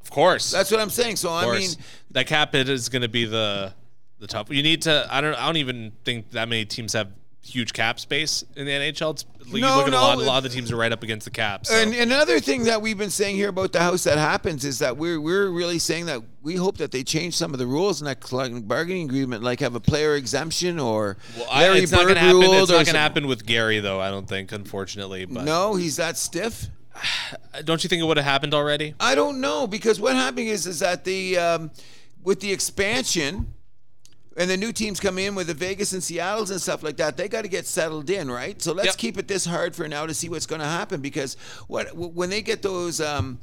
B: of course.
A: That's what I'm saying. So I
B: course.
A: mean,
B: that cap hit is going to be the the tough. You need to. I don't. I don't even think that many teams have huge cap space in the NHL. It's, you
A: No,
B: look at a lot.
A: no.
B: A lot of the teams are right up against the cap. So.
A: And, and another thing that we've been saying here about the house that happens is that we're we're really saying that we hope that they change some of the rules in that collective bargaining agreement, like have a player exemption or
B: well, I,
A: Larry
B: it's not
A: Bird
B: going to happen.
A: rules
B: It's
A: or
B: not going
A: some-
B: to happen with Gary, though. I don't think, unfortunately. But
A: No, he's that stiff.
B: don't you think it would have happened already?
A: I don't know because what happening is is that the um, with the expansion and the new teams come in with the Vegas and Seattle's and stuff like that. They got to get settled in, right? So let's
B: Yep.
A: keep it this hard for now to see what's going to happen because what w- when they get those. Um,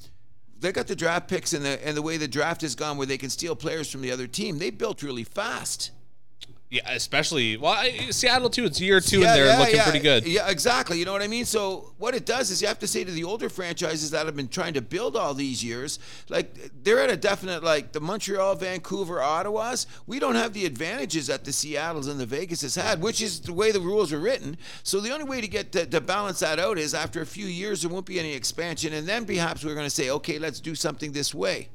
A: they got the draft picks and the and the way the draft has gone, where they can steal players from the other team. They built really fast.
B: Yeah, especially well, I, Seattle too. It's year two,
A: Yeah,
B: and they're
A: yeah,
B: looking
A: yeah.
B: pretty good.
A: Yeah, exactly. You know what I mean? So what it does is you have to say to the older franchises that have been trying to build all these years, like they're at a definite like the Montreal, Vancouver, Ottawa's, we don't have the advantages that the Seattle's and the Vegas has had, which is the way the rules are written. So the only way to get to, to balance that out is after a few years there won't be any expansion and then perhaps we're gonna say, Okay, let's do something this way.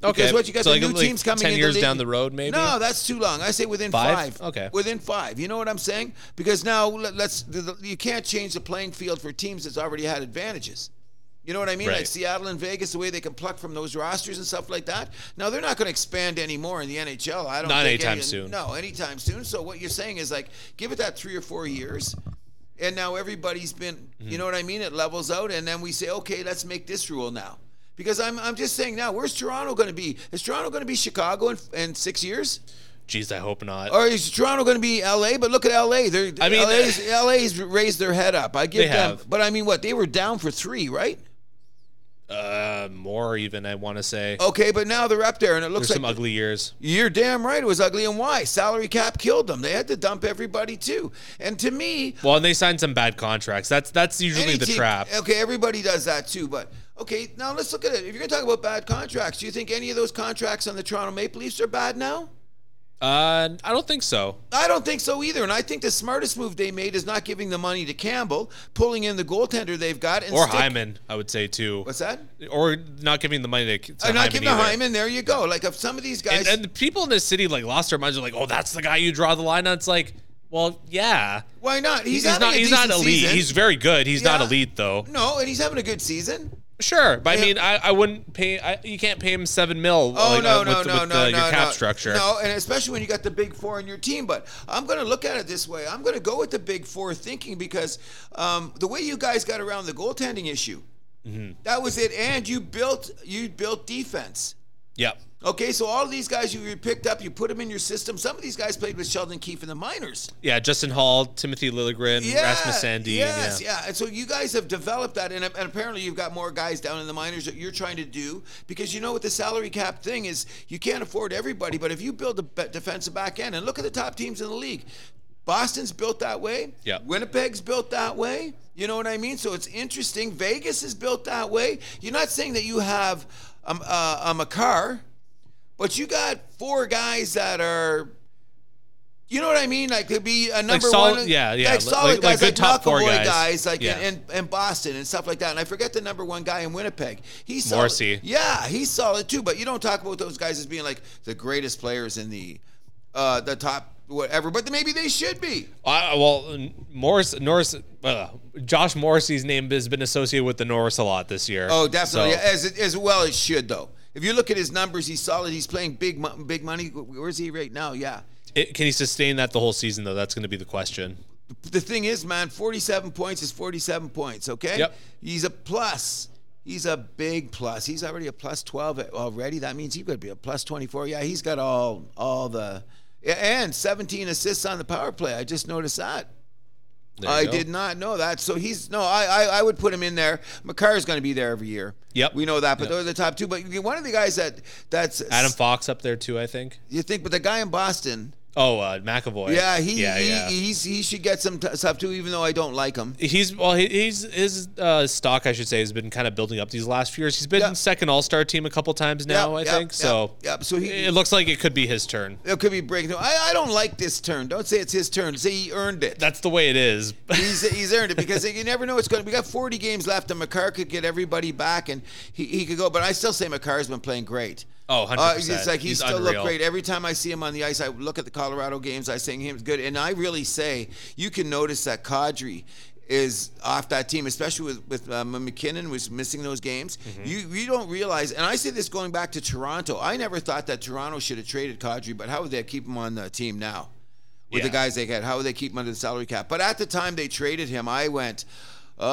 A: Because
B: Okay,
A: what you got
B: so
A: the
B: like-
A: new
B: like
A: teams coming
B: 10
A: in
B: years
A: league-
B: down the road, maybe?
A: No, that's too long. I say within
B: Five?
A: five.
B: Okay.
A: Within five. You know what I'm saying? Because now let- let's the- the- you can't change the playing field for teams that's already had advantages. You know what I mean? Like
B: Right.
A: Seattle and Vegas, the way they can pluck from those rosters and stuff like that. Now they're not going to expand anymore in the NHL. I don't
B: Not
A: think
B: anytime
A: any-
B: soon.
A: No, anytime soon. So what you're saying is like give it that three or four years. And now everybody's been,
B: Mm-hmm.
A: you know what I mean? It levels out, and then we say, okay, let's make this rule now. Because I'm, I'm just saying now, where's Toronto going to be? Is Toronto going to be Chicago in, in six years?
B: Jeez, I hope not.
A: Or is Toronto going to be LA? But look at LA. They're,
B: I mean,
A: LA's, LA's raised their head up. I give
B: They
A: them.
B: have.
A: But I mean, what? They were down for three, right?
B: uh, more even, I want to say.
A: Okay, but now they're up there, and it looks
B: There's
A: like
B: some ugly years.
A: You're damn right. It was ugly, and why? Salary cap killed them. They had to dump everybody too. And to me,
B: Well, and they signed some bad contracts. That's that's usually
A: any
B: the
A: team-
B: trap.
A: Okay, everybody does that too. But okay, now let's look at it. If you're going to talk about bad contracts, do you think any of those contracts on the Toronto Maple Leafs are bad now?
B: Uh, I don't think so.
A: I don't think so either. And I think the smartest move they made is not giving the money to Campbell, pulling in the goaltender they've got, and
B: Or
A: stick-
B: Hyman, I would say too.
A: What's that?
B: Or not giving the money to, to
A: I'm
B: Hyman
A: not giving the
B: either.
A: Hyman. There you go. Like if some of these guys.
B: And, and the people in this city like lost their minds. They're like, "Oh, that's the guy you draw the line on." It's like, well, yeah,
A: why not? He's,
B: he's,
A: having
B: not
A: A
B: he's not
A: decent
B: elite.
A: Season.
B: He's very good. He's not
A: Yeah.
B: elite though.
A: no, and he's having a good season.
B: Sure, but
A: Yeah.
B: I mean, I, I wouldn't pay. I, you can't pay him seven mil.
A: Oh
B: like,
A: no,
B: uh,
A: no,
B: with,
A: no,
B: with
A: no,
B: the,
A: no,
B: your cap
A: no.
B: structure.
A: No, and especially when you got the big four in your team. But I'm going to look at it this way. I'm going to go with the big four thinking because um, the way you guys got around the goaltending issue,
B: Mm-hmm.
A: that was it. And you built you built defense.
B: Yep.
A: Okay, so all these guys you picked up, you put them in your system. Some of these guys played with Sheldon Keefe in the minors.
B: Yeah, Justin Hall, Timothy Lilligren, Rasmus Sandin.
A: Yes,
B: yeah.
A: yeah. And so you guys have developed that, and, and apparently you've got more guys down in the minors that you're trying to do because you know what the salary cap thing is. You can't afford everybody, but if you build a be- defensive back end and look at the top teams in the league, Boston's built that way.
B: Yeah.
A: Winnipeg's built that way. You know what I mean? So it's interesting. Vegas is built that way. You're not saying that you have um, uh, um, a car, but you got four guys that are You know what I mean? Like to be a number
B: solid-
A: one,
B: yeah, yeah,
A: like
B: like-
A: solid
B: like- like
A: guys,
B: good
A: like,
B: top four
A: Knuckleboy guys.
B: guys.
A: like
B: Yeah.
A: in, in, in Boston and stuff like that. And I forget the number one guy in Winnipeg. He's solid.
B: Morrissey.
A: Yeah, he's solid too. But you don't talk about those guys as being like the greatest players in the uh, the top whatever. But maybe they should be.
B: I, well, Morris, Norris, uh, Josh Morrissey's name has been associated with the Norris a lot this year.
A: Oh, definitely.
B: So-
A: As as well as should though. If you look at his numbers, he's solid. He's playing big mo- big money. Where's he right now? Yeah.
B: It- can he sustain that the whole season though? That's going to be the question.
A: the thing is, man, 47 points is 47 points, okay?
B: Yep.
A: He's a plus. He's a big plus. He's already a plus 12 already. That means he could be a plus 24. Yeah, he's got all all the yeah, and 17 assists on the power play. I just noticed that.
B: There you
A: I
B: go.
A: did not know that. So he's no, I I, I would put him in there. McCarr's going to be there every year.
B: Yep.
A: we know that. But
B: Yep.
A: those are the top two. But one of the guys that that's
B: Adam Fox up there too, I think.
A: You think, but the guy in Boston,
B: Oh, uh, McAvoy.
A: yeah, he,
B: yeah,
A: he,
B: yeah.
A: He's, he should get some t- stuff too. Even though I don't like him.
B: He's well. he- He's his uh, stock, I should say, has been kind of building up these last few years. He's been
A: Yeah.
B: second All Star team a couple times now, I
A: Yep,
B: think.
A: yep,
B: so,
A: yep, yep. So he-
B: it looks like it could be his turn.
A: It could be breaking. I, I don't like this turn. Don't say it's his turn. Say he earned it.
B: That's the way it is. [laughs]
A: He's, he's earned it because you never know what's going to. We got 40 games left, and McCarr could get everybody back, and he, he could go. But I still say McCarr's been playing great.
B: Oh, 100%.
A: it's uh, like he
B: He's
A: still
B: unreal.
A: looked great. Every time I see him on the ice, I look at the Colorado games. I sing him good, and I really say you can notice that Kadri is off that team, especially with with um, McKinnon was missing those games.
B: Mm-hmm.
A: You you don't realize, and I say this going back to Toronto. I never thought that Toronto should have traded Kadri, but how would they keep him on the team now? with the
B: Yeah.
A: guys they get. How would they keep him under the salary cap? But at the time they traded him, I went, oh,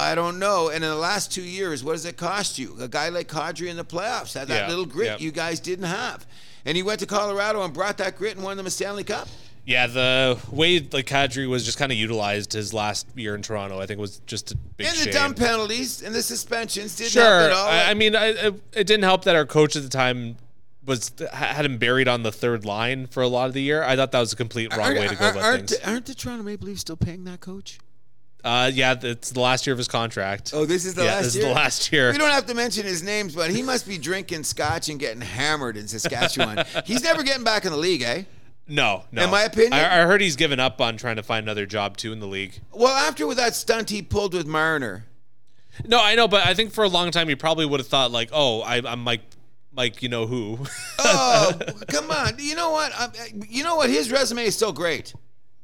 A: I don't know. And in the last two years, what does it cost you? A guy like Kadri in the playoffs had that
B: Yeah,
A: little grit
B: yeah.
A: you guys didn't have. And he went to Colorado and brought that grit and won them a Stanley Cup.
B: yeah, the way like Kadri was just kind of utilized his last year in Toronto, I think, was just a big
A: And the
B: shame.
A: dumb penalties and the suspensions didn't help
B: Sure.
A: at all.
B: I, I mean, I, it, it didn't help that our coach at the time was ha- had him buried on the third line for a lot of the year. I thought that was a complete wrong
A: Aren't-
B: way to go
A: aren't-
B: about
A: aren't,
B: things.
A: the- aren't the Toronto Maple Leafs still paying that coach?
B: Uh, yeah, it's the last year of his contract.
A: Oh, this is the
B: yeah,
A: last
B: this
A: year?
B: is the last year.
A: We don't have to mention his names, but he must be drinking scotch and getting hammered in
B: [laughs]
A: Saskatchewan. He's never getting back in the league, eh?
B: No, no.
A: In my opinion-
B: I, I heard he's given up on trying to find another job too in the league.
A: Well, after with that stunt he pulled with Marner,
B: No, I know, but I think for a long time he probably would have thought like, oh, I, I'm Mike, Mike, you know who? [laughs]
A: Oh, come on. You know what? Um, you know what? His resume is still great.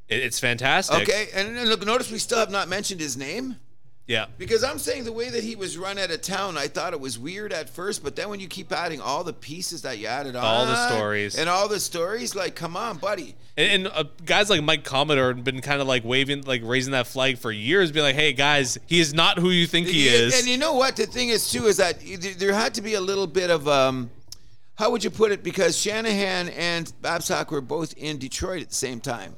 B: It- it's fantastic.
A: Okay. And, and look, notice we still have not mentioned his name
B: Yeah.
A: because I'm saying the way that he was run out of town, I thought it was weird at first, but then when you keep adding all the pieces that you added on,
B: All the stories.
A: and all the stories, like, come on, buddy.
B: And, and uh, guys like Mike Commodore have been kind of like waving, like raising that flag for years, being like, hey guys, he is not who you think he
A: And-
B: is.
A: And you know what? The thing is, too, is that you- th- there had to be a little bit of, um, how would you put it? Because Shanahan and Babcock were both in Detroit at the same time.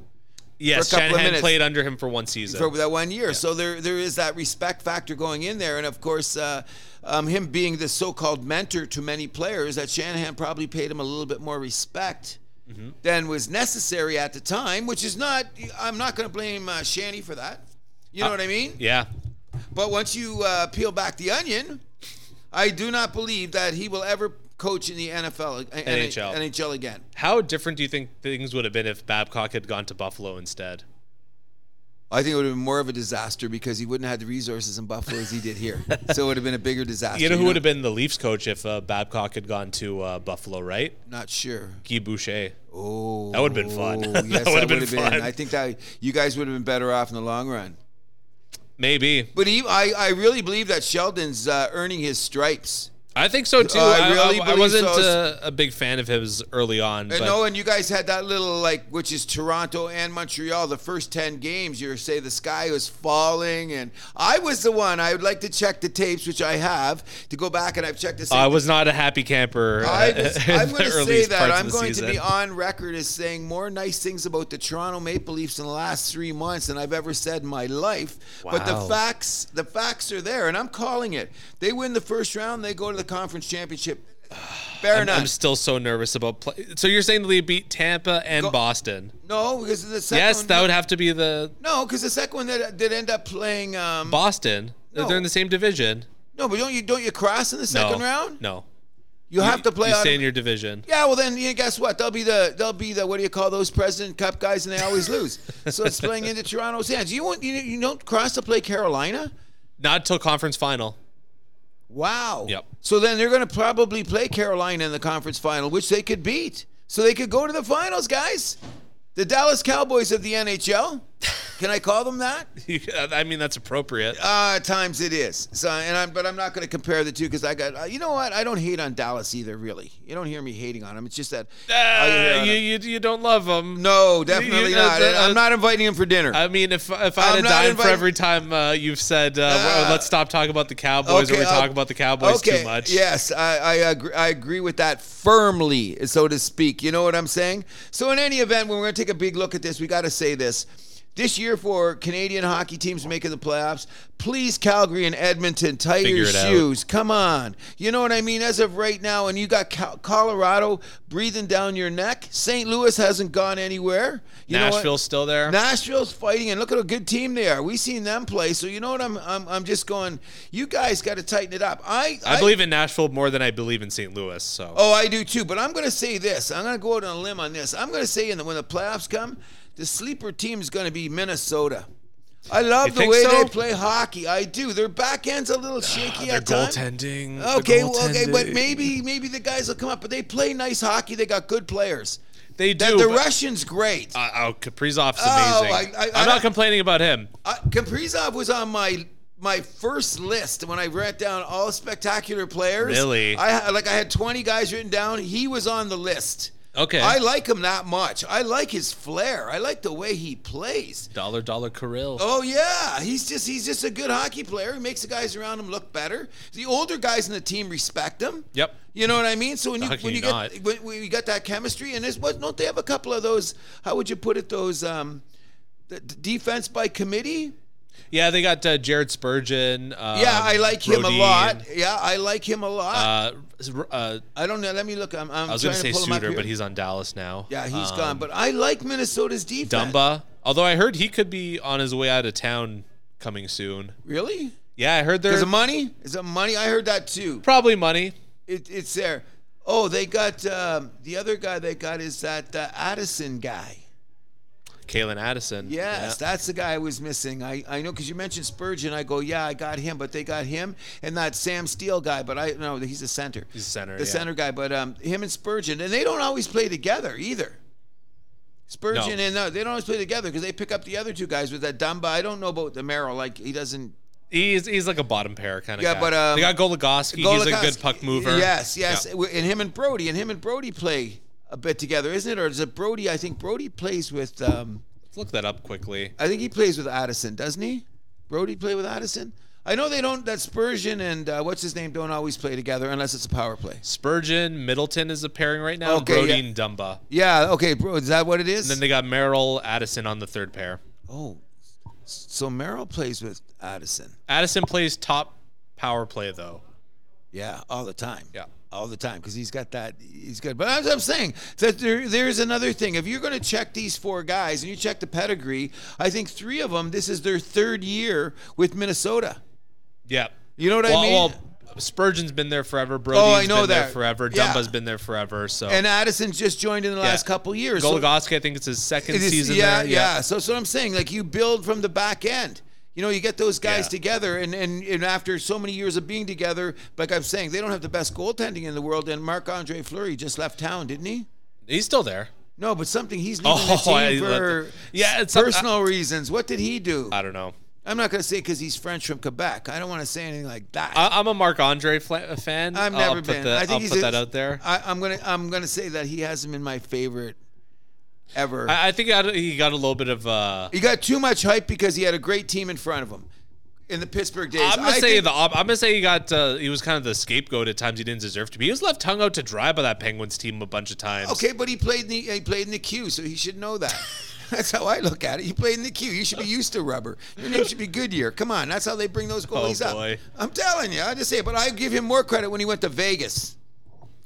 B: yes,
A: for a couple of
B: Shanahan
A: minutes.
B: played under him for one season.
A: for that one year. So there there is that respect factor going in there, and of course, uh, um, him being the so-called mentor to many players, that Shanahan probably paid him a little bit more respect
B: Mm-hmm.
A: than was necessary at the time. Which is not. I'm not going to blame uh, Shanny for that. You know what I mean?
B: Uh, yeah.
A: But once you uh, peel back the onion, I do not believe that he will ever coach in the NFL, uh,
B: NHL.
A: NHL again.
B: How different do you think things would have been if Babcock had gone to Buffalo instead?
A: I think it would have been more of a disaster because he wouldn't have had the resources in Buffalo as he did here.
B: [laughs]
A: so it would have been a bigger disaster.
B: You know who would have been the Leafs coach if uh, Babcock had gone to uh, Buffalo, right?
A: Not sure.
B: Guy Boucher.
A: Oh,
B: That would've been fun.
A: yes,
B: [laughs]
A: that
B: That
A: would have
B: would've
A: been,
B: been fun.
A: I think that you guys would have been better off in the long run.
B: Maybe.
A: But he, I, I really believe that Sheldon's uh, earning his stripes.
B: I think so too.
A: Uh, I
B: I, I-
A: really
B: I
A: believe
B: wasn't
A: so.
B: uh, a big fan of his early on. But
A: And no, and you guys had that little like, which is Toronto and Montreal. The first ten games, you were say the sky was falling, and I was the one. I would like to check the tapes, which I have to go back, and I've checked the. same
B: I was not a happy camper. [laughs]
A: I
B: uh,
A: was,
B: in
A: I'm
B: the
A: going to say
B: earliest
A: that
B: parts of
A: I'm
B: the
A: going to be
B: season.
A: on record as saying more nice things about the Toronto Maple Leafs in the last three months than I've ever said in my life. But the
B: Wow.
A: facts, the facts are there, and I'm calling it. They win the first round, they go to the conference
B: [sighs]
A: championship. Fair
B: I'm,
A: enough.
B: I'm still so nervous about play. So you're saying they beat Tampa and
A: Go-
B: Boston?
A: no, because the second
B: Yes,
A: one,
B: that would have to be the
A: no, because the second one that did end up playing. Um,
B: Boston.
A: No.
B: They're in the same division.
A: no, but don't you don't you cross in the
B: No.
A: second round?
B: No.
A: You, have to play.
B: You
A: autom-
B: stay in your division.
A: yeah, well then, yeah, guess what? They'll be the they'll be the what do you call those President Cup guys, and they always lose. so it's playing into Toronto's hands. You want you, you don't cross to play Carolina?
B: Not till conference final. [laughs]
A: Wow.
B: Yep.
A: So then they're going to probably play Carolina in the conference final, which they could beat. So they could go to the finals, guys. The Dallas Cowboys of the NHL. Can I call them that?
B: uh, I mean, that's appropriate.
A: Uh, at times it is. So, and I'm, but I'm not going to compare the two because I got. Uh, you know what? I don't hate on Dallas either. Really, you don't hear me hating on them. It's just that. all you hear
B: Uh,
A: on
B: you,
A: them-
B: you you don't love them.
A: no, definitely
B: you- uh,
A: not.
B: uh,
A: I'm not inviting him for dinner.
B: I mean, if if I had
A: I'm
B: a
A: not
B: dime for
A: inviting-
B: every time uh, you've said, uh, well, let's stop talking about the Cowboys
A: Okay,
B: or we
A: I'll-
B: talk about the Cowboys too much.
A: Yes, I I agree, I agree with that firmly, so to speak. You know what I'm saying? So in any event, when we're going to take a big look at this, we got to say this. This year for Canadian hockey teams making the playoffs, please Calgary and Edmonton, tie
B: Figure
A: your
B: it out.
A: shoes. Come on, you know what I mean. As of right now, and you got Cal- Colorado breathing down your neck. St. Louis hasn't gone anywhere. You know what?
B: Nashville's still there.
A: Nashville's fighting, and look at a good team they are. We seen them play, so you know what I'm. I'm, I'm just going. You guys got to tighten it up. I,
B: I believe in Nashville more than I believe in St. Louis. So
A: Oh, I do too. But I'm going to say this. I'm going to go out on a limb on this. I'm going to say in the, when the playoffs come, the sleeper team is going to be Minnesota. I love
B: You
A: the
B: think
A: way
B: so? Ah,
A: they play hockey. I do. Their back end's a little shaky
B: their
A: at times.
B: goaltending. their
A: Okay, well, okay, but
B: goaltending.
A: maybe maybe the guys will come up. But they play nice hockey. They got good players.
B: they
A: That
B: do.
A: the
B: but-
A: Russian's great.
B: uh, oh, Kaprizov's
A: Oh,
B: amazing.
A: I- I-
B: I,
A: I
B: am
A: don't-
B: not complaining about him.
A: Uh, Kaprizov was on my my first list when I wrote down all spectacular players.
B: Really?
A: I ha- like I had 20 guys written down. He was on the list.
B: Okay.
A: I like him that much. I like his flair. I like the way he plays.
B: Dollar Dollar Kirill.
A: Oh yeah, he's just he's just a good hockey player. He makes the guys around him look better. The older guys in the team respect him.
B: Yep.
A: You know what I mean? So when you
B: How can
A: when
B: you
A: you get
B: not?
A: when, when you got that chemistry and this what don't they have a couple of those? How would you put it? Those um, the, the defense by committee.
B: Yeah, they got uh, Jared Spurgeon. Um,
A: Yeah, I like him a
B: Brodeen,
A: lot. Yeah, I like him a lot.
B: Uh, uh,
A: I don't know. Let me look. I'm, I'm
B: I was
A: trying
B: going to say
A: pull him up
B: Suter,
A: here.
B: but he's on Dallas now.
A: yeah,
B: he's
A: he's gone. But I like Minnesota's defense.
B: Dumba. Although I heard he could be on his way out of town coming soon.
A: Really?
B: Yeah, I heard
A: Is
B: there's
A: it money? Is it money? I heard that too.
B: probably money.
A: It, it's there. Oh, they got um, the other guy. They got is that uh, Addison guy.
B: Kalen Addison.
A: Yes,
B: Yeah.
A: that's the guy I was missing. I, I know because you mentioned Spurgeon. I go, yeah, I got him, but they got him and that Sam Steele guy. But I no, he's a center.
B: He's a center,
A: The
B: yeah.
A: center guy, but um, him and Spurgeon, and they don't always play together either. Spurgeon
B: No.
A: and uh, they don't always play together because they pick up the other two guys with that Dumba. I don't know about the Merrill. Like he doesn't.
B: he's he's like a bottom pair kind of
A: Yeah,
B: guy.
A: but, um,
B: they got Goligoski. He's a good
A: Goligoski-
B: puck mover.
A: Yes, yes,
B: Yeah.
A: and him and Brody, and him and Brody play a bit together, isn't it? Or is it Brody? I think Brody plays with. Um,
B: Let's look that up quickly.
A: I think he plays with Addison, doesn't he? Brody play with Addison? I know they don't. That Spurgeon and uh, what's his name don't always play together unless it's a power play.
B: Spurgeon, Middleton is a pairing right now.
A: Okay,
B: Brodeen, Dumba.
A: Yeah. Okay, bro. Is that what it is?
B: Then they got Merrill, Addison on the third pair.
A: oh, so Merrill plays with Addison.
B: Addison plays top power play though.
A: Yeah, all the time.
B: Yeah.
A: all the time because he's got that. He's good. But as I'm saying, that there, there's another thing. If you're going to check these four guys and you check the pedigree, I think three of them. This is their third year with Minnesota.
B: Yeah.
A: You know what I
B: well,
A: mean? Oh,
B: well, Spurgeon's been there forever. Brody's
A: I know
B: been there
A: that.
B: forever.
A: Yeah.
B: Dumba's been there forever. So
A: and Addison's just joined in the last
B: Yeah.
A: couple years. so-
B: Goligoski, I think it's his second
A: It is-
B: season
A: yeah,
B: there.
A: Yeah, So, so I'm saying, like, you build from the back end. You know, you get those guys
B: Yeah.
A: together, and, and, and after so many years of being together, like I'm saying, they don't have the best goaltending in the world. And Marc Andre Fleury just left town, didn't he?
B: He's still there.
A: No, but something he's leaving the
B: Oh, [laughs]
A: team
B: I let
A: for
B: the- Yeah, it's-
A: personal reasons. What did he do?
B: I don't know.
A: I'm not going to say because he's French from Quebec. I don't want to say anything like that.
B: I, I'm a Marc Andre fla- uh, fan.
A: I've
B: I'll
A: never
B: put
A: been.
B: the-
A: I think
B: I'll
A: he's
B: put
A: a-
B: that out there.
A: I, I'm gonna I'm gonna say that he has him in my favorite ever.
B: I, I think he got- he got a little bit of. Uh,
A: He got too much hype because he had a great team in front of him in the Pittsburgh days.
B: I'm gonna
A: I
B: say
A: think-
B: the. op- I'm gonna say he got. Uh, he was kind of the scapegoat at times. He didn't deserve to be. He was left hung out to dry by that Penguins team a bunch of times.
A: okay, but he played in the he played in the queue, so he should know that. [laughs] That's how I look at it. He played in the queue. You should be used to rubber. Your name should be Goodyear. Come on, that's how they bring those goalies
B: Oh, boy.
A: up. I'm telling you, I just say it. But I give him more credit when he went to Vegas.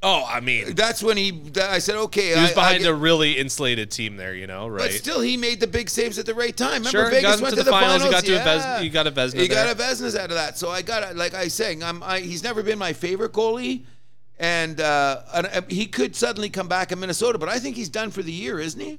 B: Oh, I mean,
A: That's when he. that- I said, okay,
B: he was
A: I, I
B: behind
A: get-
B: a really insulated team there. You know, right?
A: But still, he made the big saves at the right time. Remember,
B: Sure, he got
A: Vegas
B: him
A: went
B: to the finals, he got to a Vez-
A: yeah.
B: he got a Vezina
A: He got a
B: there.
A: Vesna's out of that. So I got, like I was saying, I'm, I, he's never been my favorite goalie, And, uh, and uh, he could suddenly come back in Minnesota, but I think he's done for the year, isn't he?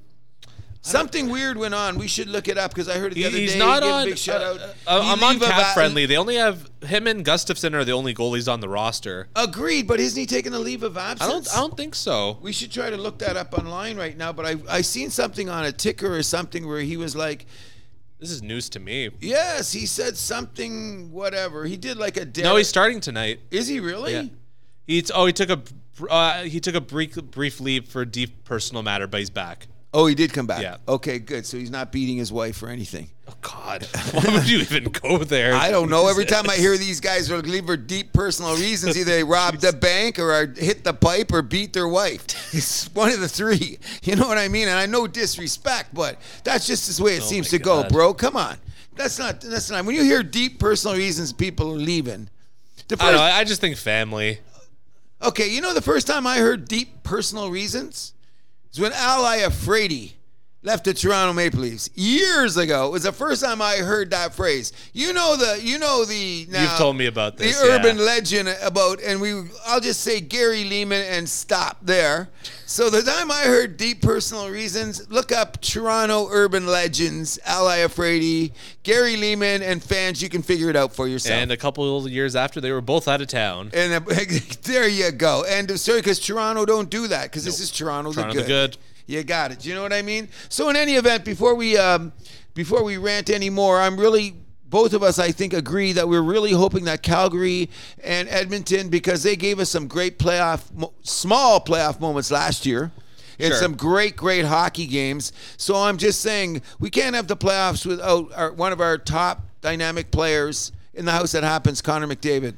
A: Something weird went on. We should look it up because I heard it the
B: He-
A: other
B: he's
A: day.
B: not
A: Give a
B: on.
A: Big shout out.
B: uh, uh, I'm on
A: Yeliva
B: cap
A: Vatten-
B: friendly. They only have him and Gustafson are the only goalies on the roster.
A: Agreed, but isn't he taking a leave of absence?
B: I don't. I don't think so.
A: We should try to look that up online right now. But I I seen something on a ticker or something where he was like,
B: This is news to me.
A: "Yes, he said something, whatever." He did like a dare.
B: No, he's starting tonight.
A: is he really?
B: Yeah. He's oh he took a br- uh, he took a brief brief leave for a deep personal matter, but he's back.
A: Oh, he did come back.
B: Yeah.
A: Okay, good. So he's not beating his wife or
B: [laughs]
A: anything.
B: Oh God, why would you even go there?
A: I don't know. Every time I hear these guys are leave for deep personal reasons, either they robbed
B: [laughs]
A: the bank or are- hit the pipe or beat their wife. [laughs] It's one of the three. You know what I mean? And I know disrespect, but that's just the way it
B: Oh
A: seems
B: my
A: to go,
B: God.
A: bro. Come on. That's not. That's not. When you hear deep personal reasons people are leaving, the
B: I, don't know,
A: first,
B: I just think family.
A: okay, you know the first time I heard deep personal reasons is when Ally Afraidy left the Toronto Maple Leafs years ago. It was the first time I heard that phrase. You know the. You know the. Now,
B: You've told me about this.
A: the urban
B: yeah.
A: legend about, and we, I'll just say Gary Lehman and stop there. So the time I heard deep personal reasons, look up Toronto urban legends, Ally Afraidy, Gary Lehman, and fans. You can figure it out for yourself.
B: and a couple of years after, they were both out of town.
A: And, uh, [laughs] there you go. End of story. Because Toronto don't do that. Because this is Toronto,
B: Toronto the good.
A: You got it. Do you know what I mean? So in any event, before we um, before we rant anymore, I'm really both of us I think agree that we're really hoping that Calgary and Edmonton because they gave us some great playoff mo- small playoff moments last year. And
B: Sure.
A: some great, great hockey games. So I'm just saying we can't have the playoffs without our, one of our top dynamic players in the house that happens, Connor McDavid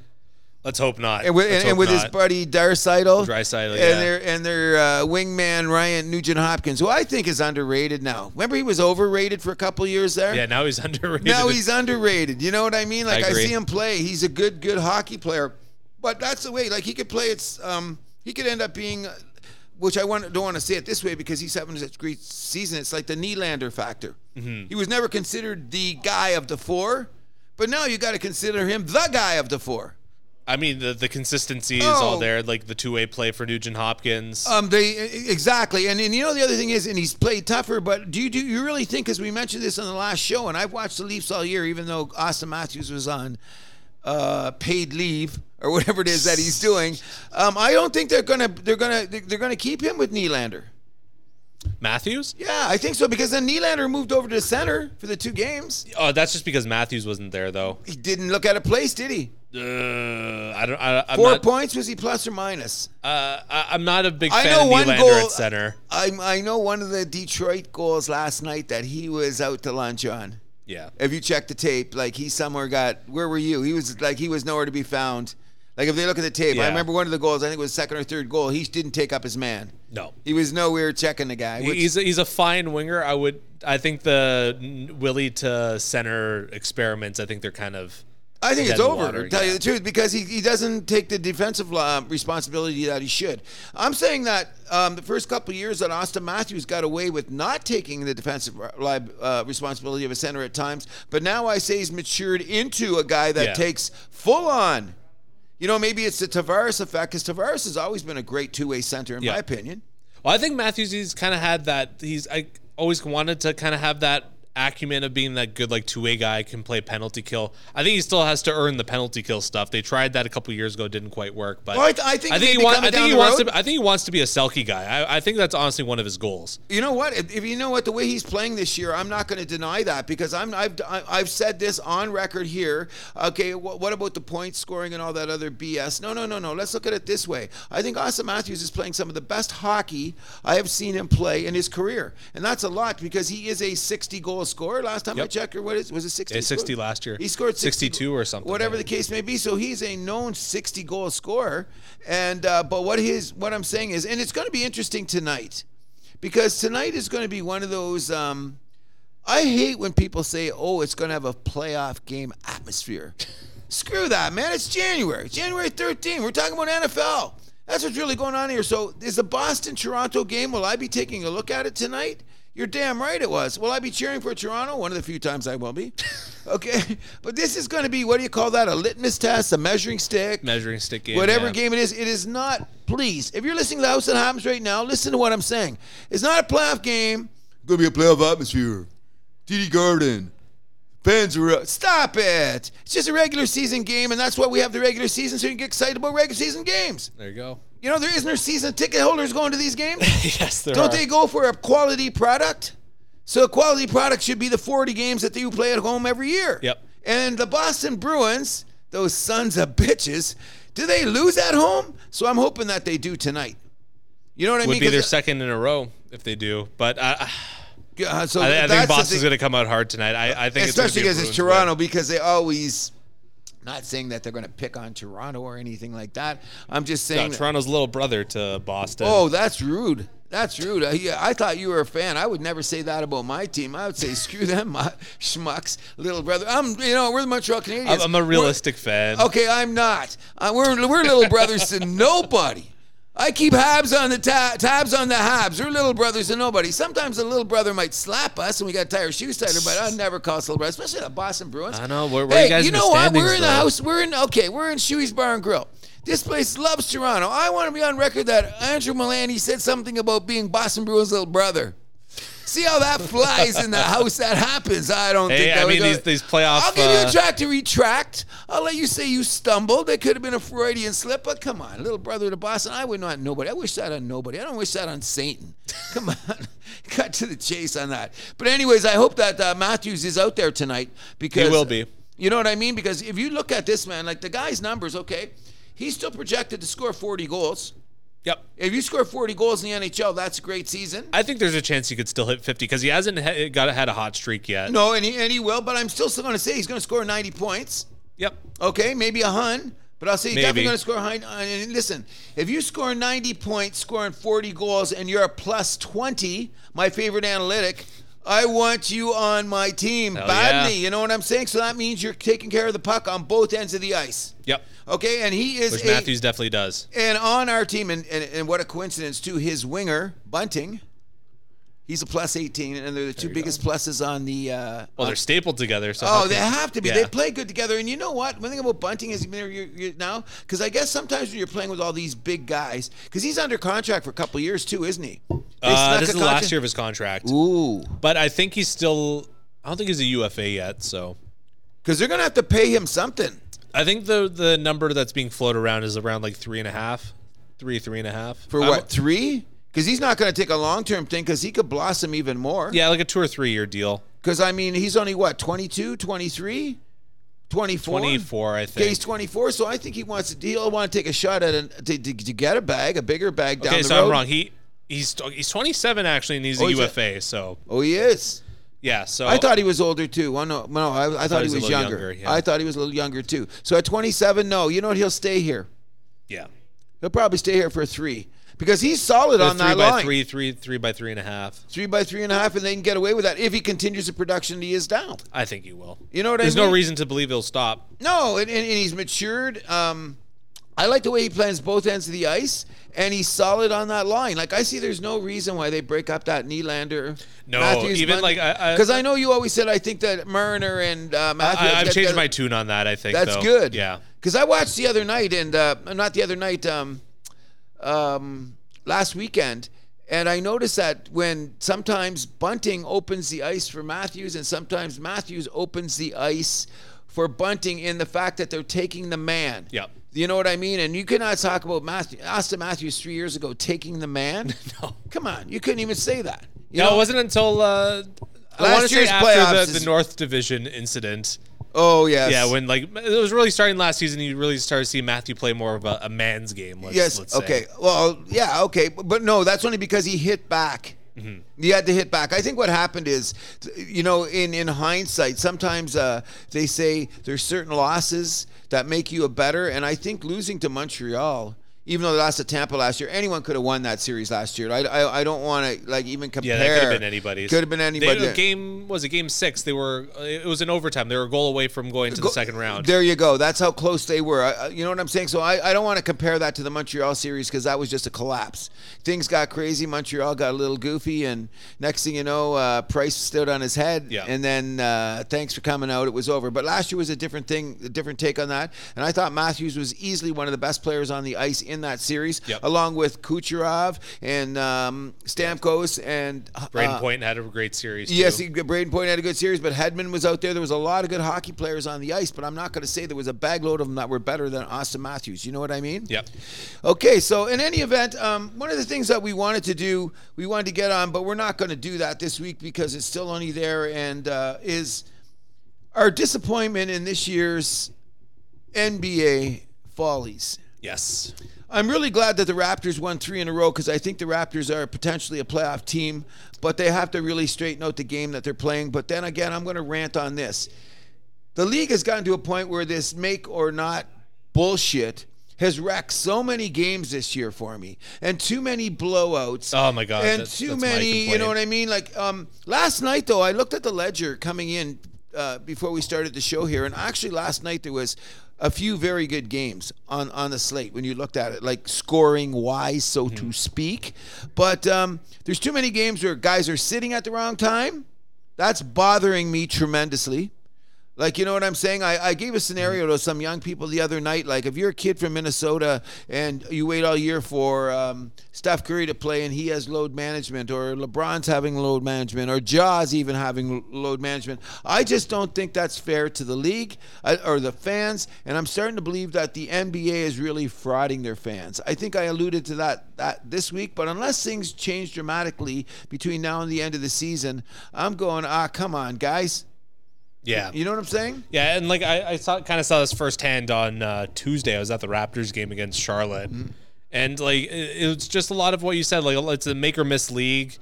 B: Let's hope not.
A: and with,
B: Let's
A: and, and
B: hope
A: with his
B: not.
A: buddy Darcytle,
B: Dreisaitl,
A: and
B: yeah.
A: their and their uh, wingman Ryan Nugent Hopkins, who I think is underrated now. Remember, he was overrated for a couple years there.
B: yeah, now he's [laughs] underrated.
A: now he's underrated. You know what I mean? Like I,
B: agree.
A: see him play; he's a good, good hockey player. But that's the way. Like he could play. It's um, he could end up being. uh, Which I want, don't want to say it this way because he's having such a great season. It's like the Nylander factor.
B: Mm-hmm.
A: He was never considered the guy of the four, but now you got to consider him the guy of the four.
B: I mean, the, the consistency is
A: Oh.
B: all there, like the two way play for Nugent Hopkins.
A: Um, they e- exactly, and and you know the other thing is, and he's played tougher. But do you do you really think, as we mentioned this on the last show, and I've watched the Leafs all year, even though Austin Matthews was on uh, paid leave or whatever it is that he's doing, um, I don't think they're gonna they're gonna they're gonna keep him with Nylander.
B: Matthews?
A: Yeah, I think so because then Nylander moved over to center for the two games.
B: Oh, that's just because Matthews wasn't there, though.
A: He didn't look at a place, did he?
B: Uh, I don't. I, I'm
A: Four
B: not,
A: points was he plus or minus?
B: Uh, I, I'm not a big
A: I
B: fan
A: know
B: of
A: one
B: Nylander
A: goal-
B: at center.
A: I I know one of the Detroit goals last night that he was out to lunch on.
B: Yeah.
A: if you check the tape, like he somewhere got where were you? He was like he was nowhere to be found. Like if they look at the tape, I
B: Yeah.
A: remember one of the goals. I think it was second or third goal. He didn't take up his man.
B: No.
A: He was nowhere checking the guy. Which,
B: he's a, he's a fine winger. I would. I think the n- Willie to center experiments. I think they're kind of.
A: I think
B: dead
A: it's
B: in the
A: over.
B: water,
A: to tell you
B: yeah.
A: the truth, because he, he doesn't take the defensive uh, responsibility that he should. I'm saying that um, the first couple of years that Austin Matthews got away with not taking the defensive li- uh, responsibility of a center at times, but now I say he's matured into a guy that
B: Yeah.
A: takes full on. You know, maybe it's the Tavares effect, because Tavares has always been a great two way center, in
B: Yeah.
A: my opinion.
B: Well, I think Matthews he's kind of had that. He's I always wanted to kind of have that acumen of being that good like two way guy can play penalty kill. I think he still has to earn the penalty kill stuff. They tried that a couple years ago, didn't quite work. But
A: Well, I th- I think maybe
B: wa-
A: coming
B: I think
A: down
B: he
A: the
B: wants
A: road-
B: to. I think he wants to be a Selkie guy. I, I think that's honestly one of his goals.
A: you know what? If, if you know what the way he's playing this year, I'm not going to deny that because I'm I've I- I've said this on record here. Okay, wh- what about the point scoring and all that other BS? No, no, no, no. Let's look at it this way. I think Austin Matthews is playing some of the best hockey I have seen him play in his career, and that's a lot because he is a 60 goal scorer. Last time I
B: Yep.
A: checked, or what is was it 60?
B: Yeah, 60
A: scored?
B: last year.
A: He scored 60
B: 62 or something,
A: Whatever the
B: yeah.
A: case may be. So he's a known 60 goal scorer, and uh, but what his what I'm saying is, and it's going to be interesting tonight because tonight is going to be one of those. Um, I hate when people say, "Oh, it's going to have a playoff game atmosphere." [laughs] Screw that, man! It's January, January 13. We're talking about NFL. That's what's really going on here. So, is the Boston Toronto game? Will I be taking a look at it tonight? You're damn right it was. Will I be cheering for Toronto? One of the few times I will be. [laughs] Okay. But this is going to be, what do you call that? A litmus test, a measuring stick,
B: measuring stick game.
A: whatever
B: yeah.
A: game it is. It is not, please, if you're listening to the House and Hams right now, listen to what I'm saying. It's not a playoff game. Going to be a playoff atmosphere. TD Garden. Fans are up. Stop it. It's just a regular season game, and that's why we have the regular season, so you can get excited about regular season games.
B: There you go. [laughs]
A: You know, there isn't there season ticket holders going to these games.
B: yes, there
A: Don't they go for a quality product? So a quality product should be the 40 games that you play at home every year.
B: Yep.
A: And the Boston Bruins, those sons of bitches, do they lose at home? So I'm hoping that they do tonight. You know what I
B: Would
A: mean?
B: be their
A: 'Cause,
B: second in a row if they do. But I, I-
A: uh, so
B: I, I
A: that's the
B: think Boston's
A: thing.
B: going to come out hard tonight. I, I think
A: especially
B: it's
A: because it's Toronto, because they always. Not saying that they're going to pick on Toronto or anything like that. I'm just saying. that-
B: Toronto's little brother to Boston.
A: Oh, that's rude. That's rude. I, yeah, I thought you were a fan. I would never say that about my team. I would say [laughs] screw them, my schmucks, little brother. I'm, you know, we're the Montreal Canadiens.
B: I'm, I'm a
A: We're-
B: realistic fan.
A: okay, I'm not. Uh, we're we're
B: [laughs]
A: little brothers to nobody. I keep Habs on the ta- tabs on the Habs. We're little brothers to nobody. Sometimes a little brother might slap us, and we got to tie our shoes tighter. But I never call us little brothers, especially the Boston Bruins.
B: I know. Where- where are you guys in the
A: know what? We're
B: standings,
A: in the
B: though?
A: house. We're in okay. We're in Shuey's Bar and Grill. This place loves Toronto. I want to be on record that Andrew Milani said something about being Boston Bruins' little brother. See how that flies in the house. That happens. I don't
B: Hey,
A: think. That
B: I
A: we
B: mean,
A: go-
B: these- these playoff,
A: I'll give you a
B: uh,
A: track to retract. I'll let you say you stumbled. That could have been a Freudian slip, but come on, little brother to Boston. I would not nobody. I wish that on nobody. I don't wish that on
B: [laughs]
A: Satan. Come on, [laughs] cut to the chase on that. But anyways, I hope that uh, Matthews is out there tonight because
B: He will be.
A: You know what I mean? Because if you look at this man, like the guy's numbers, okay, he's still projected to score 40 goals.
B: Yep.
A: If you score 40 goals in the NHL, that's a great season.
B: I think there's a chance he could still hit 50 because he hasn't ha- got had a hot streak yet.
A: no, and he, and he will, but I'm still still going to say he's going to score 90 points.
B: Yep.
A: Okay, maybe a hun, but I'll say you're definitely
B: Maybe.
A: going to score high. uh, And listen, if you score 90 points, scoring 40 goals, and you're a plus 20, my favorite analytic, I want you on my team
B: Hell
A: badly.
B: yeah.
A: You know what I'm saying? So that means you're taking care of the puck on both ends of the ice.
B: Yep.
A: Okay, and he is
B: Which
A: a-
B: Matthews definitely does.
A: and on our team, and, and, and what a coincidence too, his winger Bunting, he's a plus 18, and they're the two biggest pluses on the. Uh,
B: Well,
A: on-
B: they're stapled together. So how
A: Oh,
B: can-
A: they have to be.
B: Yeah.
A: They play good together. And you know what? One thing about Bunting is you you- you- now, because I guess sometimes when you're playing with all these big guys, because he's under contract for a couple of years too, isn't he? They
B: Uh,
A: snuck
B: this
A: a
B: is the last
A: contract-
B: year of his contract,
A: Ooh,
B: but I think he's still. I don't think he's a UFA yet. So
A: because they're gonna have to pay him something.
B: I think the the number that's being floated around is around like three and a half, three three and a half
A: For
B: I'm-
A: what three? Because he's not gonna take a long term thing. Because he could blossom even more.
B: yeah, like a two or three year deal.
A: Because I mean, he's only what 22, 23, 24?
B: Twenty four, I
A: Okay,
B: think.
A: he's 24, so I think he wants to. He'll want to take a shot at an, to, to, to get a bag, a bigger bag down
B: okay,
A: the
B: so
A: road.
B: I'm wrong. He he's he's twenty seven actually, and he's
A: Oh,
B: a
A: he's a-
B: UFA. So
A: Oh, he is.
B: yeah, so
A: I thought he was older too. Well, no, no, I, I, thought, he was
B: was a little
A: younger.
B: younger, yeah.
A: I thought he was a little younger too. So at 27, no, you know what? He'll stay here.
B: yeah,
A: He'll probably stay here for three because he's solid on
B: three
A: that
B: by
A: line.
B: three, three three by three and a half.
A: Three by three and a half, and they can get away with that if he continues the production he is down.
B: I think he will.
A: You know what I
B: There's
A: mean?
B: no reason to believe he'll stop.
A: No, and, and, and he's matured. Um, I like the way he plans both ends of the ice, and he's solid on that line. Like I see, there's no reason why they break up that Nylander.
B: No, even, like, I- I-
A: because I, know you always said I think that Mariner and uh, Matthews.
B: I, I've
A: got
B: changed
A: together.
B: my tune on that. I think
A: That's
B: though.
A: good.
B: Yeah,
A: Because I watched the other night, and uh, not the other night, um, um, last weekend, and I noticed that when sometimes Bunting opens the ice for Matthews, and sometimes Matthews opens the ice for Bunting in the fact that they're taking the man.
B: Yep.
A: You know what I mean? And you cannot talk about Matthew, Austin Matthews three years ago taking the man.
B: [laughs] No.
A: Come on, you couldn't even say that. You
B: no,
A: know?
B: it wasn't until uh, I
A: Last
B: want to say
A: year's
B: after
A: playoffs
B: the,
A: is-
B: the North Division incident.
A: Oh yes.
B: Yeah, when like it was really starting last season, you really started seeing Matthew play more of a, a man's game. Let's,
A: Yes.
B: Let's say.
A: okay. Well, yeah. Okay. But, but no, that's only because he hit back.
B: Mm-hmm.
A: He had to hit back. I think what happened is, you know, in in hindsight, sometimes uh, they say there's certain losses that make you a better, and I think losing to Montreal. even though they lost to Tampa last year, anyone could have won that series last year. I, I, I don't want to like even compare.
B: Yeah, that could have been anybody's.
A: Could have been anybody.
B: They, uh, game was it game six? They were. It was an overtime. They were a goal away from going to
A: Go-
B: the second round.
A: There you go. That's how close they were. I, I- you know what I'm saying? So I, I don't want to compare that to the Montreal series because that was just a collapse. Things got crazy. Montreal got a little goofy, and next thing you know, uh, Price stood on his head.
B: Yeah.
A: And then uh, thanks for coming out. It was over. But last year was a different thing, a different take on that. And I thought Matthews was easily one of the best players on the ice in that series,
B: Yep.
A: along with Kucherov and um, Stamkos and uh,
B: Braden Point had a great series.
A: Yes,
B: too.
A: he, Braden Point had a good series, but Hedman was out there. There was a lot of good hockey players on the ice, but I'm not going to say there was a bagload of them that were better than Austin Matthews. You know what I mean?
B: Yep.
A: Okay, so in any event, um, one of the things that we wanted to do, we wanted to get on, but we're not going to do that this week because it's still only there and uh, is our disappointment in this year's NBA follies.
B: Yes.
A: I'm really glad that the Raptors won three in a row because I think the Raptors are potentially a playoff team, but they have to really straighten out the game that they're playing. But then again, I'm going to rant on this. The league has gotten to a point where this make or not bullshit has wrecked so many games this year for me, and too many blowouts.
B: Oh my God,
A: And
B: that's-
A: too
B: that's my
A: many, you know
B: complaint.
A: what I mean? Like um, last night, though, I looked at the ledger coming in uh, before we started the show here, and actually last night there was a few very good games on on the slate when you looked at it, like scoring wise, so
B: Hmm.
A: to speak. But um, there's too many games where guys are sitting at the wrong time. That's bothering me tremendously. Like, you know what I'm saying? I, I gave a scenario to some young people the other night. Like, if you're a kid from Minnesota and you wait all year for um, Steph Curry to play and he has load management, or LeBron's having load management, or Jaws even having l- load management, I just don't think that's fair to the league uh, or the fans. And I'm starting to believe that the NBA is really frauding their fans. I think I alluded to that, that this week, but unless things change dramatically between now and the end of the season, I'm going, ah, come on, guys.
B: Yeah.
A: You know what I'm saying?
B: Yeah, and like I, I saw, kind of saw this firsthand on uh, Tuesday. I was at the Raptors game against Charlotte,
A: Mm-hmm.
B: and like it, it was just a lot of what you said. Like it's a make or miss league,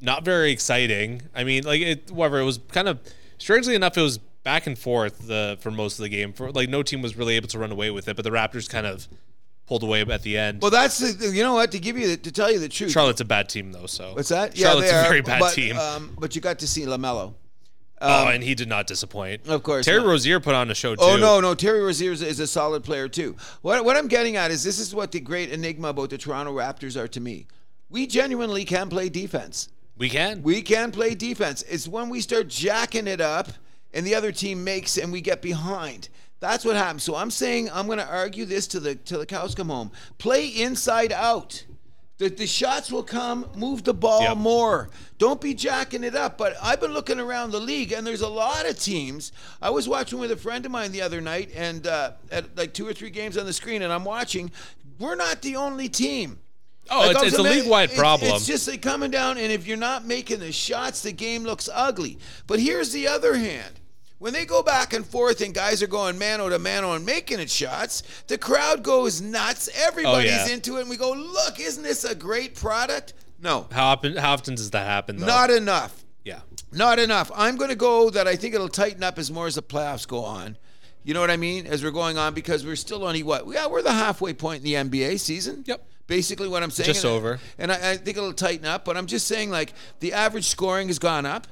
B: not very exciting. I mean, like it, whatever. It was kind of strangely enough, it was back and forth the for most of the game. For like no team was really able to run away with it, but the Raptors kind of pulled away at the end.
A: Well, that's the, you know what to give you the, to tell you the truth.
B: Charlotte's a bad team though, so
A: What's that?
B: Charlotte's
A: they
B: a
A: are,
B: very bad
A: but,
B: team.
A: Um, but you got to see Lamelo.
B: oh, and he did not disappoint.
A: Of course
B: Terry
A: not.
B: Rozier put on a show too.
A: Oh no, no, Terry Rozier is, is a solid player too. What what I'm getting at is this is what the great enigma about the Toronto Raptors are to me. We genuinely can play defense.
B: we can.
A: We can play defense. It's when we start jacking it up and the other team makes and we get behind. That's what happens. So I'm saying I'm going to argue this till the till the cows come home. Play inside out. The, the shots will come. Move the ball
B: Yep.
A: more. Don't be jacking it up. But I've been looking around the league, and there's a lot of teams. I was watching with a friend of mine the other night, and uh, at like two or three games on the screen, and I'm watching. We're not the only team.
B: oh,
A: Like,
B: it's,
A: I was
B: it's a
A: ama-
B: league wide
A: it's-
B: problem.
A: It's just like coming down, and if you're not making the shots, the game looks ugly. But here's the other hand. When they go back and forth and guys are going mano to mano and making it shots, the crowd goes nuts. Everybody's
B: yeah.
A: into it, and we go, look, isn't this a great product? No,
B: How often, how often does that happen? Though?
A: not enough.
B: yeah.
A: Not enough. I'm going to go that I think it'll tighten up as more as the playoffs go on. You know what I mean? As we're going on, because we're still only what? Yeah, we're the halfway point in the NBA season.
B: Yep.
A: Basically, what I'm saying.
B: Just
A: And-
B: over.
A: And I, I think it'll tighten up, but I'm just saying, like, the average scoring has gone up.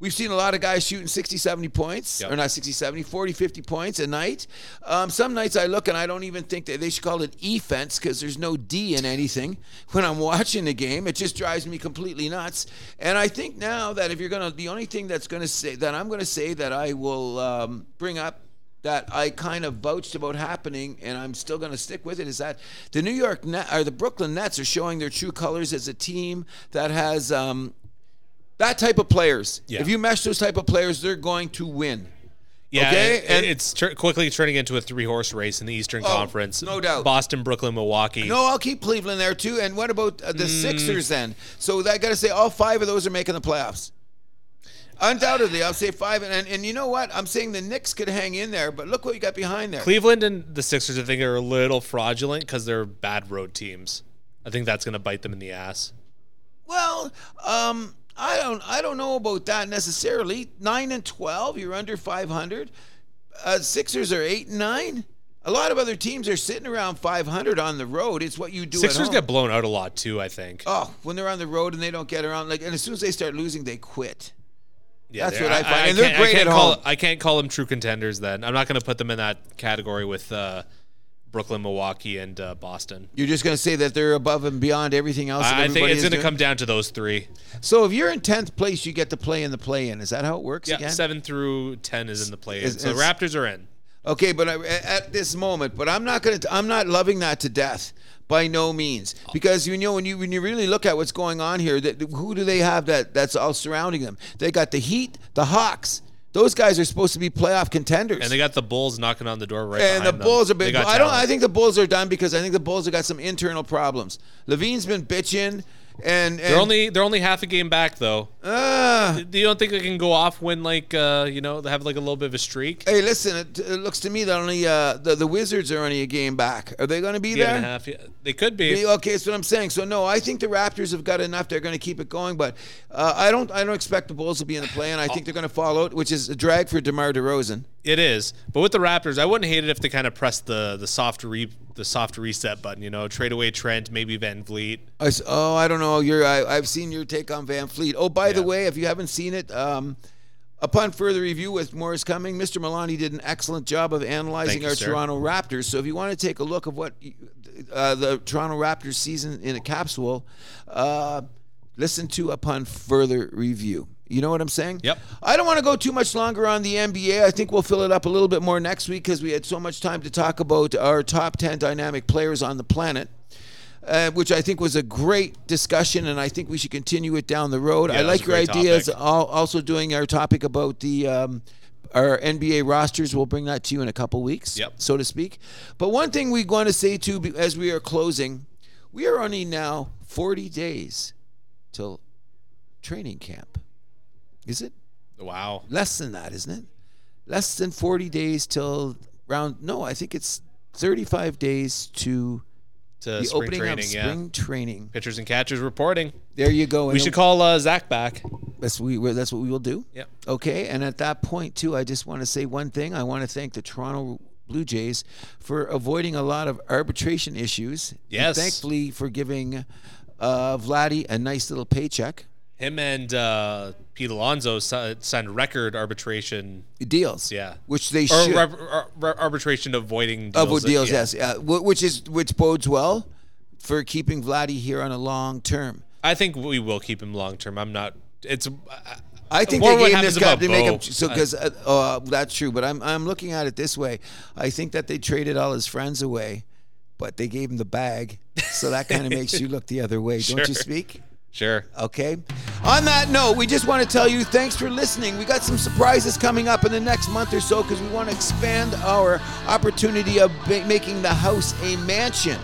A: We've seen a lot of guys shooting 60, 70 points,
B: Yep.
A: or not 60, 70, 40, 50 points a night. Um, some nights I look and I don't even think that they should call it e-fence because there's no D in anything [laughs] when I'm watching the game. It just drives me completely nuts. And I think now that if you're going to, the only thing that's going to say, that I'm going to say that I will um, bring up that I kind of vouched about happening, and I'm still going to stick with it, is that the New York Net, or the Brooklyn Nets are showing their true colors as a team that has um, that type of players.
B: Yeah.
A: If you mesh those type of players, they're going to win.
B: Yeah,
A: Okay,
B: it-
A: and- Oh,
B: it's tur quickly turning into a three-horse race in the Eastern Conference.
A: no doubt.
B: Boston, Brooklyn, Milwaukee.
A: No, I'll keep Cleveland there too. And what about uh, the
B: Mm.
A: Sixers then? So I got to say, all five of those are making the playoffs. Undoubtedly, I'll say five. And, and and you know what? I'm saying the Knicks could hang in there, but look what you got behind there.
B: Cleveland and the Sixers, I think, are a little fraudulent because they're bad road teams. I think that's going to bite them in the ass.
A: Well, um, I don't I don't know about that necessarily. Nine and twelve, you're under five hundred. Uh, Sixers are eight and nine. A lot of other teams are sitting around 500 on the road. It's what you do.
B: Sixers
A: at home.
B: get blown out a lot too. I think.
A: oh when they're on the road and they don't get around. Like and as soon as they start losing, they quit.
B: Yeah,
A: That's
B: they're-
A: what I find. And they're
B: can't-
A: great
B: can't
A: at
B: call,
A: home.
B: I can't call them true contenders. Then I'm not going to put them in that category with uh, Brooklyn, Milwaukee, and uh, Boston.
A: You're just going to say that they're above and beyond everything else. that
B: I, I think
A: everybody
B: it's
A: is
B: going to
A: doing?
B: come down to those three.
A: So if you're in tenth place, you get to play in the play-in. Is that how it works
B: Yeah,
A: again?
B: seven through ten is in the play.
A: Is-
B: so
A: is-
B: Raptors are in.
A: Okay, but I, at this moment, but I'm not gonna. I'm not loving that to death by no means because you know when you when you really look at what's going on here, that who do they have that that's all surrounding them? They got the Heat, the Hawks. Those guys are supposed to be playoff contenders.
B: And they got the Bulls knocking on the door right
A: And the
B: behind them.
A: Bulls are
B: They
A: big.
B: got
A: I don't.
B: talent.
A: I think the Bulls are done because I think the Bulls have got some internal problems. Levine's been bitching, and, and
B: they're only they're only half a game back though.
A: Ah.
B: Do you don't think they can go off when like uh, you know they have like a little bit of a streak?
A: Hey, listen. It, it looks to me that only uh, the the Wizards are only a game back. Are they going to be
B: Game
A: there?
B: and a half. Yeah, they could be.
A: Yeah, Okay, that's what I'm saying. So no, I think the Raptors have got enough. They're going to keep it going, but uh, I don't. I don't expect the Bulls to be in the play, and I
B: Oh.
A: think they're going to fall out, which is a drag for Demar Derozan.
B: It is, but with the Raptors, I wouldn't hate it if they kind of pressed the the soft re the soft reset button. You know, trade away Trent, maybe Van Vliet.
A: I s oh, I don't know. You're, I, I've seen your take on Van Fleet. Oh, by the
B: Yeah.
A: way, if you haven't seen it, um, upon further review with more is coming, Mr. Milani did an excellent job of analyzing
B: Thank you,
A: our
B: sir.
A: Toronto Raptors. So if you want to take a look of what uh, the Toronto Raptors season in a capsule, uh, listen to upon further review. You know what I'm saying?
B: Yep.
A: I don't want to go too much longer on the NBA. I think we'll fill it up a little bit more next week because we had so much time to talk about our top 10 dynamic players on the planet uh, which I think was a great discussion, and I think we should continue it down the road. I
B: that
A: like
B: was a
A: your
B: great
A: ideas.
B: topic.
A: Al- Also, doing our topic about the um, our NBA rosters, we'll bring that to you in a couple weeks,
B: Yep.
A: so to speak. But one thing we want to say too, be- as we are closing, we are only now 40 days till training camp. Is it
B: Wow,
A: less than that? Isn't it less than 40 days till round? No, I think it's 35 days to.
B: to
A: The
B: spring
A: opening
B: training,
A: of
B: yeah.
A: spring training.
B: Pitchers and catchers reporting.
A: There you go.
B: We
A: And
B: should call uh, Zach back.
A: That's we. we- That's what we will do.
B: Yep.
A: Okay. And at that point too, I just want to say one thing. I want to thank the Toronto Blue Jays for avoiding a lot of arbitration issues. and
B: Yes.
A: thankfully, for giving uh, Vladdy a nice little paycheck
B: Him and uh, Pete Alonso si- signed record arbitration
A: deals.
B: Yeah.
A: Which they
B: or
A: should.
B: ar- ar- ar- arbitration avoiding deals.
A: of what deals,
B: Yeah.
A: yes. Uh, wh- which is which bodes well for keeping Vladdy here on a long term.
B: I think we will keep him long term. I'm not. It's. uh, I,
A: I think
B: More
A: they
B: what
A: gave him this
B: happens Oh,
A: cup
B: about
A: to make him
B: Bo.
A: so because uh, uh, that's true. But I'm I'm looking at it this way. I think that they traded all his friends away, but they gave him the bag, so that
B: [laughs]
A: kind of makes you look the other way, don't you
B: Sure.
A: speak?
B: sure.
A: Okay. On that note, we just want to tell you thanks for listening. We got some surprises coming up in the next month or so because we want to expand our opportunity of ba- making the house a mansion.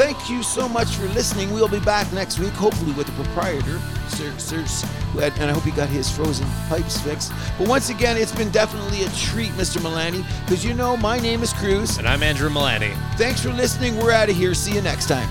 A: Thank you so much for listening. We'll be back next week, hopefully, with the proprietor, Sir, Sir, who had- and I hope he got his frozen pipes fixed. But once again, it's been definitely a treat, Mr. Milani, because you know my name is Cruz.
B: And I'm Andrew Milani.
A: Thanks for listening. We're out of here. See you next time.